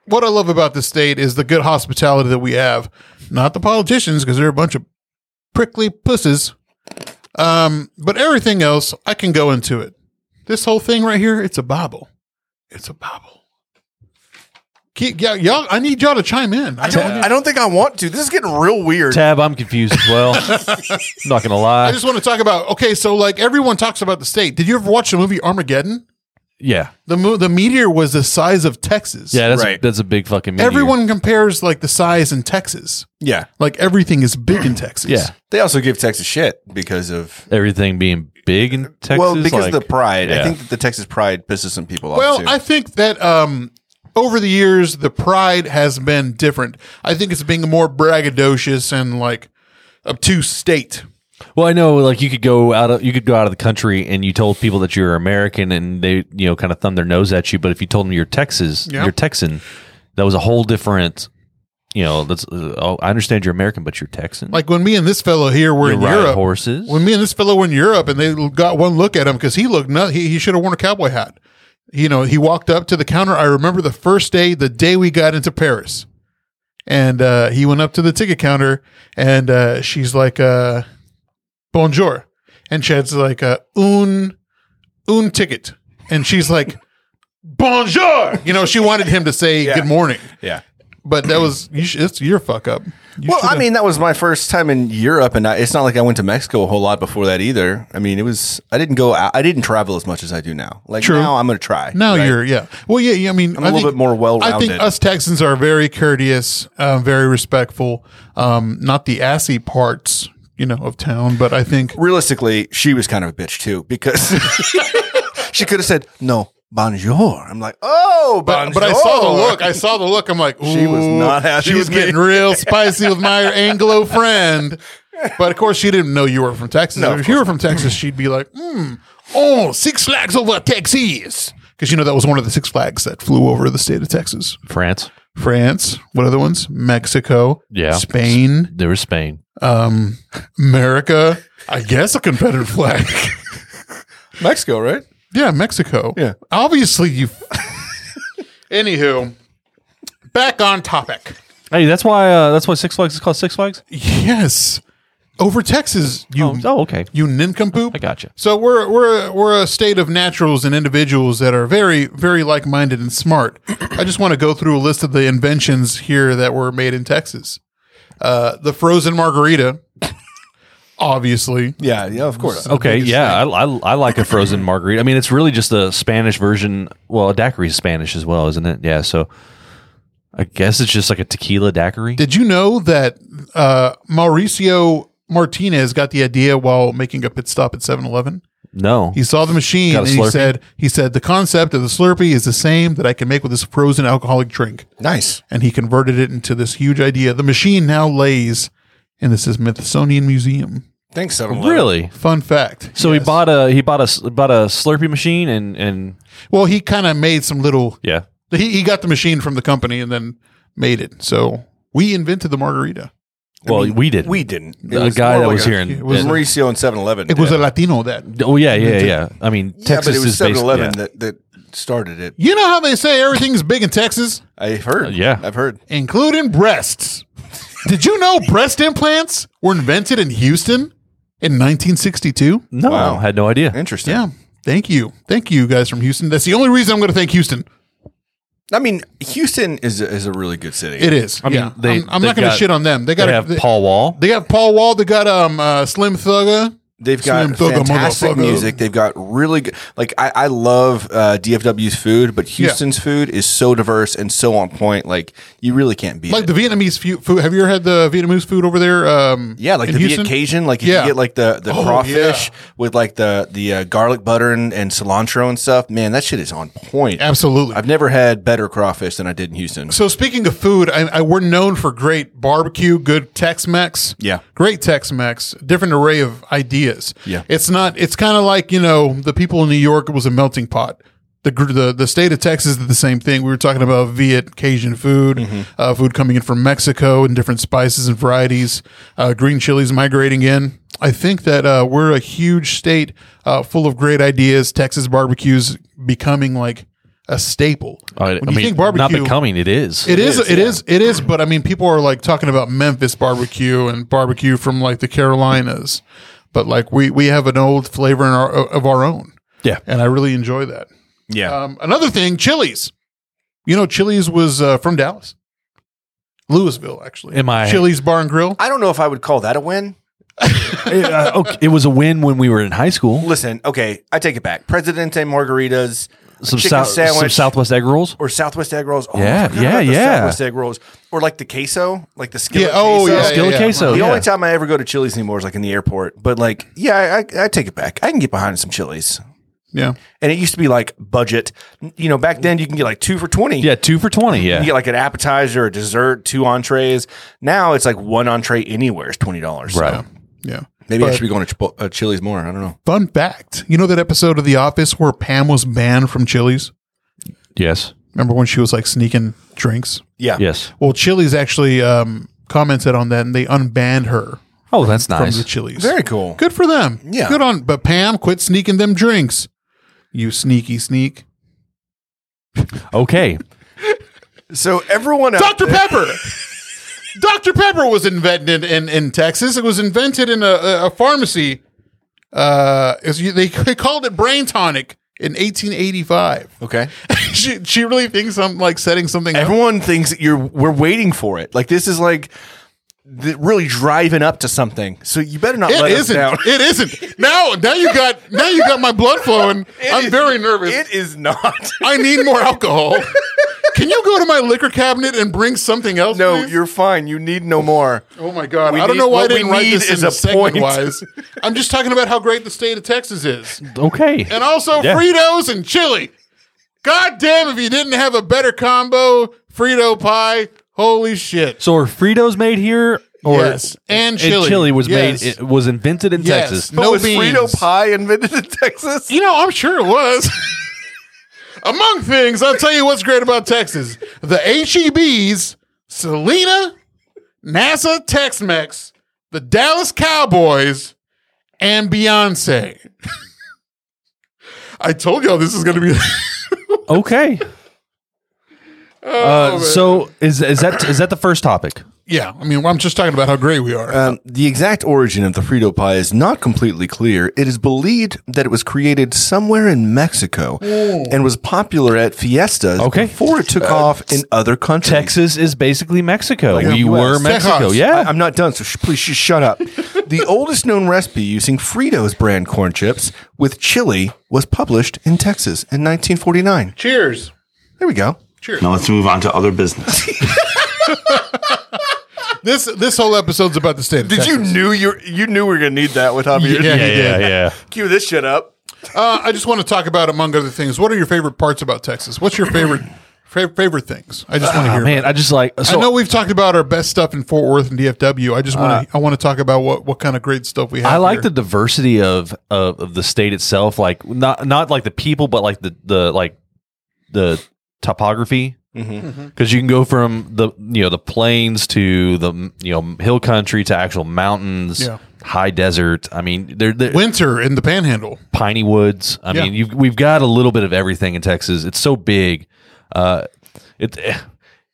Speaker 3: what I love about this state is the good hospitality that we have. Not the politicians, because they're a bunch of prickly pusses. Um, but everything else, I can go into it. This whole thing right here, it's a Bible. It's a Bible. Keep, y'all, y'all, I need y'all to chime in.
Speaker 1: I don't, I don't think I want to. This is getting real weird.
Speaker 4: Tab, I'm confused as well. not gonna
Speaker 3: I
Speaker 4: lie.
Speaker 3: just want to talk about okay. So, like everyone talks about the state. Did you ever watch the movie Armageddon?
Speaker 4: yeah,
Speaker 3: The mo- the meteor was the size of Texas.
Speaker 4: yeah. That's
Speaker 1: Right.
Speaker 4: that's a big fucking. meteor.
Speaker 3: Everyone compares like the size in Texas.
Speaker 1: yeah.
Speaker 3: Like everything is big in Texas.
Speaker 4: Yeah,
Speaker 1: They also give Texas shit because of
Speaker 4: everything being big in Texas.
Speaker 1: well because of
Speaker 4: like-
Speaker 1: the pride. I
Speaker 4: yeah.
Speaker 1: think that the Texas pride pisses some people off.
Speaker 3: Well,
Speaker 1: too.
Speaker 3: I think that um, over the years, the pride has been different. I think it's being more braggadocious and like obtuse state.
Speaker 4: Well, I know, like you could go out, of, you could go out of the country, and you told people that you're American, and they, you know, kind of thumb their nose at you. But if you told them you're Texas,
Speaker 3: Yeah.
Speaker 4: you're Texan, that was a whole different, you know. That's uh, oh, I understand you're American, but you're Texan.
Speaker 3: Like when me and this fellow here were
Speaker 4: you
Speaker 3: in
Speaker 4: ride
Speaker 3: Europe.
Speaker 4: horses.
Speaker 3: When me and this fellow were in Europe, and they got one look at him because he looked nut. He, he should have worn a cowboy hat. You know, he walked up to the counter. I remember the first day, the day we got into Paris, and uh, he went up to the ticket counter, and uh, she's like, uh, "Bonjour," and Chad's like, uh, "Un, un ticket," and she's like, "Bonjour." You know, she wanted him to say good morning.
Speaker 1: yeah.
Speaker 3: But that was you. Should, it's your fuck up. You
Speaker 1: well, I
Speaker 3: should've-
Speaker 1: mean, that was my first time in Europe, and I, it's not like I went to Mexico a whole lot before that either. I mean, it was I didn't go out, I didn't travel as much as I do now. Like
Speaker 3: True.
Speaker 1: now, I'm going to try.
Speaker 3: Now
Speaker 1: right?
Speaker 3: you're, yeah. Well, yeah, yeah I mean, I'm
Speaker 1: a little bit more
Speaker 3: I
Speaker 1: well-rounded.
Speaker 3: think us Texans are very courteous, uh, very respectful. Um, not the assy parts, you know, of town, but I think
Speaker 1: realistically, she was kind of a bitch too because she could have said no bonjour. I'm like, oh,
Speaker 3: But, but I saw the look. I saw the look. I'm like,
Speaker 1: She was
Speaker 3: "Ooh,
Speaker 1: not happy
Speaker 3: She was
Speaker 1: with me."
Speaker 3: getting real spicy with my Anglo friend. But of course, she didn't know you were from Texas.
Speaker 1: No, of
Speaker 3: if you were from Texas, she'd be like, mm, "Oh, Six Flags over Texas," because you know that was one of the Six Flags that flew over the state of Texas,
Speaker 4: France.
Speaker 3: France. What other ones? Mexico,
Speaker 4: Yeah.
Speaker 3: Spain,
Speaker 4: There was Spain.
Speaker 3: um, America. I guess a Confederate flag.
Speaker 1: Mexico, right?
Speaker 3: Yeah, Mexico.
Speaker 1: Yeah.
Speaker 3: Obviously, you. Anywho, back on topic.
Speaker 4: Hey, that's why uh, that's why Six Flags is called Six Flags.
Speaker 3: Yes, over Texas, you
Speaker 4: Oh, oh, okay.
Speaker 3: you nincompoop.
Speaker 4: I gotcha.
Speaker 3: So we're we're we're a state of naturals and individuals that are very very like minded and smart. I just want to go through a list of the inventions here that were made in Texas. Uh, the frozen margarita, obviously.
Speaker 1: Yeah, yeah, of course.
Speaker 4: Okay, yeah, I, I, I like a frozen margarita. I mean, it's really just a Spanish version. Well, a daiquiri is Spanish as well, isn't it? Yeah, so I guess it's just like a tequila daiquiri.
Speaker 3: Did you know that uh, Mauricio Martinez got the idea while making a pit stop at 7-Eleven?
Speaker 4: No,
Speaker 3: He saw the machine
Speaker 4: Got
Speaker 3: and
Speaker 4: a
Speaker 3: he
Speaker 4: Slurpee?
Speaker 3: said, "He said the concept of the Slurpee is the same that I can make with this frozen alcoholic drink."
Speaker 1: Nice.
Speaker 3: And he converted it into this huge idea. The machine now lays in this is Smithsonian Museum.
Speaker 1: Thanks, Adam.
Speaker 4: really.
Speaker 3: Fun fact.
Speaker 4: So he bought a he bought a bought a Slurpee machine and and
Speaker 3: Well, he kind of made some little.
Speaker 4: yeah.
Speaker 3: He he got the machine from the company and then made it. So we invented the margarita.
Speaker 4: Well, we did.
Speaker 1: We didn't. It
Speaker 4: the guy
Speaker 1: more
Speaker 4: that
Speaker 1: like
Speaker 4: was
Speaker 1: a-
Speaker 4: here in
Speaker 3: it
Speaker 1: It was
Speaker 3: Yeah.
Speaker 1: Mauricio and 7 Eleven.
Speaker 3: It was a Latino that.
Speaker 4: oh yeah yeah yeah. I mean Texas
Speaker 1: but it was
Speaker 4: is based,
Speaker 1: 7
Speaker 4: yeah.
Speaker 1: Eleven that, that started it.
Speaker 3: You know how they say everything's big in Texas,
Speaker 1: I've heard.
Speaker 4: yeah.
Speaker 1: I've heard.
Speaker 3: including breasts. Did you know breast implants were invented in Houston in 1962?
Speaker 4: No,
Speaker 1: Wow.
Speaker 4: I had no idea.
Speaker 1: Interesting.
Speaker 3: Yeah. Thank you. Thank you guys from Houston. That's the only reason I'm going to thank Houston.
Speaker 1: I mean, Houston is a, is a really good city.
Speaker 3: It is.
Speaker 4: I mean,
Speaker 3: yeah.
Speaker 4: they-
Speaker 3: I'm, I'm
Speaker 4: they
Speaker 3: not going to
Speaker 4: got-
Speaker 3: shit on them. They got
Speaker 4: They
Speaker 3: they
Speaker 4: have
Speaker 3: they,
Speaker 4: Paul Wall.
Speaker 3: they got Paul Wall. They got um uh, Slim Thugger.
Speaker 1: They've got
Speaker 3: Slim Thugger,
Speaker 1: fantastic
Speaker 3: motherfucker.
Speaker 1: music. They've got really good. Like I, I love uh, DFW's food, but Houston's food is so diverse and so on point. Like you really can't beat
Speaker 3: Like
Speaker 1: it.
Speaker 3: the Vietnamese fu- food. Have you ever had the Vietnamese food over there? Um,
Speaker 1: yeah, like
Speaker 3: in
Speaker 1: the
Speaker 3: Houston?
Speaker 1: Viet Cajun. Like if
Speaker 3: Yeah.
Speaker 1: you get like the the
Speaker 3: Oh,
Speaker 1: crawfish
Speaker 3: yeah.
Speaker 1: with like the the uh, garlic butter and, and cilantro and stuff. Man, that shit is on point.
Speaker 3: Absolutely.
Speaker 1: I've never had better crawfish than I did in Houston.
Speaker 3: so speaking of food, I, I we're known for great barbecue, good Tex-Mex.
Speaker 1: Yeah.
Speaker 3: great Tex-Mex, different array of ideas.
Speaker 1: Yeah.
Speaker 3: it's not. It's kind of like you know the people in New York was a melting pot. The, gr- the, the state of Texas did the same thing. We were talking about Viet Cajun food,
Speaker 4: Mm-hmm.
Speaker 3: uh, food coming in from Mexico and different spices and varieties, uh, green chilies migrating in. I think that uh, we're a huge state uh, full of great ideas. Texas barbecues becoming like a staple.
Speaker 4: I, I
Speaker 3: When
Speaker 4: mean, not becoming it is.
Speaker 3: it is, it is, it is. But I mean, people are like talking about Memphis barbecue and barbecue from like the Carolinas, but like we we have an old flavor in our, of our own.
Speaker 4: Yeah.
Speaker 3: and I really enjoy that.
Speaker 1: yeah,
Speaker 3: Um, another thing, Chili's. You know, Chili's was uh, from Dallas, Louisville, actually.
Speaker 4: Am I-
Speaker 3: Chili's Bar and Grill?
Speaker 1: I don't know if I would call that a win.
Speaker 4: it, uh, okay, it was a win when we were in high school.
Speaker 1: Listen, okay, I take it back. Presidente margaritas,
Speaker 4: Some,
Speaker 1: chicken
Speaker 4: South,
Speaker 1: sandwich,
Speaker 4: some Southwest egg rolls.
Speaker 1: or Southwest egg rolls. Oh,
Speaker 4: Yeah,
Speaker 1: I forgot
Speaker 4: yeah,
Speaker 1: about the
Speaker 4: yeah.
Speaker 1: Southwest egg rolls, or like the queso, like the skillet.
Speaker 3: Yeah. Oh,
Speaker 1: queso.
Speaker 3: yeah.
Speaker 4: Skillet
Speaker 3: yeah, yeah.
Speaker 4: queso.
Speaker 1: The
Speaker 4: yeah.
Speaker 1: only time I ever go to Chili's anymore is like in the airport. But like, yeah, I, I take it back. I can get behind some Chili's.
Speaker 3: Yeah,
Speaker 1: And it used to be like budget. You know, back then you can get like two for twenty.
Speaker 4: Yeah, two for twenty. Yeah,
Speaker 1: You get like an appetizer, a dessert, two entrees. Now it's like one entree anywhere is twenty dollars.
Speaker 4: right.
Speaker 3: yeah.
Speaker 1: Maybe I
Speaker 3: But-
Speaker 1: should be going to Chipo- uh, Chili's more. I don't know.
Speaker 3: Fun fact: You know that episode of The Office where Pam was banned from Chili's?
Speaker 4: Yes,
Speaker 3: Remember when she was like sneaking drinks?
Speaker 1: Yeah.
Speaker 4: yes.
Speaker 3: Well, Chili's actually um, commented on that, and they unbanned her
Speaker 4: Oh, that's
Speaker 3: from
Speaker 4: nice.
Speaker 3: the Chili's.
Speaker 1: Very cool.
Speaker 3: good for them.
Speaker 1: Yeah.
Speaker 3: good on. But Pam, quit sneaking them drinks. You sneaky sneak,
Speaker 4: okay,
Speaker 1: So everyone out
Speaker 3: Dr. Pepper. Dr. Pepper was invented in, in Texas. It was invented in a, a- a pharmacy. Uh, is you- they, they called it brain tonic in 1885.
Speaker 1: Okay.
Speaker 3: she, she really thinks I'm like setting something up.
Speaker 1: Everyone thinks that you're we're waiting for it. Like this is like the, really driving up to something. So you better not let
Speaker 3: It
Speaker 1: us
Speaker 3: isn't.
Speaker 1: down.
Speaker 3: It isn't. Now, now you got now you got my blood flowing. I'm
Speaker 1: is-
Speaker 3: very nervous.
Speaker 1: It is not.
Speaker 3: I need more alcohol. Can you go to my liquor cabinet and bring something else?
Speaker 1: No,
Speaker 3: please?
Speaker 1: you're fine. You need no more.
Speaker 3: Oh my god!
Speaker 1: We
Speaker 3: I don't
Speaker 1: need-
Speaker 3: know why I
Speaker 1: what we
Speaker 3: didn't write
Speaker 1: need
Speaker 3: this
Speaker 1: is
Speaker 3: in
Speaker 1: a
Speaker 3: a segment
Speaker 1: point.
Speaker 3: wise. I'm just talking about how great the state of Texas is,
Speaker 4: Okay.
Speaker 3: and also
Speaker 4: Yeah.
Speaker 3: Fritos and chili. God damn! If you didn't have a better combo, Frito pie. Holy shit!
Speaker 4: So are Fritos made here or
Speaker 3: yes, and
Speaker 4: and
Speaker 3: chili.
Speaker 4: chili, was
Speaker 3: Yes.
Speaker 4: made it was invented in
Speaker 3: Yes.
Speaker 4: Texas.
Speaker 3: No
Speaker 1: No was
Speaker 3: beans.
Speaker 1: Frito pie invented in Texas?
Speaker 3: You know, I'm sure it was. Among things, I'll tell you what's great about Texas: the HEBs, Selena, NASA, Tex-Mex, the Dallas Cowboys, and Beyonce. I told y'all this is going to be.
Speaker 4: Okay.
Speaker 3: Oh,
Speaker 4: Uh,
Speaker 3: man.
Speaker 4: so is is that is that the first topic?
Speaker 3: yeah, I mean, I'm just talking about how great we are.
Speaker 1: Um, the exact origin of the Frito pie is not completely clear. It is believed that it was created somewhere in Mexico and was popular at fiestas
Speaker 4: Okay.
Speaker 1: before it took off in other countries.
Speaker 4: Texas is basically Mexico.
Speaker 1: Like the
Speaker 4: we were
Speaker 1: US.
Speaker 4: Mexico.
Speaker 3: Texas.
Speaker 4: Yeah.
Speaker 1: I, am not done, so sh- please just shut up. the oldest known recipe using Frito's brand corn chips with chili was published in Texas in 1949.
Speaker 3: Cheers.
Speaker 1: There we go.
Speaker 8: Now let's move on to other business.
Speaker 3: This this whole episode's about the state. Of Texas.
Speaker 1: knew you you knew we were gonna need that with Javier?
Speaker 3: Yeah, yeah, yeah.
Speaker 1: Cue this shit up.
Speaker 3: Uh, I just want to talk about, among other things, what are your favorite parts about Texas? What's your favorite fa- favorite things? I just want to hear.
Speaker 4: Oh, man, I just like so
Speaker 3: I know we've talked about our best stuff in Fort Worth and DFW. I just want to I want to talk about what what kind of great stuff we have.
Speaker 4: Uh, I like
Speaker 3: here.
Speaker 4: the diversity of, of of the state itself, like not not like the people, but like the the like the topography.
Speaker 3: Mm-hmm.
Speaker 4: Because you can go from the you know the plains to the you know hill country to actual mountains,
Speaker 3: Yeah.
Speaker 4: high desert. I mean, they're, they're
Speaker 3: winter in the Panhandle.
Speaker 4: piney woods. I
Speaker 3: Yeah.
Speaker 4: mean, you've, we've got a little bit of everything in Texas. It's so big. Uh, it,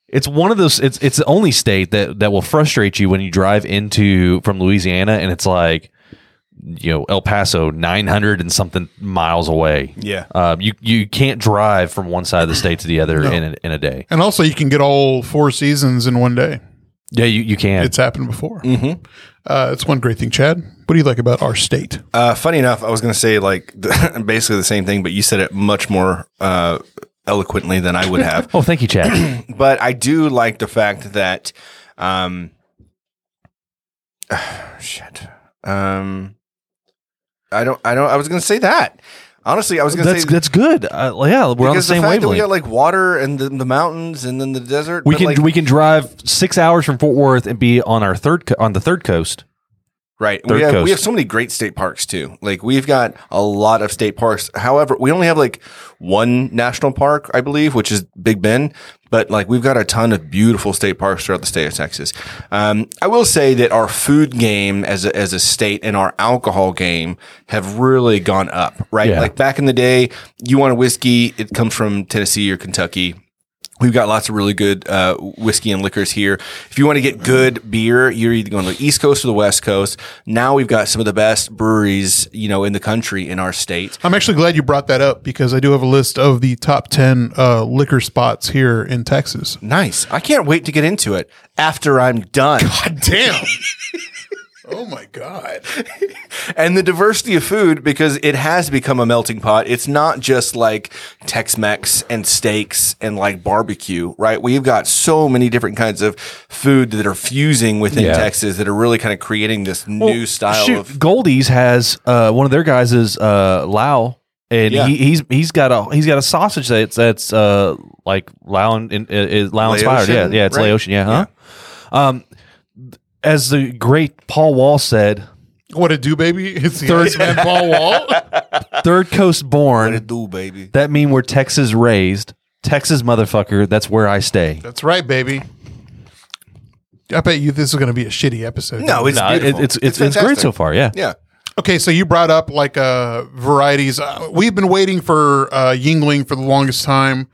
Speaker 4: it's one of those. It's it's the only state that that will frustrate you when you drive into from Louisiana, and it's like you know El Paso, nine hundred and something miles away.
Speaker 1: Yeah.
Speaker 4: Um, you you can't drive from one side of the state to the other in a, in a day.
Speaker 3: And also, you can get all four seasons in one day.
Speaker 4: Yeah, you you can.
Speaker 3: It's happened before. Uh, it's one great thing, Chad. What do you like about our state?
Speaker 1: Uh, funny enough, I was gonna say like basically the same thing, but you said it much more uh, eloquently than I would have.
Speaker 4: oh, thank you, Chad.
Speaker 1: but I do like the fact that, um, shit, um, I don't, I don't, I was gonna say that. Honestly, I was gonna
Speaker 4: that's
Speaker 1: say
Speaker 4: that's good. Uh, yeah, we're on the
Speaker 1: because
Speaker 4: same
Speaker 1: fact that
Speaker 4: wavelength.
Speaker 1: we got like water and the, the mountains and then the desert.
Speaker 4: we
Speaker 1: but,
Speaker 4: can
Speaker 1: like,
Speaker 4: we can drive six hours from Fort Worth and be on our third co- on the third coast.
Speaker 1: right.
Speaker 4: third
Speaker 1: We have,
Speaker 4: coast.
Speaker 1: we have so many great state parks too. Like we've got a lot of state parks. However, we only have like one national park, I believe, which is Big Bend. But like we've got a ton of beautiful state parks throughout the state of Texas. Um, I will say that our food game as a, as a state and our alcohol game have really gone up. Right.
Speaker 4: Yeah.
Speaker 1: Like back in the day, you want a whiskey, it comes from Tennessee or Kentucky. We've got lots of really good uh, whiskey and liquors here. If you want to get good beer, you're either going to the East Coast or the West Coast. Now we've got some of the best breweries, you know, in the country in our state.
Speaker 3: I'm actually glad you brought that up because I do have a list of the top ten uh, liquor spots here in Texas.
Speaker 1: Nice. I can't wait to get into it after I'm done.
Speaker 3: Damn. oh my god.
Speaker 1: And the diversity of food because it has become a melting pot. It's not just like Tex-Mex and steaks and like barbecue, right? We've got so many different kinds of food that are fusing within
Speaker 4: Yeah.
Speaker 1: Texas that are really kind of creating this new style
Speaker 4: Shoot,
Speaker 1: of
Speaker 4: Goldie's has uh, one of their guys is uh, Lao, and
Speaker 1: Yeah.
Speaker 4: he, he's he's got a he's got a sausage that's that's uh, like Lao and and- is Lao inspired. Yeah,
Speaker 1: Laotian,
Speaker 4: yeah, it's
Speaker 1: right?
Speaker 4: Laotian. Yeah, huh? Um, as the great Paul Wall said,
Speaker 3: What it do, baby? It's the Ice Man Paul Wall.
Speaker 4: third coast born.
Speaker 1: do, baby.
Speaker 4: That mean we're Texas raised. Texas motherfucker, that's where I stay.
Speaker 3: That's right, baby. I bet you this is going to be a shitty episode.
Speaker 1: No, Oh, it's
Speaker 4: Nah, it-
Speaker 1: beautiful.
Speaker 4: it's, it's, it's great
Speaker 1: fantastic.
Speaker 4: so far. Yeah.
Speaker 1: Yeah.
Speaker 3: Okay, so you brought up like uh, varieties. Uh, we've been waiting for uh, Yingling for the longest time.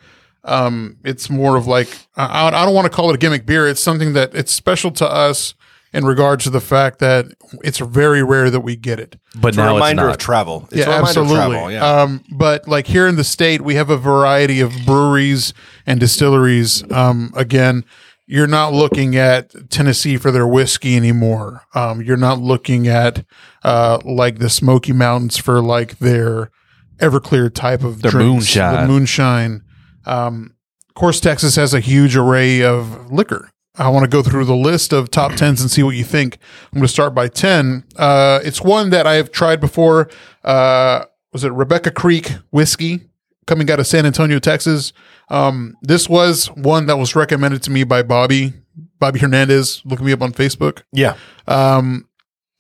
Speaker 3: Um, it's more of like I, I don't want to call it a gimmick beer. It's something that it's special to us. in regards to the fact that it's very rare that we get it.
Speaker 4: But
Speaker 1: It's a
Speaker 4: now it's
Speaker 1: reminder
Speaker 4: not.
Speaker 1: of travel. It's
Speaker 3: yeah,
Speaker 1: a reminder
Speaker 3: absolutely.
Speaker 1: of travel. Yeah.
Speaker 3: Um, but like here in the state, we have a variety of breweries and distilleries. Um, again, you're not looking at Tennessee for their whiskey anymore. Um, you're not looking at uh, like the Smoky Mountains for like their Everclear type of
Speaker 4: Their
Speaker 3: drinks,
Speaker 4: moonshine.
Speaker 3: The moonshine. Um, of course, Texas has a huge array of liquor. I want to go through the list of top 10s and see what you think. I'm going to start by 10. Uh, it's one that I have tried before. Uh, was it Rebecca Creek whiskey coming out of San Antonio, Texas? Um, this was one that was recommended to me by Bobby, Bobby Hernandez. Look me up on Facebook.
Speaker 1: yeah.
Speaker 3: Um,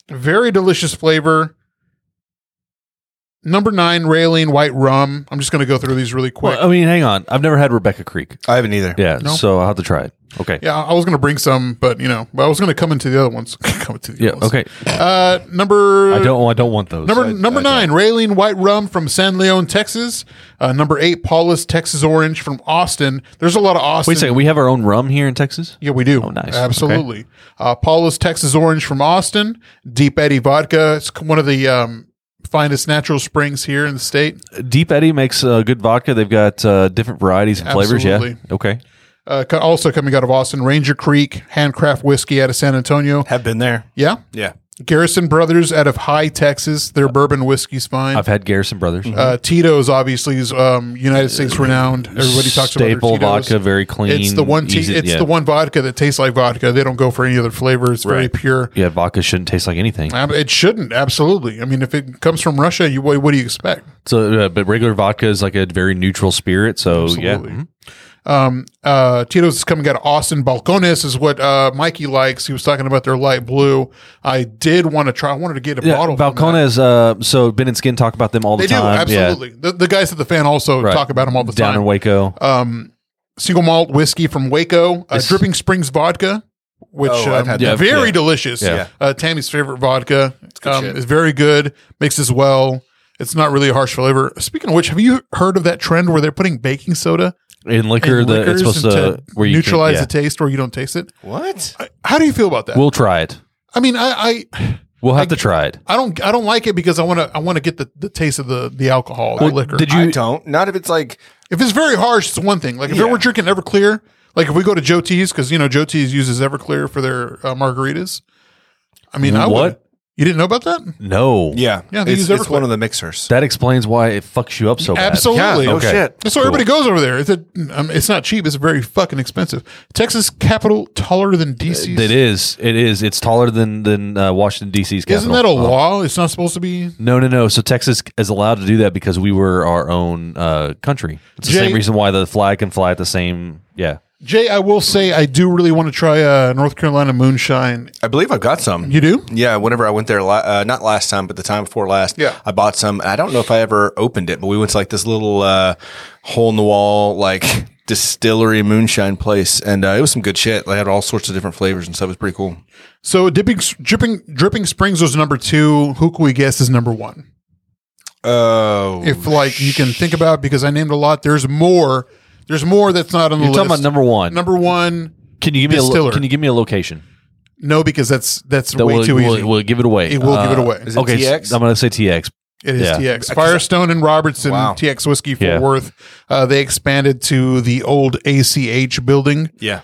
Speaker 3: very delicious flavor. Number nine, Raylene White Rum. I'm just going to go through these really quick.
Speaker 4: Well, I mean, hang on. I've never had Rebecca Creek.
Speaker 1: I haven't either.
Speaker 4: Yeah,
Speaker 3: No.
Speaker 4: so I'll have to try it. Okay.
Speaker 3: Yeah, I was going to bring some, but you know, but I was going to come into the other ones. come into the
Speaker 4: Yeah.
Speaker 3: other ones.
Speaker 4: Okay.
Speaker 3: Uh, number
Speaker 4: I don't. I don't want those.
Speaker 3: number number nine, Raylene White Rum from San Leon, Texas. Uh, number eight, Paulus Texas Orange from Austin. There's a lot of Austin.
Speaker 4: Wait a second. We have our own rum here in Texas.
Speaker 3: Yeah, we do.
Speaker 4: Oh, nice.
Speaker 3: Absolutely. Uh, Paulus Texas Orange from Austin. Deep Eddy Vodka. It's c- one of the um, finest natural springs here in the state.
Speaker 4: Deep Eddy makes uh, good vodka. They've got uh, different varieties and flavors.
Speaker 3: Absolutely.
Speaker 4: Yeah. Okay.
Speaker 3: Uh, co- also coming out of Austin, Ranger Creek Handcraft Whiskey out of San Antonio.
Speaker 1: Have been there.
Speaker 3: Yeah.
Speaker 1: Yeah.
Speaker 3: Garrison Brothers out of High Texas. Their bourbon whiskey's fine.
Speaker 4: I've had Garrison Brothers.
Speaker 3: uh, Tito's obviously is um, United States renowned. Everybody talks
Speaker 4: Staple
Speaker 3: about their Tito's.
Speaker 4: vodka, very clean.
Speaker 3: It's the one. T-
Speaker 4: easy-
Speaker 3: it's
Speaker 4: yeah.
Speaker 3: the one vodka that tastes like vodka. They don't go for any other flavor. It's very
Speaker 1: Right.
Speaker 3: pure.
Speaker 4: Yeah, vodka shouldn't taste like anything.
Speaker 3: Ab- It shouldn't. Absolutely. I mean, if it comes from Russia, you what, what do you expect?
Speaker 4: So, uh, but regular vodka is like a very neutral spirit. So yeah, Mhm.
Speaker 3: uh, Tito's is coming out of Austin. Balcones is what uh, Mikey likes. He was talking about their light blue. I did want to try. I wanted to get a
Speaker 4: yeah.
Speaker 3: bottle. from that.
Speaker 4: Balcones. Uh, so Ben and Skin talk about them all the
Speaker 3: They do
Speaker 4: time.
Speaker 3: absolutely. The, the guys at the fan also
Speaker 4: Yeah.
Speaker 3: talk about them all the
Speaker 4: Down
Speaker 3: time.
Speaker 4: in Waco.
Speaker 3: Single malt whiskey from Waco. Uh, Dripping Springs vodka, which
Speaker 1: Oh, I've
Speaker 3: um,
Speaker 1: had
Speaker 4: that. Yeah,
Speaker 3: very
Speaker 4: yeah.
Speaker 3: delicious.
Speaker 4: Yeah.
Speaker 3: Uh, Tammy's favorite vodka. It's, um,
Speaker 1: shit.
Speaker 3: it's very good. Mixes well. It's not really a harsh flavor. Speaking of which, have you heard of that trend where they're putting baking soda
Speaker 4: in
Speaker 3: in
Speaker 4: liquor, the, it's
Speaker 3: liquors
Speaker 4: supposed to, where you can-
Speaker 3: neutralize
Speaker 4: yeah.
Speaker 3: the taste or you don't taste it?
Speaker 1: What?
Speaker 3: How do you feel about that?
Speaker 4: We'll try it.
Speaker 3: I mean, I, I
Speaker 4: We'll have to try it.
Speaker 3: I don't I don't like it because I want to I want to get the, the taste of the the alcohol the liquor.
Speaker 4: Did
Speaker 1: I
Speaker 4: you?
Speaker 1: don't. Not if it's like
Speaker 3: if it's very harsh, it's one thing. Like if
Speaker 1: Yeah.
Speaker 3: we're drinking Everclear, like if we go to Joe T's because you know Joe T's uses Everclear for their uh, margaritas. I mean, I
Speaker 4: What?
Speaker 3: would. You didn't know about that?
Speaker 4: No.
Speaker 1: yeah,
Speaker 3: Yeah, they
Speaker 1: It's,
Speaker 3: use
Speaker 1: it's
Speaker 3: Everclear.
Speaker 1: one of the mixers.
Speaker 4: That explains why it fucks you up so bad.
Speaker 3: Absolutely.
Speaker 1: Yeah, no
Speaker 4: Okay.
Speaker 1: shit.
Speaker 3: That's why everybody goes over there. It's a, um, it's not cheap. It's very fucking expensive. Texas capital taller than DC.
Speaker 4: It is. It is. It's taller than than uh, Washington D.C.'s capital.
Speaker 3: Isn't that a
Speaker 4: Uh,
Speaker 3: law? It's not supposed to be.
Speaker 4: No, no, no. So Texas is allowed to do that because we were our own uh, country. It's the
Speaker 3: Jay-
Speaker 4: same reason why the flag can fly at the same. Yeah.
Speaker 3: Jay, I will say I do really want to try uh, North Carolina moonshine.
Speaker 1: I believe I've got some.
Speaker 3: You do?
Speaker 1: Yeah, whenever I went there, la- uh, not last time, but the time before last,
Speaker 3: Yeah.
Speaker 1: I bought some. I don't know if I ever opened it, but we went to like this little uh, hole in the wall, like distillery moonshine place, and uh, it was some good shit. They had all sorts of different flavors and stuff. It was pretty cool.
Speaker 3: So dipping, dripping, dripping springs was number two. Who can we guess is number one?
Speaker 1: Oh,
Speaker 3: if like you can think about it, because I named a lot. There's more. There's more that's not on the
Speaker 4: You're
Speaker 3: list.
Speaker 4: talking about number one.
Speaker 3: Number one,
Speaker 4: can you give me a
Speaker 3: distiller.
Speaker 4: lo- Can you give me a location?
Speaker 3: no, because that's that's
Speaker 4: That
Speaker 3: way
Speaker 4: will,
Speaker 3: too
Speaker 4: will,
Speaker 3: easy.
Speaker 4: will give it away. Uh,
Speaker 3: It will give it away.
Speaker 1: Is it
Speaker 4: okay. so
Speaker 1: TX?
Speaker 4: I'm going to say TX.
Speaker 3: it is
Speaker 4: yeah.
Speaker 3: TX Firestone and Robertson
Speaker 1: Wow.
Speaker 3: TX Whiskey Fort
Speaker 4: Yeah.
Speaker 3: Worth. Uh, they expanded to the old ACH building
Speaker 1: yeah.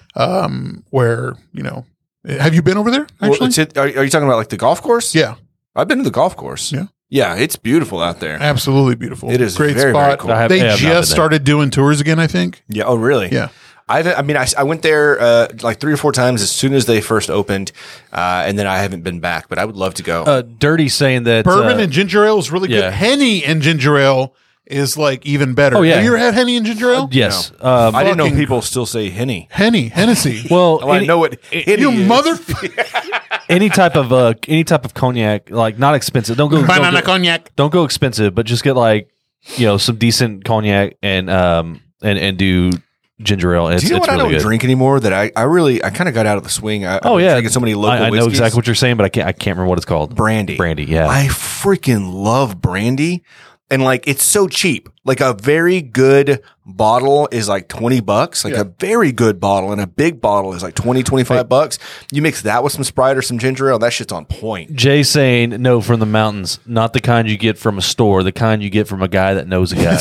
Speaker 3: where you know. Have you been over there?
Speaker 1: Well,
Speaker 3: Actually,
Speaker 1: it's it, are, are you talking about like the golf course?
Speaker 3: yeah,
Speaker 1: I've been to the golf course.
Speaker 3: Yeah.
Speaker 1: yeah, it's beautiful out there.
Speaker 3: absolutely beautiful.
Speaker 1: It is
Speaker 3: great
Speaker 1: very, very
Speaker 3: spot.
Speaker 1: cool. I
Speaker 4: have-
Speaker 3: they
Speaker 4: yeah, I've not been there.
Speaker 3: just started doing tours again. I think.
Speaker 1: Yeah. Oh, really?
Speaker 3: Yeah.
Speaker 1: I haven't- I mean, I, I went there uh, like three or four times as soon as they first opened, uh, and then I haven't been back. But I would love to go.
Speaker 4: Uh, Dirty saying that
Speaker 3: Bourbon
Speaker 4: uh,
Speaker 3: and ginger ale is really
Speaker 4: yeah.
Speaker 3: good. Henny and ginger ale is like even better.
Speaker 4: Oh, yeah.
Speaker 3: Have you ever had henny and ginger ale?
Speaker 4: yes. Um,
Speaker 1: I didn't know
Speaker 3: fucking-
Speaker 1: people still say henny.
Speaker 3: Henny, Hennessy.
Speaker 4: well,
Speaker 1: Well, I
Speaker 4: any-
Speaker 1: know what henny
Speaker 3: you
Speaker 1: is.
Speaker 3: motherfucker.
Speaker 4: any type of uh, any type of cognac, like not expensive. Don't go don't go,
Speaker 3: cognac.
Speaker 4: don't go expensive, but just get like you know some decent cognac and um and and do ginger ale. It's,
Speaker 1: Do you know
Speaker 4: it's
Speaker 1: what
Speaker 4: really
Speaker 1: I don't
Speaker 4: good.
Speaker 1: drink anymore? That I, I really I kind of got out of the swing. I, I've
Speaker 4: Oh
Speaker 1: been
Speaker 4: yeah,
Speaker 1: drinking so many local.
Speaker 4: I, I know
Speaker 1: whiskeys.
Speaker 4: exactly what you're saying, but I can't I can't remember what it's called.
Speaker 1: brandy.
Speaker 4: Brandy, yeah.
Speaker 1: I freaking love brandy. and like it's so cheap. Like a very good bottle is like 20 bucks. Like
Speaker 3: Yeah.
Speaker 1: a very good bottle and a big bottle is like 20, 25 bucks. You mix that with some Sprite or some ginger ale, that shit's on point.
Speaker 4: Jay saying no from the mountains, not the kind you get from a store, the kind you get from a guy that knows a guy.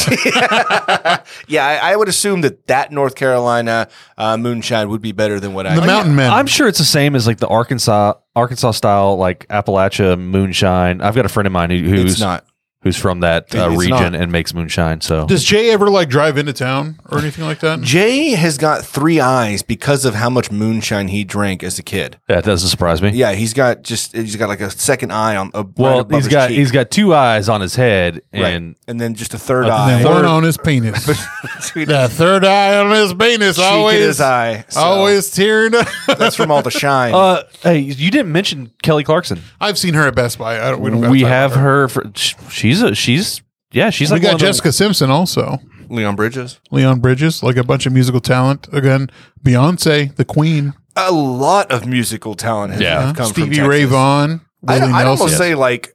Speaker 1: Yeah, I, I would assume that that North Carolina uh, moonshine would be better than what I
Speaker 3: The Mountain Men.
Speaker 4: I'm sure it's the same as like the Arkansas Arkansas style like Appalachia moonshine. I've got a friend of mine who, who's
Speaker 1: It's not.
Speaker 4: who's from that uh,
Speaker 1: It's
Speaker 4: region
Speaker 1: not.
Speaker 4: and makes moonshine. So
Speaker 3: Does Jay ever like drive into town or anything like that?
Speaker 1: Jay has got three eyes because of how much moonshine he drank as a kid.
Speaker 4: that doesn't surprise me.
Speaker 1: Yeah, he's got just he's got like a second eye on a
Speaker 4: Well, he's got he's got two eyes on his head, and
Speaker 1: and and then just a third
Speaker 4: Other
Speaker 1: eye.
Speaker 4: than
Speaker 3: Thorn on his penis. the third eye on his penis
Speaker 1: cheek in
Speaker 3: always
Speaker 1: his eye. So
Speaker 3: always tearing up.
Speaker 1: that's from all the shine.
Speaker 4: uh, hey, you didn't mention Kelly Clarkson.
Speaker 3: I've seen her at Best Buy. I don't, we
Speaker 4: We,
Speaker 3: don't gotta talk
Speaker 4: have
Speaker 3: about
Speaker 4: her. For, sh- she's a she's yeah she's
Speaker 3: We
Speaker 4: like one
Speaker 3: got
Speaker 4: of the-
Speaker 3: Jessica Simpson also.
Speaker 1: Leon Bridges.
Speaker 3: Leon Bridges, like a bunch of musical talent. Again, Beyonce, the Queen,
Speaker 1: A lot of musical talent has
Speaker 4: Yeah.
Speaker 1: have come
Speaker 3: Stevie
Speaker 1: from
Speaker 3: Ray
Speaker 1: Texas.
Speaker 3: Vaughan,
Speaker 1: I,
Speaker 3: Willie
Speaker 1: I'd
Speaker 3: Nelson.
Speaker 1: almost say like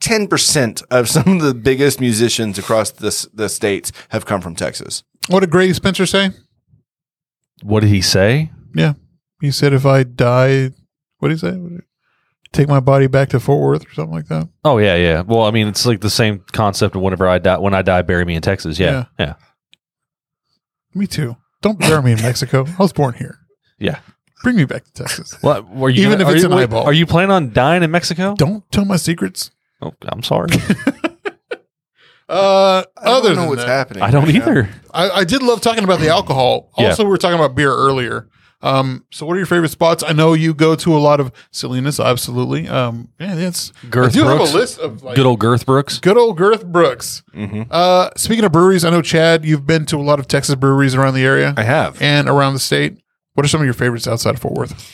Speaker 1: ten percent of some of the biggest musicians across this the states have come from Texas.
Speaker 3: what did Gray Spencer say?
Speaker 4: what did he say?
Speaker 3: Yeah. He said, if I die, what did he say? Take my body back to Fort Worth or something like that.
Speaker 4: Oh yeah, yeah. Well, I mean, it's like the same concept of whenever I die, when I die, bury me in Texas. Yeah, yeah,
Speaker 3: Me too. Don't bury me in Mexico. I was born here.
Speaker 4: yeah.
Speaker 3: Bring me back to Texas.
Speaker 4: What were you?
Speaker 3: Even
Speaker 4: gonna-
Speaker 3: if
Speaker 4: are
Speaker 3: it's
Speaker 4: you,
Speaker 3: an
Speaker 4: wait,
Speaker 3: eyeball.
Speaker 4: Are you planning on dying in Mexico?
Speaker 3: Don't tell my secrets.
Speaker 4: Oh, I'm sorry,
Speaker 3: Uh, other
Speaker 1: I don't know
Speaker 3: than
Speaker 1: what's
Speaker 3: that,
Speaker 1: happening.
Speaker 4: I don't
Speaker 1: right now.
Speaker 4: either.
Speaker 3: I, I did love talking about the alcohol.
Speaker 4: Yeah.
Speaker 3: Also, we were talking about beer earlier. Um, so what are your favorite spots? I know you go to a lot of silliness, absolutely. Um, yeah, that's I
Speaker 4: Girth
Speaker 3: do
Speaker 4: Brooks.
Speaker 3: have a list of like,
Speaker 4: Good old Girth Brooks.
Speaker 3: good old Girth Brooks.
Speaker 1: Mm-hmm.
Speaker 3: Uh, speaking of breweries, I know Chad, you've been to a lot of Texas breweries around the area
Speaker 1: I have.
Speaker 3: and around the state. What are some of your favorites outside of Fort Worth?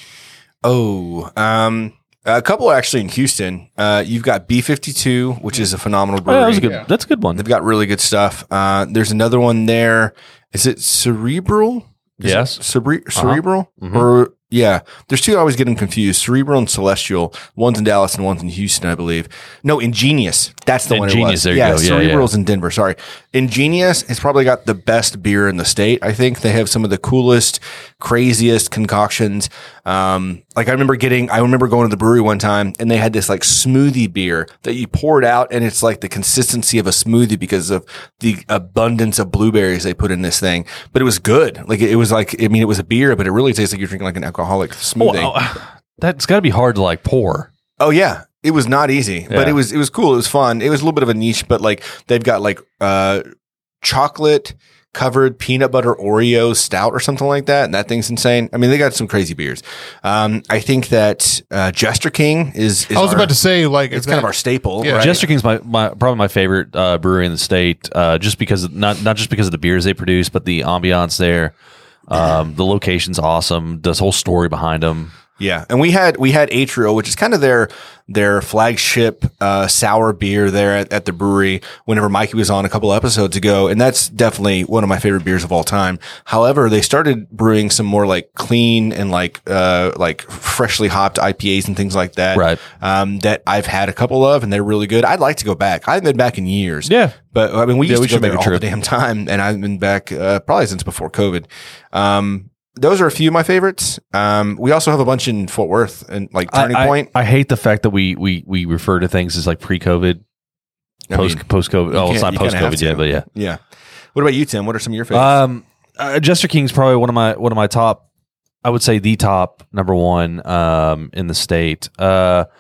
Speaker 1: Oh, um, a couple actually in Houston. Uh, you've got B52, which is a phenomenal
Speaker 4: Oh,
Speaker 1: brewery.
Speaker 4: yeah, that was a good. That's a good one.
Speaker 1: They've got really good stuff. Uh, there's another one there. Is it Cerebral? Is
Speaker 4: Yes. Uh-huh. Mm-hmm.
Speaker 1: it Cere- cerebral? Or, yeah. There's two I always get them confused Cerebral and Celestial. One's in Dallas and one's in Houston, I believe. No, Ingenious. That's the one. It
Speaker 4: Ingenious,
Speaker 1: was.
Speaker 4: there you
Speaker 1: yeah,
Speaker 4: go. Yeah,
Speaker 1: Cerebral's in Denver. Sorry. Ingenious has probably got the best beer in the state. I think they have some of the coolest, craziest concoctions. Um, like I remember getting, I remember going to the brewery one time and they had this like smoothie beer that you pour it out and it's like the consistency of a smoothie because of the abundance of blueberries they put in this thing. But it was good. Like it was like, I mean, it was a beer, but it really tastes like you're drinking like an alcoholic
Speaker 4: Oh,
Speaker 1: smoothie.
Speaker 4: oh, that's got to be hard to like pour.
Speaker 1: Oh yeah. It was not easy, but
Speaker 4: Yeah.
Speaker 1: it was it was cool. It was fun. It was a little bit of a niche, but like they've got like uh chocolate covered peanut butter Oreo stout or something like that, and that thing's insane. I mean, they got some crazy beers. Um, I think that uh, Jester King is. is
Speaker 3: I was
Speaker 1: our-
Speaker 3: about to say, like,
Speaker 1: It's kind of our staple.
Speaker 3: Yeah.
Speaker 1: right?
Speaker 4: Jester King's my, my probably my favorite uh, brewery in the state, uh, just because of, not not just because of the beers they produce, but the ambiance there. Um, the location's awesome. This whole story behind them.
Speaker 1: Yeah, and we had we had Atrio, which is kind of their their flagship uh, sour beer there at, at the brewery. Whenever Mikey was on a couple episodes ago, and that's definitely one of my favorite beers of all time. However, they started brewing some more like clean and like uh, like freshly hopped IPAs and things like that.
Speaker 4: Right.
Speaker 1: Um, that I've had a couple of, and they're really good. I'd like to go back. I haven't been back in years.
Speaker 4: Yeah.
Speaker 1: But I mean, we
Speaker 4: Yeah,
Speaker 1: used
Speaker 4: we
Speaker 1: to go
Speaker 4: should make
Speaker 1: there
Speaker 4: a
Speaker 1: all the
Speaker 4: trip.
Speaker 1: damn time, and I've been back uh, probably since before COVID. Um, those are a few of my favorites. Um, we also have a bunch in Fort Worth and like Turning
Speaker 4: I, I-
Speaker 1: Point.
Speaker 4: I, hate the fact that we we we refer to things as like pre-COVID,
Speaker 1: I
Speaker 4: post
Speaker 1: mean,
Speaker 4: post COVID. Oh, it's
Speaker 1: can't-
Speaker 4: not
Speaker 1: you kinda
Speaker 4: post
Speaker 1: have
Speaker 4: COVID yet,
Speaker 1: to.
Speaker 4: but yeah.
Speaker 1: yeah. What about you, Tim? What are some of your favorites?
Speaker 4: Um, uh, Jester King's probably one of my one of my top. I would say the top number one um, in the state. Uh,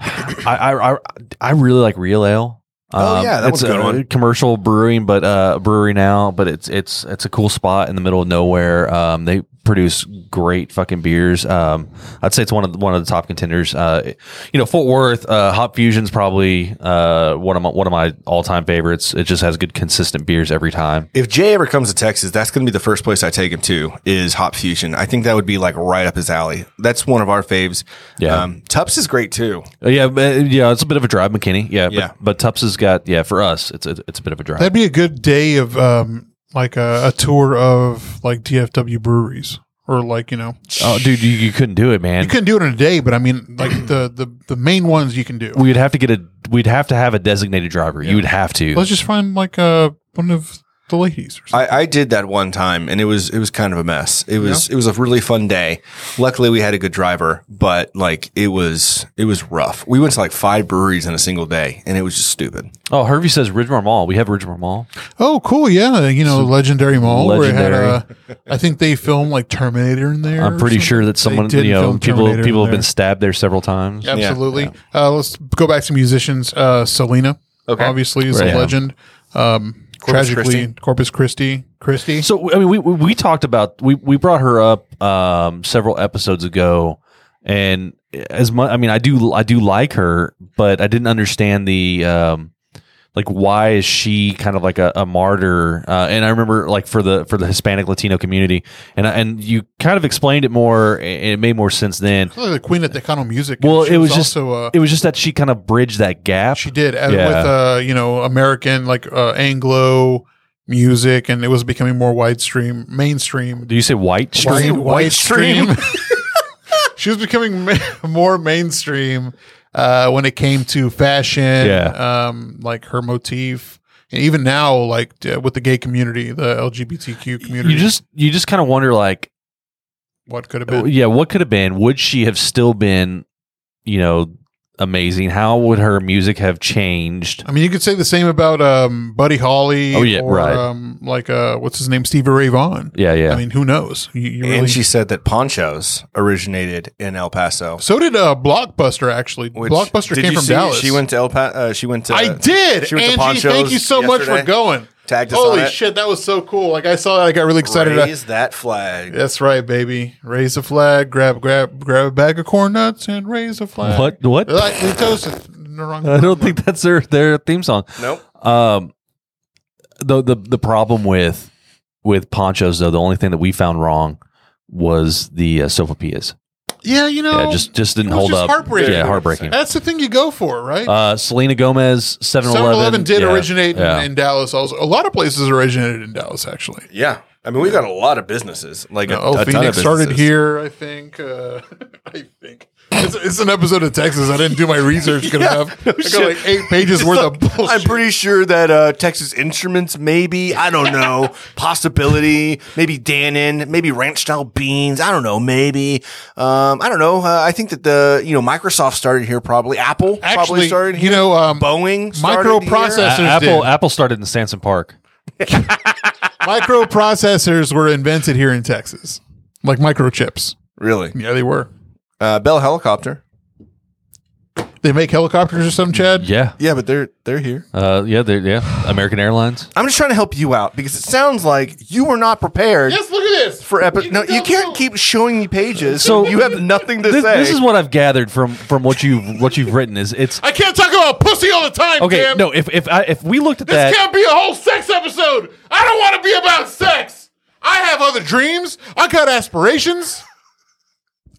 Speaker 4: I, I I I really like real ale.
Speaker 1: Oh,
Speaker 4: Um,
Speaker 1: yeah, that
Speaker 4: it's
Speaker 1: was a good
Speaker 4: uh,
Speaker 1: one.
Speaker 4: Commercial brewing, but uh, brewery now, but it's it's it's a cool spot in the middle of nowhere. Um, they produce great fucking beers. Um, I'd say it's one of the, one of the top contenders. Uh, you know, Fort Worth uh, Hop Fusion's probably uh, one of my one of my all time favorites. It just has good consistent beers every time.
Speaker 1: if Jay ever comes to Texas, that's going to be the first place I take him to is Hop Fusion. I think that would be like right up his alley. That's one of our faves.
Speaker 4: Yeah.
Speaker 1: Um, Tups is great too.
Speaker 4: Uh, Yeah, but, yeah, it's a bit of a drive, McKinney. Yeah,
Speaker 1: Yeah.
Speaker 4: But, but Tups has got yeah for us. It's a, it's a bit of a drive.
Speaker 3: That'd be a good day of um, like a, a tour of like DFW breweries. or like you know
Speaker 4: Oh, dude, you, you couldn't do it, man.
Speaker 3: you couldn't do it in a day, but I mean like the the the main ones you can do.
Speaker 4: We'd have to get a. We'd have to have a designated driver. You would have to.
Speaker 3: Let's just find like uh one of the ladies or something.
Speaker 1: I, I did that one time, and it was it was kind of a mess. It was it was a really fun day. Luckily, we had a good driver, but like it was it was rough. We went to like five breweries in a single day, and it was just stupid.
Speaker 4: oh, Hervey says Ridgemore Mall. We have Ridgemore Mall.
Speaker 3: Oh, cool! Yeah, you know, legendary mall where it
Speaker 4: legendary.
Speaker 3: had a. I think they filmed like Terminator in there.
Speaker 4: I'm
Speaker 3: or
Speaker 4: pretty
Speaker 3: something.
Speaker 4: sure that
Speaker 3: They
Speaker 4: someone,
Speaker 3: did
Speaker 4: you know,
Speaker 3: film
Speaker 4: people
Speaker 3: Terminator
Speaker 4: people
Speaker 3: in
Speaker 4: have been
Speaker 3: there.
Speaker 4: stabbed there several times.
Speaker 3: Absolutely. Uh, let's go back to musicians. Uh, Selena,
Speaker 1: Okay.
Speaker 3: obviously, is
Speaker 4: Right,
Speaker 3: a
Speaker 4: yeah.
Speaker 3: legend. Um, tragically,
Speaker 1: Christi.
Speaker 3: Corpus Christi. Christi.
Speaker 4: So I mean, we we, we talked about we, we brought her up um, several episodes ago, and as much I mean, I do I do like her, but I didn't understand the um, like why is she kind of like a, a martyr? Uh, and I remember like for the for the Hispanic Latino community, and I- and you kind of explained it more, and it made more sense then.
Speaker 3: Really the queen of Tejano music.
Speaker 4: Well,
Speaker 3: She
Speaker 4: it was just
Speaker 3: also. Uh,
Speaker 4: it was just that she kind of bridged that gap.
Speaker 3: she did uh,
Speaker 4: Yeah.
Speaker 3: with uh, you know American like uh, Anglo music, and it was becoming more widestream, mainstream.
Speaker 4: Do you say white stream?
Speaker 3: White stream. she was becoming ma- more mainstream uh, when it came to fashion,
Speaker 4: Yeah.
Speaker 3: um, like her motif, and even now, like d- with the gay community, the LGBTQ community,
Speaker 4: You just Oh, you just kind of wonder like
Speaker 3: what could have been?
Speaker 4: yeah, what could have been? Would she have still been, you know, amazing? How would her music have changed?
Speaker 3: I mean, you could say the same about um, Buddy Holly.
Speaker 4: Oh, yeah, right.
Speaker 3: Um, like uh, what's his name, Stevie Ray Vaughan.
Speaker 4: Yeah, yeah.
Speaker 3: I mean, who knows? You, you really.
Speaker 1: And she said that ponchos originated in El Paso.
Speaker 3: so did uh, Blockbuster actually.
Speaker 1: which-
Speaker 3: Blockbuster
Speaker 1: did
Speaker 3: came
Speaker 1: you
Speaker 3: from
Speaker 1: see
Speaker 3: Dallas.
Speaker 1: She went to El Paso. Uh, she went to.
Speaker 3: I did.
Speaker 1: She went
Speaker 3: Angie,
Speaker 1: to ponchos.
Speaker 3: thank you so much for
Speaker 1: yesterday.
Speaker 3: going.
Speaker 1: Tagged us
Speaker 3: Holy
Speaker 1: on it.
Speaker 3: shit, that was so cool. Like I saw that, I got really excited. I-
Speaker 1: Raise that flag.
Speaker 3: That's right, baby. Raise a flag, grab grab grab a bag of corn nuts and raise a flag.
Speaker 4: What? What?
Speaker 3: Like, we toasted. No, wrong.
Speaker 4: I don't think that's their their theme song.
Speaker 1: Nope.
Speaker 4: Um, the the the problem with with ponchos though, the only thing that we found wrong was the uh, sopapillas.
Speaker 3: Yeah, you know.
Speaker 4: Yeah, just just didn't
Speaker 3: it was
Speaker 4: hold
Speaker 3: just
Speaker 4: up.
Speaker 3: heartbreaking.
Speaker 4: Yeah, heartbreaking.
Speaker 3: that's the thing you go for, right?
Speaker 4: Uh, Selena Gomez, 7-Eleven.
Speaker 3: 7-Eleven did
Speaker 4: Yeah,
Speaker 3: originate in-
Speaker 4: yeah.
Speaker 3: in, Dallas. Also, a lot of places originated in Dallas. Actually,
Speaker 1: Yeah, I mean we've got a lot of businesses. Like a,
Speaker 3: oh,
Speaker 1: a ton of
Speaker 3: Phoenix started
Speaker 1: businesses.
Speaker 3: here. I think. Uh, I think. It's, it's an episode of Texas. I didn't do my research good enough. I got like eight pages worth of bullshit.
Speaker 1: I'm pretty sure that uh, Texas Instruments, maybe I don't know, possibility, maybe Dannon, maybe ranch style beans. I don't know, maybe um, I don't know. Uh, I think that the you know Microsoft started here, probably Apple probably
Speaker 3: Actually,
Speaker 1: started here.
Speaker 3: you know, um,
Speaker 1: Boeing started
Speaker 4: A-
Speaker 3: microprocessor-
Speaker 1: Here.
Speaker 4: Apple
Speaker 3: did.
Speaker 4: Apple started in Sanson Park.
Speaker 3: microprocessors were invented here in Texas, like microchips.
Speaker 1: Really,
Speaker 3: Yeah, they were.
Speaker 1: uh, Bell Helicopter.
Speaker 3: They make helicopters or something, Chad.
Speaker 4: Yeah,
Speaker 1: Yeah, but they're they're here.
Speaker 4: uh, yeah, they're- yeah. American Airlines.
Speaker 1: I'm just trying to help you out because it sounds like you were not prepared.
Speaker 3: Yes, look at this.
Speaker 1: For epi- no, you can't keep showing me pages. So
Speaker 4: So-
Speaker 1: you have nothing to
Speaker 4: This,
Speaker 1: say.
Speaker 4: this is what I've gathered from from what you what you've written is it's
Speaker 3: I can't talk about pussy all the time.
Speaker 4: okay.
Speaker 3: Tim.
Speaker 4: No, if if I, if we looked at
Speaker 3: this
Speaker 4: that,
Speaker 3: can't be a whole sex episode. I don't want to be about sex. I have other dreams. I got aspirations.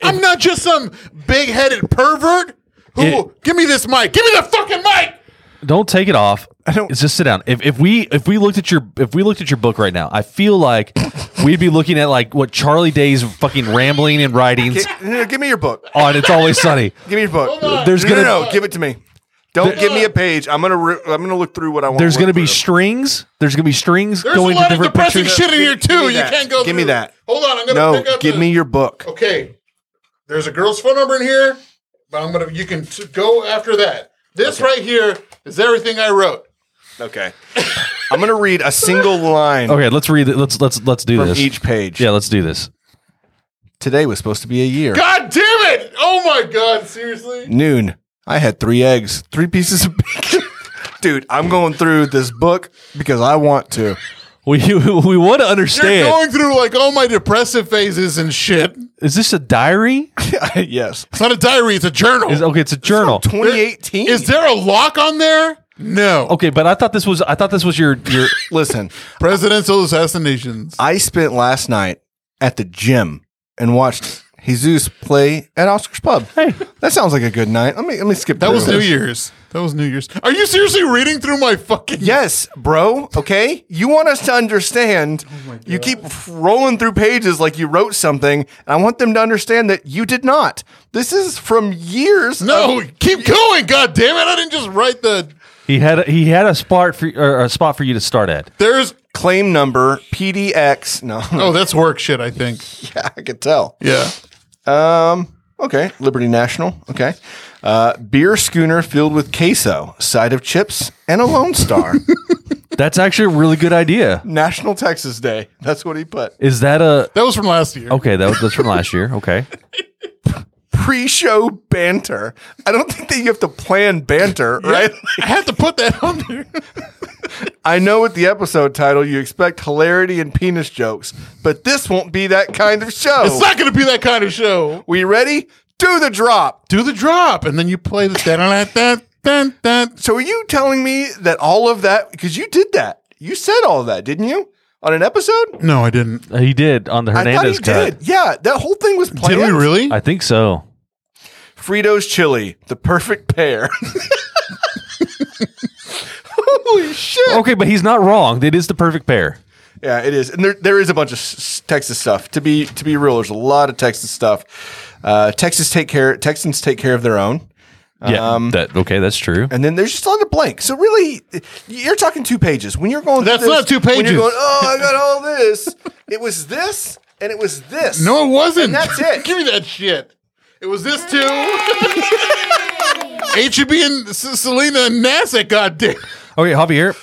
Speaker 3: I'm not just some big-headed pervert who
Speaker 4: It-
Speaker 3: give me this mic. Give me the fucking mic.
Speaker 4: don't take it off. I
Speaker 1: don't-
Speaker 4: just sit down. If if we if we looked at your if we looked at your book right now, I feel like we'd be looking at like what Charlie Day's fucking rambling and writings
Speaker 1: Gi- no, give me your book.
Speaker 4: on It's Always Sunny.
Speaker 1: Give me your book.
Speaker 3: on.
Speaker 4: There's
Speaker 1: no,
Speaker 4: gonna
Speaker 1: no, no, give it to me. Don't give me a page. I'm gonna re- I'm gonna look through what I want.
Speaker 4: there's
Speaker 1: to look
Speaker 4: gonna be
Speaker 1: through.
Speaker 4: strings. There's gonna be strings
Speaker 3: There's
Speaker 4: going
Speaker 3: a
Speaker 4: to
Speaker 3: lot of
Speaker 4: different
Speaker 3: depressing
Speaker 4: pictures.
Speaker 3: shit in here too.
Speaker 1: Give me
Speaker 3: you
Speaker 1: that.
Speaker 3: can't go.
Speaker 1: Give me
Speaker 3: through.
Speaker 1: that.
Speaker 3: Hold on. I'm gonna
Speaker 1: no.
Speaker 3: pick up
Speaker 1: Give
Speaker 3: the-
Speaker 1: me your
Speaker 4: Oh.
Speaker 1: book.
Speaker 3: okay, there's a girl's phone number in here, but I'm gonna you can t- go after that. This right here is everything I wrote.
Speaker 1: Okay. I'm gonna read a single line
Speaker 4: Okay, let's read. it. Let's let's let's do
Speaker 1: from
Speaker 4: this.
Speaker 1: each page.
Speaker 4: Oh, yeah, let's do this.
Speaker 1: Today was supposed to be a year.
Speaker 3: God damn it! Oh my god, seriously?
Speaker 1: Noon. I had three eggs, three pieces of bacon. Dude, I'm going through this book because I want to.
Speaker 4: We we want to
Speaker 3: You're
Speaker 4: understand.
Speaker 3: going through like all my depressive phases and shit.
Speaker 4: is this a diary?
Speaker 1: yes.
Speaker 3: It's not a diary, it's a journal.
Speaker 4: Is, okay, it's a journal.
Speaker 1: 2018.
Speaker 3: Is there a lock on there? No.
Speaker 4: Okay, but I thought this was I thought this was your your
Speaker 1: Listen,
Speaker 3: Presidential assassinations.
Speaker 1: I spent last night at the gym and watched Jesus play at Oscar's Pub. Hey, that sounds like a good night. Let me let me skip.
Speaker 3: That was
Speaker 1: through.
Speaker 3: New Year's. That was New Year's. Are you seriously reading through my fucking?
Speaker 1: Yes, bro. Okay, you want us to understand. you keep rolling through pages like you wrote something, and I want them to understand that you did not. This is from years.
Speaker 3: No,
Speaker 4: Um,
Speaker 1: of-
Speaker 3: keep going. God damn it! I didn't just write the.
Speaker 4: He had a, he had a spot for or a spot for you to start at.
Speaker 3: There's.
Speaker 1: claim number PDX. No,
Speaker 3: Oh, that's work shit. I think.
Speaker 1: yeah, I could tell.
Speaker 3: Yeah.
Speaker 1: Um, okay, Liberty National. Okay, uh, beer schooner filled with queso, side of chips, and a Lone Star.
Speaker 4: That's actually a really good idea.
Speaker 1: National Texas Day. That's what he put.
Speaker 4: Is that a
Speaker 3: That was from last year.
Speaker 4: okay? That was, that's from last year. Okay,
Speaker 1: Pre-show banter. I don't think that you have to plan banter, right?
Speaker 3: I had to put that on there.
Speaker 1: I know with the episode title you expect hilarity and penis jokes, but this won't be that kind of show.
Speaker 4: Oh.
Speaker 3: It's not going to be that kind of show.
Speaker 1: we ready? Do the drop.
Speaker 3: Do the drop, and then you play the da da da da da.
Speaker 1: So are you telling me that all of that because you did that. You said all of that, didn't you? On an episode?
Speaker 3: No, I didn't.
Speaker 4: Uh, he did on the Hernandez
Speaker 1: I thought
Speaker 4: cut.
Speaker 1: you did. Yeah, that whole thing was planned.
Speaker 3: Did we really?
Speaker 4: I think so.
Speaker 1: Fritos chili, the perfect pair. Holy shit.
Speaker 4: Okay, but he's not wrong. It is the perfect pair.
Speaker 1: Yeah, it is, and there there is a bunch of s- s- Texas stuff. To be to be real, there's a lot of Texas stuff. Uh, Texas take care. Texans take care of their own,
Speaker 4: Yeah, that okay. That's true.
Speaker 1: and then there's just a lot of blank. So really, you're talking two pages when you're going. through
Speaker 3: That's
Speaker 1: this,
Speaker 3: not two
Speaker 1: When
Speaker 3: pages.
Speaker 1: you're going, oh, I got all this. it was this, and it was this.
Speaker 3: No, it wasn't.
Speaker 1: And that's it.
Speaker 3: Give me that shit. It was this too. HEB and S- Selena and Nasik, goddamn.
Speaker 4: Okay, Javier.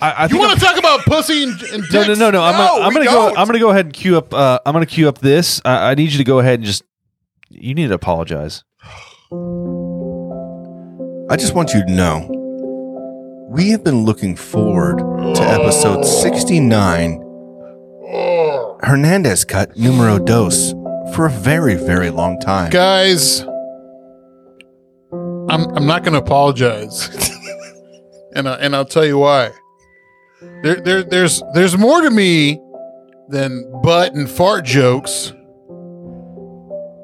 Speaker 4: I, I
Speaker 3: You
Speaker 4: think
Speaker 3: want to talk about pussy and, and
Speaker 4: No, no,
Speaker 3: dicks?
Speaker 4: no, no. I'm,
Speaker 1: No,
Speaker 4: gonna, I'm
Speaker 1: we
Speaker 4: gonna go.
Speaker 1: don't.
Speaker 4: I'm gonna go ahead and queue up. Uh, I'm gonna queue up this. I, I need you to go ahead and just. You need to apologize.
Speaker 1: I just want you to know, we have been looking forward to episode 69, Hernandez cut numero dos, for a very very long time.
Speaker 3: Guys, I'm, I'm not going to apologize. and, I, and I'll tell you why. There, there, there's, there's more to me than butt and fart jokes.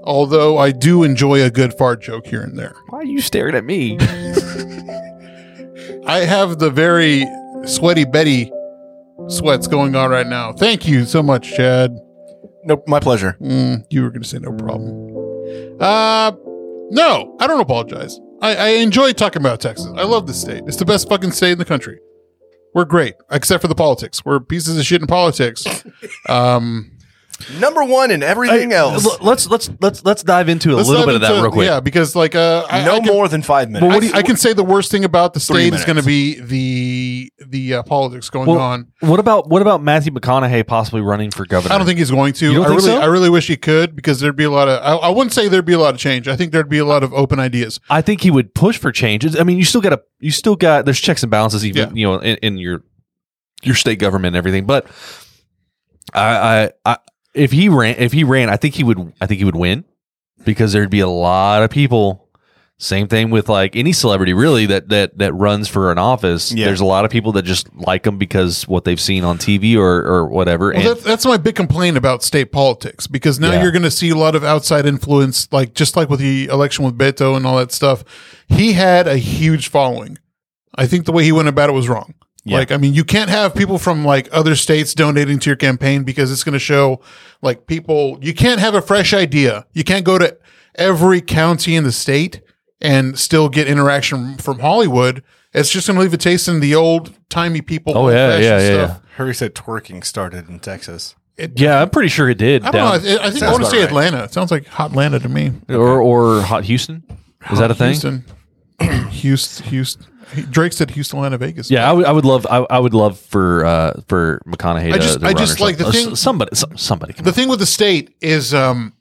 Speaker 3: Although I do enjoy a good fart joke here and there.
Speaker 4: Why are you staring at me?
Speaker 3: I have the very sweaty Betty sweats going on right now. Thank you so much, Chad.
Speaker 1: No, my pleasure.
Speaker 3: Mm, you were going to say no problem. Uh, no, I don't apologize. I, I enjoy talking about Texas. I love this state. It's the best fucking state in the country. We're great, except for the politics. We're pieces of shit in politics. Um,
Speaker 1: Number one in everything else.
Speaker 4: L- Let's let's let's let's dive into a little bit
Speaker 3: dive
Speaker 4: of that
Speaker 3: into-
Speaker 4: real quick.
Speaker 3: Yeah, because like uh, I-
Speaker 1: no
Speaker 3: I can-
Speaker 1: more than five minutes.
Speaker 4: Well,
Speaker 3: I,
Speaker 4: what do you-
Speaker 3: I can say the worst thing about the
Speaker 1: Three
Speaker 3: state is going to
Speaker 1: minutes.
Speaker 3: be the the uh, politics going
Speaker 4: Well,
Speaker 3: on.
Speaker 4: What about what about Matthew McConaughey possibly running for governor?
Speaker 3: I don't think he's going to.
Speaker 4: You don't
Speaker 3: I
Speaker 4: think
Speaker 3: really,
Speaker 4: so?
Speaker 3: I really wish he could because there'd be a lot of. I, I wouldn't say there'd be a lot of change. I think there'd be a lot of open ideas.
Speaker 4: I think he would push for changes. I mean, you still got to you still got there's checks and balances
Speaker 3: Yeah.
Speaker 4: even you know in, in your your state government and everything. But I, I I if he ran if he ran, I think he would I think he would win because there'd be a lot of people. Same thing with like any celebrity really that that that runs for an office.
Speaker 1: Yeah.
Speaker 4: There's a lot of people that just like them because what they've seen on TV or or whatever.
Speaker 3: Well,
Speaker 4: and
Speaker 3: that, that's my big complaint about state politics because now
Speaker 4: Yeah.
Speaker 3: you're going to see a lot of outside influence, like just like with the election with Beto and all that stuff. He had a huge following. I think the way he went about it was wrong. Like, I mean, you can't have people from like other states donating to your campaign because it's going to show like people, you can't have a fresh idea. You can't go to every county in the state and still get interaction from Hollywood. It's just going to leave a taste in the old timey people.
Speaker 4: Oh, yeah,
Speaker 3: old-fashioned
Speaker 4: yeah, yeah, yeah.
Speaker 1: Harry said twerking started in Texas.
Speaker 4: yeah, I'm pretty sure it did.
Speaker 3: I don't
Speaker 4: down-
Speaker 3: know. I, I
Speaker 1: Sounds
Speaker 3: think I want to
Speaker 1: about
Speaker 3: say
Speaker 1: right.
Speaker 3: Atlanta. It sounds like Hot Atlanta to me.
Speaker 4: or or hot Houston. Is that a thing?
Speaker 3: Houston. Houston. Houston. Drake said Houston, Atlanta, Vegas.
Speaker 4: Yeah, I would. I would love. I, I would love for uh, for McConaughey.
Speaker 3: I
Speaker 4: to-
Speaker 3: just-
Speaker 4: to
Speaker 3: I
Speaker 4: run
Speaker 3: just
Speaker 4: or
Speaker 3: like the
Speaker 4: something.
Speaker 3: thing-
Speaker 4: Somebody, some- somebody.
Speaker 3: The thing with the state is um,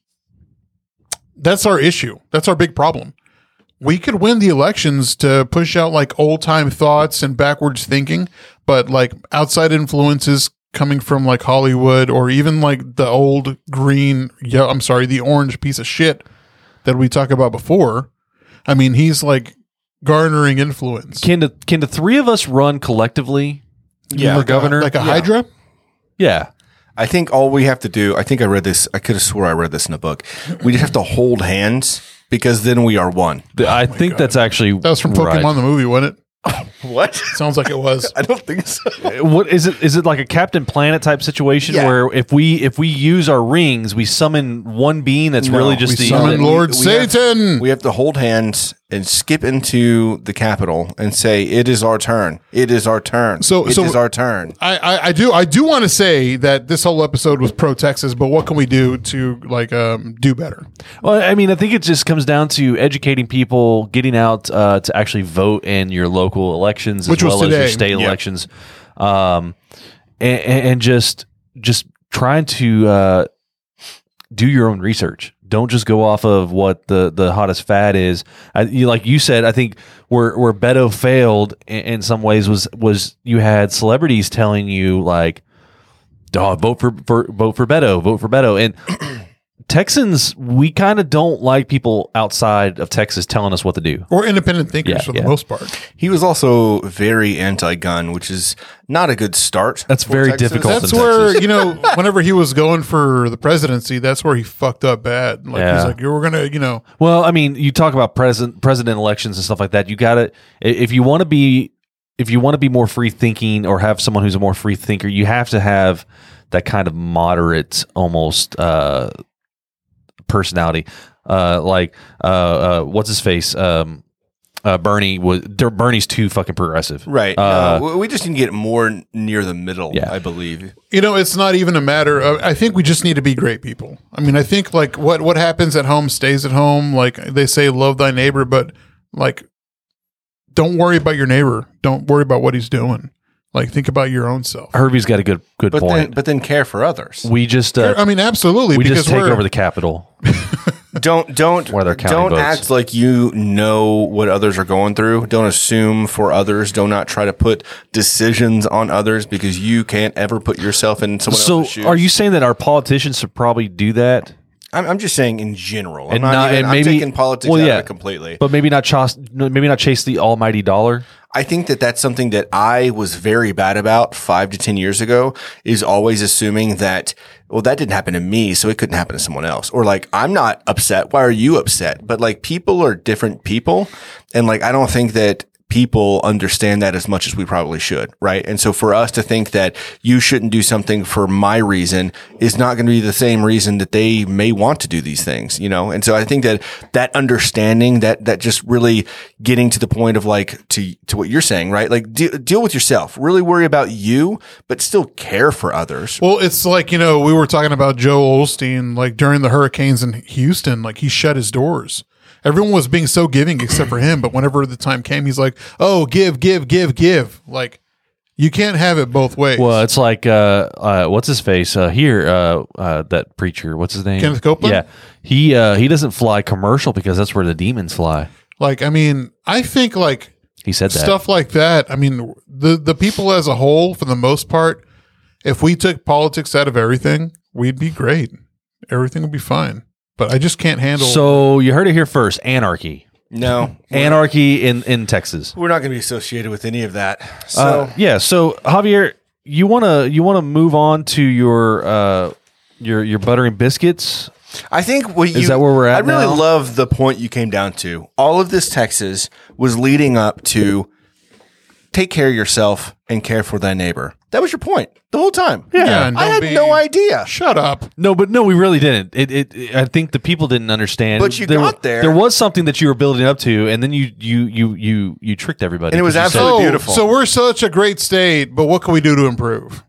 Speaker 3: that's our issue. That's our big problem. We could win the elections to push out like old time thoughts and backwards thinking, but like outside influences coming from like Hollywood or even like the old green, yeah, I'm sorry, the orange piece of shit that we talked about before. I mean, he's like garnering influence.
Speaker 4: Can the can the three of us run collectively?
Speaker 3: yeah,
Speaker 4: governor?
Speaker 3: like a hydra.
Speaker 4: Yeah,
Speaker 1: I think all we have to do, I think I read this, I could have swore I read this in a book. We just have to hold hands because then we are one.
Speaker 4: The- I think that's actually
Speaker 3: Oh That was from Pokemon the movie, wasn't it?
Speaker 1: What?
Speaker 3: Sounds like it was.
Speaker 1: I don't think so.
Speaker 4: Uh, What is it? Is it like a Captain Planet type situation
Speaker 1: Yeah.
Speaker 4: where if we if we use our rings, we summon one being that's
Speaker 1: No,
Speaker 4: really just
Speaker 1: we
Speaker 4: the
Speaker 3: summon
Speaker 1: We-
Speaker 3: Lord
Speaker 1: we have-
Speaker 3: Satan.
Speaker 1: We have to hold hands and skip into the Capitol and say, "It is our turn. It is our turn.
Speaker 3: So-
Speaker 1: it
Speaker 3: so-
Speaker 1: is our turn."
Speaker 3: I, I, I do I do want to say that this whole episode was pro Texas, but what can we do to like um, do better?
Speaker 4: Well, I mean, I think it just comes down to educating people, getting out uh, to actually vote in your local elections
Speaker 3: Which
Speaker 4: as
Speaker 3: was
Speaker 4: well as your
Speaker 3: today.
Speaker 4: state
Speaker 3: Yeah.
Speaker 4: elections, um, and, and and just just trying to uh, do your own research. Don't just go off of what the, the hottest fad is. I, you, like you said, I think where where Beto failed in, in some ways was was you had celebrities telling you like, "Oh, vote for, for vote for Beto, vote for Beto," and Texans, we kind of don't like people outside of Texas telling us what to do.
Speaker 3: Or independent thinkers
Speaker 4: Yeah,
Speaker 3: for
Speaker 4: yeah.
Speaker 3: the most part.
Speaker 1: He was also very anti-gun, which is not a good start.
Speaker 4: That's
Speaker 1: for
Speaker 4: very
Speaker 1: Texas.
Speaker 4: difficult.
Speaker 3: That's
Speaker 4: in
Speaker 3: where
Speaker 4: Texas.
Speaker 3: you know whenever he was going for the presidency, that's where he fucked up bad. Like
Speaker 4: Yeah.
Speaker 3: he's like, "You're gonna," you know,
Speaker 4: Well, I mean, you talk about president president elections and stuff like that. You got to if you want to be if you want to be more free thinking or have someone who's a more free thinker, you have to have that kind of moderate, almost uh, personality. Uh, like uh, uh, what's his face? Um, uh, Bernie was Bernie's too fucking progressive,
Speaker 1: Right. No,
Speaker 4: Uh,
Speaker 1: we- we just need to get more n- near the middle,
Speaker 4: Yeah.
Speaker 1: I believe.
Speaker 3: you know, it's not even a matter of. I think we just need to be great people. I mean, I think like what what happens at home stays at home. Like they say, love thy neighbor, but like, don't worry about your neighbor. Don't worry about what he's doing. Like, think about your own self.
Speaker 4: Herbie's got a good good
Speaker 1: But then,
Speaker 4: point.
Speaker 1: but then care for others.
Speaker 4: we just uh,
Speaker 3: I mean, absolutely.
Speaker 4: we
Speaker 3: because
Speaker 4: just take
Speaker 3: we're-
Speaker 4: over the capital.
Speaker 1: Don't don't
Speaker 4: Where they're counting
Speaker 1: don't
Speaker 4: votes.
Speaker 1: act like you know what others are going through. Don't assume for others. Do not try to put decisions on others because you can't ever put yourself in someone
Speaker 4: So,
Speaker 1: else's shoes.
Speaker 4: are you saying that our politicians should probably do that,
Speaker 1: I'm, I'm just saying in general. I'm
Speaker 4: And
Speaker 1: not,
Speaker 4: not-
Speaker 1: even,
Speaker 4: and maybe-
Speaker 1: I'm taking politics
Speaker 4: well,
Speaker 1: out
Speaker 4: yeah.
Speaker 1: of it completely.
Speaker 4: but maybe not chase, maybe not chase the almighty dollar?
Speaker 1: I think that that's something that I was very bad about five to 10 years ago is always assuming that, well, that didn't happen to me. So it couldn't happen to someone else. Or like, I'm not upset. Why are you upset? But like people are different people. And like, I don't think that people understand that as much as we probably should. Right. And so for us to think that you shouldn't do something for my reason is not going to be the same reason that they may want to do these things, you know? And so I think that that understanding that, that just really getting to the point of like to, to what you're saying, right? Like de- deal with yourself, really worry about you, but still care for others.
Speaker 3: Well, it's like, you know, we were talking about Joe Olstein, like during the hurricanes in Houston, like he shut his doors. Everyone was being so giving except for him. But whenever the time came, he's like, oh, give, give, give, give. Like, you can't have it both ways.
Speaker 4: Well, it's like uh, uh, what's his face uh, here? Uh, uh, that preacher, what's his name?
Speaker 3: Kenneth Copeland?
Speaker 4: Yeah, he uh, he doesn't fly commercial because that's where the demons fly.
Speaker 3: Like, I mean, I think like
Speaker 4: He said that.
Speaker 3: stuff like that. I mean, the, the people as a whole, for the most part, if we took politics out of everything, we'd be great. Everything would be fine. But I just can't handle.
Speaker 4: So you heard it here first. Anarchy,
Speaker 1: No,
Speaker 4: anarchy in in Texas.
Speaker 1: we're not going to be associated with any of that. So
Speaker 4: Uh, yeah. So Javier, you wanna you wanna move on to your uh, your your butter and biscuits?
Speaker 1: I think what you
Speaker 4: that where we're at
Speaker 1: I really
Speaker 4: now?
Speaker 1: love the point you came down to. All of this Texas was leading up to take care of yourself and care for thy neighbor. That was your point the whole time.
Speaker 3: Yeah, and
Speaker 1: I
Speaker 3: don't
Speaker 1: had
Speaker 3: be-
Speaker 1: no idea.
Speaker 3: Shut up.
Speaker 4: No, but no, we really didn't. It, it, it- I think the people didn't understand.
Speaker 1: But you got there.
Speaker 4: There was something that you were building up to, and then you you you you you tricked everybody.
Speaker 1: And it was
Speaker 4: 'cause you said-
Speaker 1: absolutely beautiful.
Speaker 3: Oh, So we're such a great state, but what can we do to improve?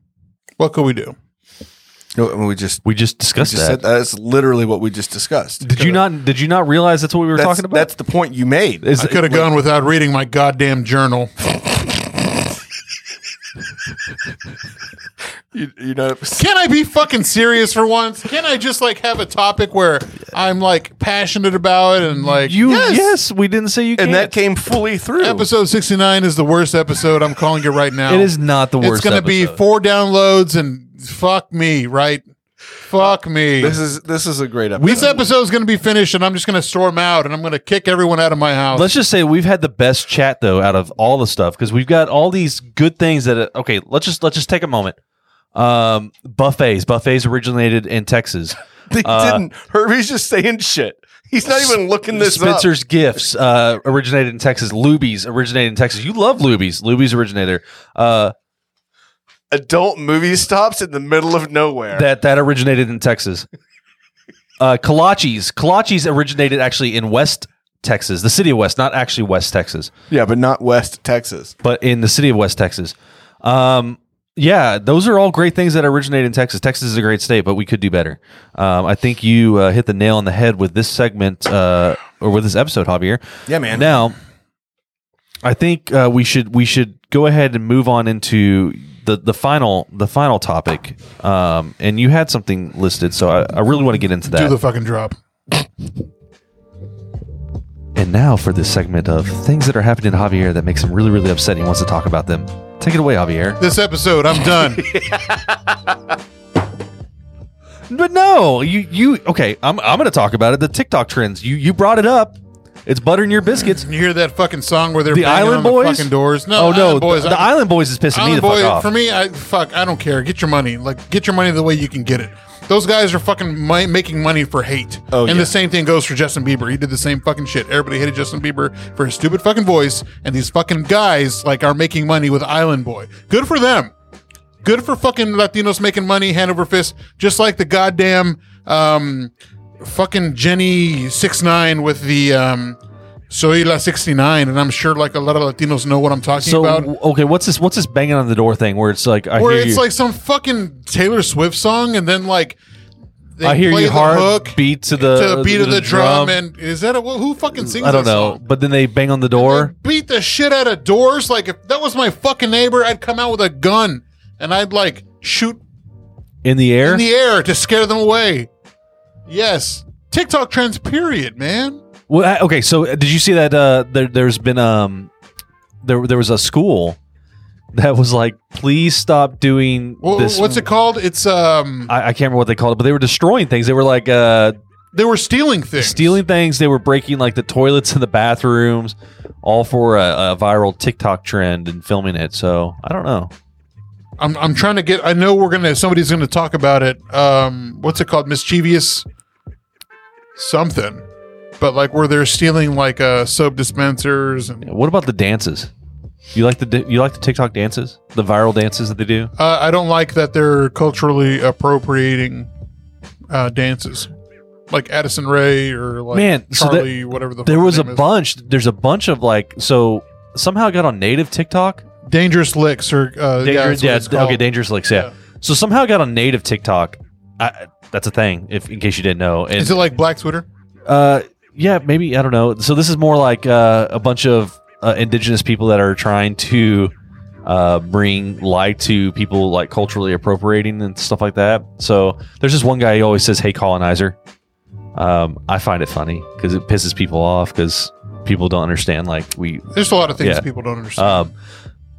Speaker 3: What can we do?
Speaker 1: No, we just
Speaker 4: we just discussed
Speaker 1: just said
Speaker 4: that.
Speaker 1: that's literally what we just discussed.
Speaker 4: Did you not? Did you not realize that's what we were
Speaker 1: That's,
Speaker 4: talking about?
Speaker 1: that's the point you made.
Speaker 4: Is-
Speaker 3: I could have gone without reading my goddamn journal.
Speaker 1: you, you know,
Speaker 3: Can I be fucking serious for once? Can I just like have a topic where I'm like passionate about it and like
Speaker 4: you. Yes. we didn't say you.
Speaker 1: and
Speaker 4: can't.
Speaker 1: that came fully through.
Speaker 3: Episode 69 is the worst episode. I'm calling it right now.
Speaker 4: It is not the worst.
Speaker 3: It's going to be
Speaker 4: episode.
Speaker 3: four downloads and fuck me, right? Fuck me.
Speaker 1: This is this is a great episode.
Speaker 3: This episode is going to be finished and I'm just going to storm out and I'm going to kick everyone out of my house.
Speaker 4: Let's just say we've had the best uh, chat though out of all the stuff because we've got all these good things that. Okay, let's just let's just take a moment. Um, buffets. Buffets originated in Texas.
Speaker 1: They
Speaker 4: Uh,
Speaker 1: didn't. Herbie's just saying shit. He's not even looking this up.
Speaker 4: Spencer's Gifts uh, originated in Texas. Lubies originated in Texas. You love Lubies. Lubies originated there. Uh,
Speaker 1: Adult movie stops in the middle of nowhere.
Speaker 4: that that originated in Texas. Uh, Kolaches. Kolaches originated actually in West Texas, the city of West, not actually West Texas,
Speaker 1: yeah, but not West Texas.
Speaker 4: but in the city of West Texas. Um, yeah, those are all great things that originated in Texas. Texas is a great state, but we could do better. Um, I think you uh, hit the nail on the head with this segment uh, or with this episode, Javier.
Speaker 1: Yeah, man.
Speaker 4: Now, I think uh, we should we should go ahead and move on into the, the final the final topic. Um, and you had something listed, so I, I really want to get into
Speaker 3: Do
Speaker 4: that.
Speaker 3: the fucking drop.
Speaker 4: and now for this segment of things that are happening to Javier that makes him really really upset. and He wants to talk about them. Take it away, Javier.
Speaker 3: This episode, I'm done.
Speaker 4: But no, you you okay? I'm I'm going to talk about it. The TikTok trends. You you brought it up. It's buttering your biscuits.
Speaker 3: you hear that fucking song where they're
Speaker 4: The
Speaker 3: banging
Speaker 4: Island
Speaker 3: on
Speaker 4: Boys.
Speaker 3: the fucking doors? No,
Speaker 4: oh no,
Speaker 3: Island Boys.
Speaker 4: the,
Speaker 3: I'm-
Speaker 4: the Island Boys is pissing me the
Speaker 3: Island
Speaker 4: fuck
Speaker 3: Boy,
Speaker 4: off.
Speaker 3: for me, I fuck, I don't care. Get your money. Like, get your money the way you can get it. Those guys are fucking mi- making money for hate.
Speaker 1: Oh,
Speaker 3: and
Speaker 1: yeah.
Speaker 3: the same thing goes for Justin Bieber. He did the same fucking shit. Everybody hated Justin Bieber for his stupid fucking voice, and these fucking guys like are making money with Island Boy. Good for them. Good for fucking Latinos making money hand over fist, just like the goddamn um, fucking Jenny six nine with the um, Soy la sixty nine, and I'm sure like a lot of Latinos know what I'm talking
Speaker 4: so
Speaker 3: about
Speaker 4: w- okay, what's this? What's this banging on the door thing? Where it's like I
Speaker 3: where
Speaker 4: hear
Speaker 3: it's
Speaker 4: you,
Speaker 3: like some fucking Taylor Swift song, and then like they
Speaker 4: I hear
Speaker 3: play
Speaker 4: you
Speaker 3: the
Speaker 4: hard
Speaker 3: hook
Speaker 4: beat
Speaker 3: to
Speaker 4: to the
Speaker 3: the beat of the drum,
Speaker 4: drum.
Speaker 3: and is that a, who fucking sings?
Speaker 4: I don't
Speaker 3: that
Speaker 4: know,
Speaker 3: song?
Speaker 4: but then they bang on the door.
Speaker 3: beat the shit out of doors. Like if that was my fucking neighbor, I'd come out with a gun and I'd like shoot
Speaker 4: in the air.
Speaker 3: in the air to scare them away. Yes, TikTok trends. Period, man.
Speaker 4: well, I- okay, so uh, did you see that? Uh, there, there's been um, there there was a school that was like, please stop doing
Speaker 3: Wha-
Speaker 4: this.
Speaker 3: what's it called? It's um,
Speaker 4: I, I can't remember what they called it, but they were destroying things. They were like uh,
Speaker 3: they were stealing things.
Speaker 4: stealing things. They were breaking like the toilets in the bathrooms, all for a, a viral TikTok trend and filming it. So I don't know.
Speaker 3: I'm, I'm trying to get. I know we're gonna. Somebody's gonna talk about it. Um, what's it called? Mischievous something. But like where they're stealing like uh soap dispensers and
Speaker 4: What about the dances? You like the di- you like the TikTok dances, the viral dances that they do.
Speaker 3: uh, I don't like that they're culturally appropriating uh dances. Like Addison Ray or like
Speaker 4: Man, so that-
Speaker 3: Charlie, whatever the
Speaker 4: There
Speaker 3: fuck
Speaker 4: was
Speaker 3: her
Speaker 4: a
Speaker 3: name is.
Speaker 4: bunch. There's a bunch of like so somehow it got on native TikTok.
Speaker 3: dangerous licks or uh yeah,
Speaker 4: Dangerous,
Speaker 3: that's what
Speaker 4: yeah,
Speaker 3: it's called.
Speaker 4: okay, dangerous licks, yeah.
Speaker 3: Yeah.
Speaker 4: So somehow it got on native TikTok. I, that's a thing, if in case you didn't know. And
Speaker 3: Is it like Black Twitter?
Speaker 4: uh, yeah, maybe I don't know. So this is more like uh, a bunch of uh, indigenous people that are trying to uh, bring light to people like culturally appropriating and stuff like that. So there's this one guy who always says, "Hey, colonizer." Um, I find it funny because it pisses people off because people don't understand like we
Speaker 3: There's a lot of things
Speaker 4: Yeah.
Speaker 3: people don't understand.
Speaker 4: um,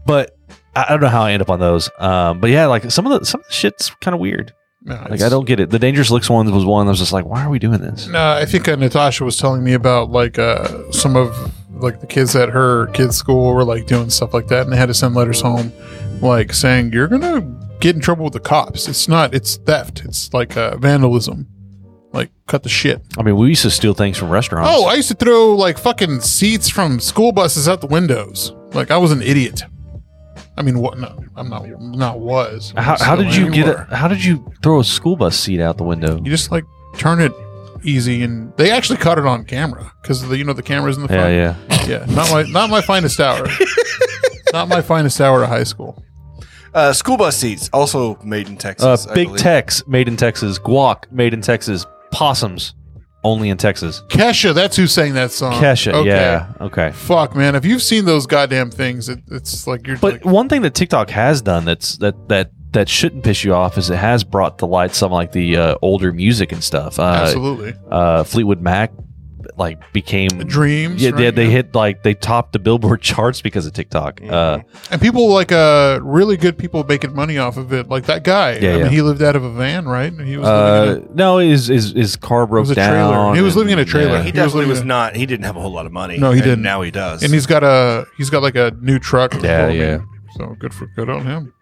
Speaker 4: but I, I don't know how I end up on those. Um, but yeah, like some of the some of the shit's kind of weird.
Speaker 3: No,
Speaker 4: Like
Speaker 3: it's-
Speaker 4: I don't get it. The dangerous looks one was one that was just like, why are we doing this?
Speaker 3: No, I think uh, Natasha was telling me about like uh, some of like the kids at her kids' school were like doing stuff like that, and they had to send letters home, like saying you're gonna get in trouble with the cops. It's not, it's theft. It's like uh, vandalism. Like cut the shit.
Speaker 4: I mean, we used to steal things from restaurants.
Speaker 3: Oh, I used to throw like fucking seats from school buses out the windows. Like I was an idiot. I mean, what? No, I'm not. Not was.
Speaker 4: how, how did you get?
Speaker 3: it?
Speaker 4: A, how did you throw a school bus seat out the window?
Speaker 3: You just like turn it easy, and they actually caught it on camera because the you know the cameras in the front.
Speaker 4: Yeah, yeah.
Speaker 3: Yeah, not my not my finest hour. not my finest hour of high school.
Speaker 1: Uh, school bus seats also made in
Speaker 4: Uh,
Speaker 1: Texas. I
Speaker 4: Big
Speaker 1: believe.
Speaker 4: Tex made in Texas. Guac made in Texas. Possums only in Texas.
Speaker 3: Kesha, that's who sang that song.
Speaker 4: Kesha. Yeah. Okay.
Speaker 3: Fuck, man. If you've seen those goddamn things, it, it's like you're.
Speaker 4: But
Speaker 3: like,
Speaker 4: one thing that TikTok has done that's that that that shouldn't piss you off is it has brought to light some like the uh, older music and stuff. Uh,
Speaker 3: absolutely.
Speaker 4: uh, Fleetwood Mac like became
Speaker 3: Dreams.
Speaker 4: yeah, they,
Speaker 3: right?
Speaker 4: they hit like they topped the Billboard charts because of TikTok. Uh,
Speaker 3: And people like uh really good people making money off of it. Like that guy.
Speaker 4: Yeah,
Speaker 3: I
Speaker 4: yeah.
Speaker 3: mean, he lived out of a van, right? And he was. living
Speaker 4: uh,
Speaker 3: in a-
Speaker 4: no, his his his car
Speaker 3: it
Speaker 4: broke
Speaker 3: was a
Speaker 4: down.
Speaker 3: trailer. He was
Speaker 4: and-
Speaker 3: living in a trailer.
Speaker 4: yeah.
Speaker 1: He
Speaker 3: was
Speaker 1: definitely
Speaker 3: living
Speaker 1: was
Speaker 3: in-
Speaker 1: not. He didn't have a whole lot of money.
Speaker 3: No, he
Speaker 1: And
Speaker 3: didn't.
Speaker 1: Now he does.
Speaker 3: and he's got a he's got like a new truck.
Speaker 4: Yeah,
Speaker 3: I mean,
Speaker 4: yeah.
Speaker 3: So good for good on him.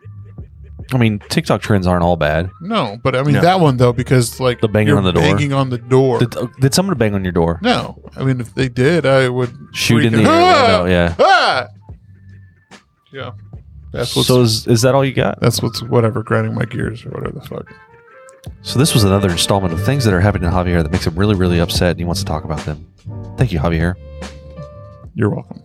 Speaker 4: I mean, TikTok trends aren't all bad.
Speaker 3: No, but I mean
Speaker 1: No.
Speaker 3: that one though, because like
Speaker 4: The banging
Speaker 3: you're
Speaker 4: on the door.
Speaker 3: banging on the door.
Speaker 4: Did, uh, did someone bang on your door?
Speaker 3: no, I mean if they did, I would
Speaker 4: Shoot in
Speaker 3: freak
Speaker 4: the
Speaker 3: out.
Speaker 4: air window, yeah.
Speaker 3: Ah! yeah. That's what's
Speaker 4: So is, is that all you got?
Speaker 3: that's what's whatever grinding my gears or whatever the fuck.
Speaker 4: So this was another installment of things that are happening to Javier that makes him really, really upset, and he wants to talk about them. Thank you, Javier.
Speaker 3: You're welcome.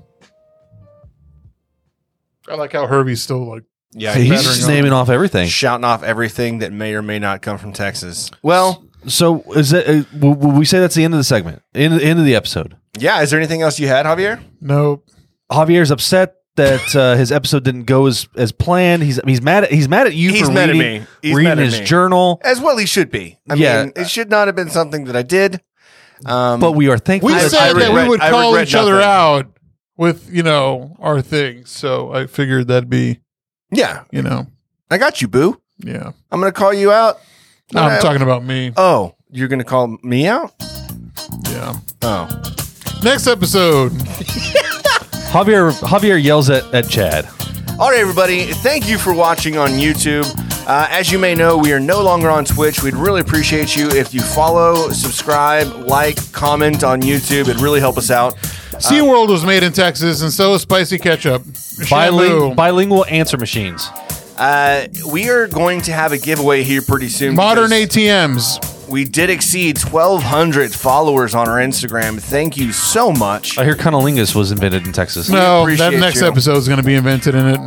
Speaker 3: I like how Herbie's still like
Speaker 1: Yeah,
Speaker 4: He's
Speaker 3: battering
Speaker 4: just
Speaker 3: on.
Speaker 4: naming off everything.
Speaker 1: shouting off everything that may or may not come from Texas. Well,
Speaker 4: So is that? Uh, will, will we say that's the end of the segment? End, end of the episode.
Speaker 1: yeah. Is there anything else you had, Javier?
Speaker 3: nope.
Speaker 4: Javier's upset that uh, his episode didn't go as as planned. He's he's mad at he's mad at you.
Speaker 1: He's
Speaker 4: for
Speaker 1: mad at
Speaker 4: reading,
Speaker 1: me. He's
Speaker 4: reading
Speaker 1: mad at
Speaker 4: his
Speaker 1: me.
Speaker 4: journal,
Speaker 1: As well, he should be. I
Speaker 4: Yeah.
Speaker 1: mean, it should not have been something that I did. Um,
Speaker 4: but we are thankful.
Speaker 3: We
Speaker 1: I-
Speaker 3: said
Speaker 1: I
Speaker 3: that
Speaker 1: regret-
Speaker 3: we would
Speaker 1: I
Speaker 3: call
Speaker 1: regret
Speaker 3: each other
Speaker 1: nothing.
Speaker 3: out with, you know, our things. So I figured that'd be,
Speaker 1: yeah,
Speaker 3: you know,
Speaker 1: I got you, boo.
Speaker 3: yeah.
Speaker 1: I'm gonna call you out.
Speaker 3: No,
Speaker 1: Uh,
Speaker 3: I'm talking about me.
Speaker 1: Oh, you're gonna call me out?
Speaker 3: Yeah.
Speaker 1: Oh,
Speaker 3: Next episode.
Speaker 1: Uh,
Speaker 4: Javier Javier yells at, at Chad.
Speaker 1: All right, everybody, thank you for watching on YouTube. Uh, as you may know, we are no longer on Twitch. We'd really appreciate you if you follow, subscribe, like, comment on YouTube. It'd really help us out.
Speaker 3: SeaWorld was made in Texas, and so is spicy ketchup.
Speaker 4: Biling,
Speaker 3: Shamu.
Speaker 4: bilingual answer machines.
Speaker 1: Uh, we are going to have a giveaway here pretty soon.
Speaker 3: Modern
Speaker 1: because
Speaker 3: ATMs.
Speaker 1: We did exceed 1,200 followers on our Instagram. Thank you so much.
Speaker 4: I hear cunnilingus was invented in Texas.
Speaker 3: No,
Speaker 1: appreciate
Speaker 3: that next
Speaker 1: you.
Speaker 3: episode is going to be invented in it.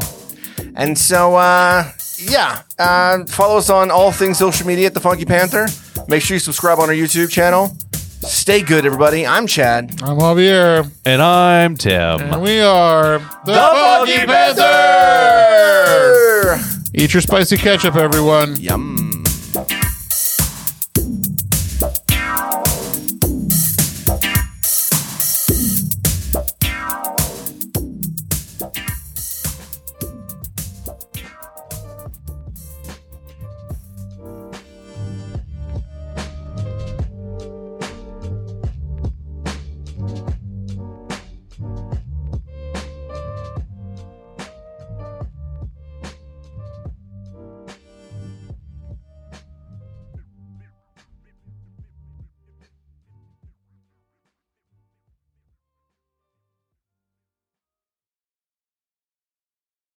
Speaker 1: And so, uh, yeah, uh, follow us on all things social media at The Funky Panther. Make sure you subscribe on our YouTube channel. Stay good, everybody. I'm Chad.
Speaker 3: I'm Javier,
Speaker 4: And I'm Tim.
Speaker 3: and we are the,
Speaker 1: Funky Panther!
Speaker 3: Eat your spicy ketchup, everyone.
Speaker 1: Yum.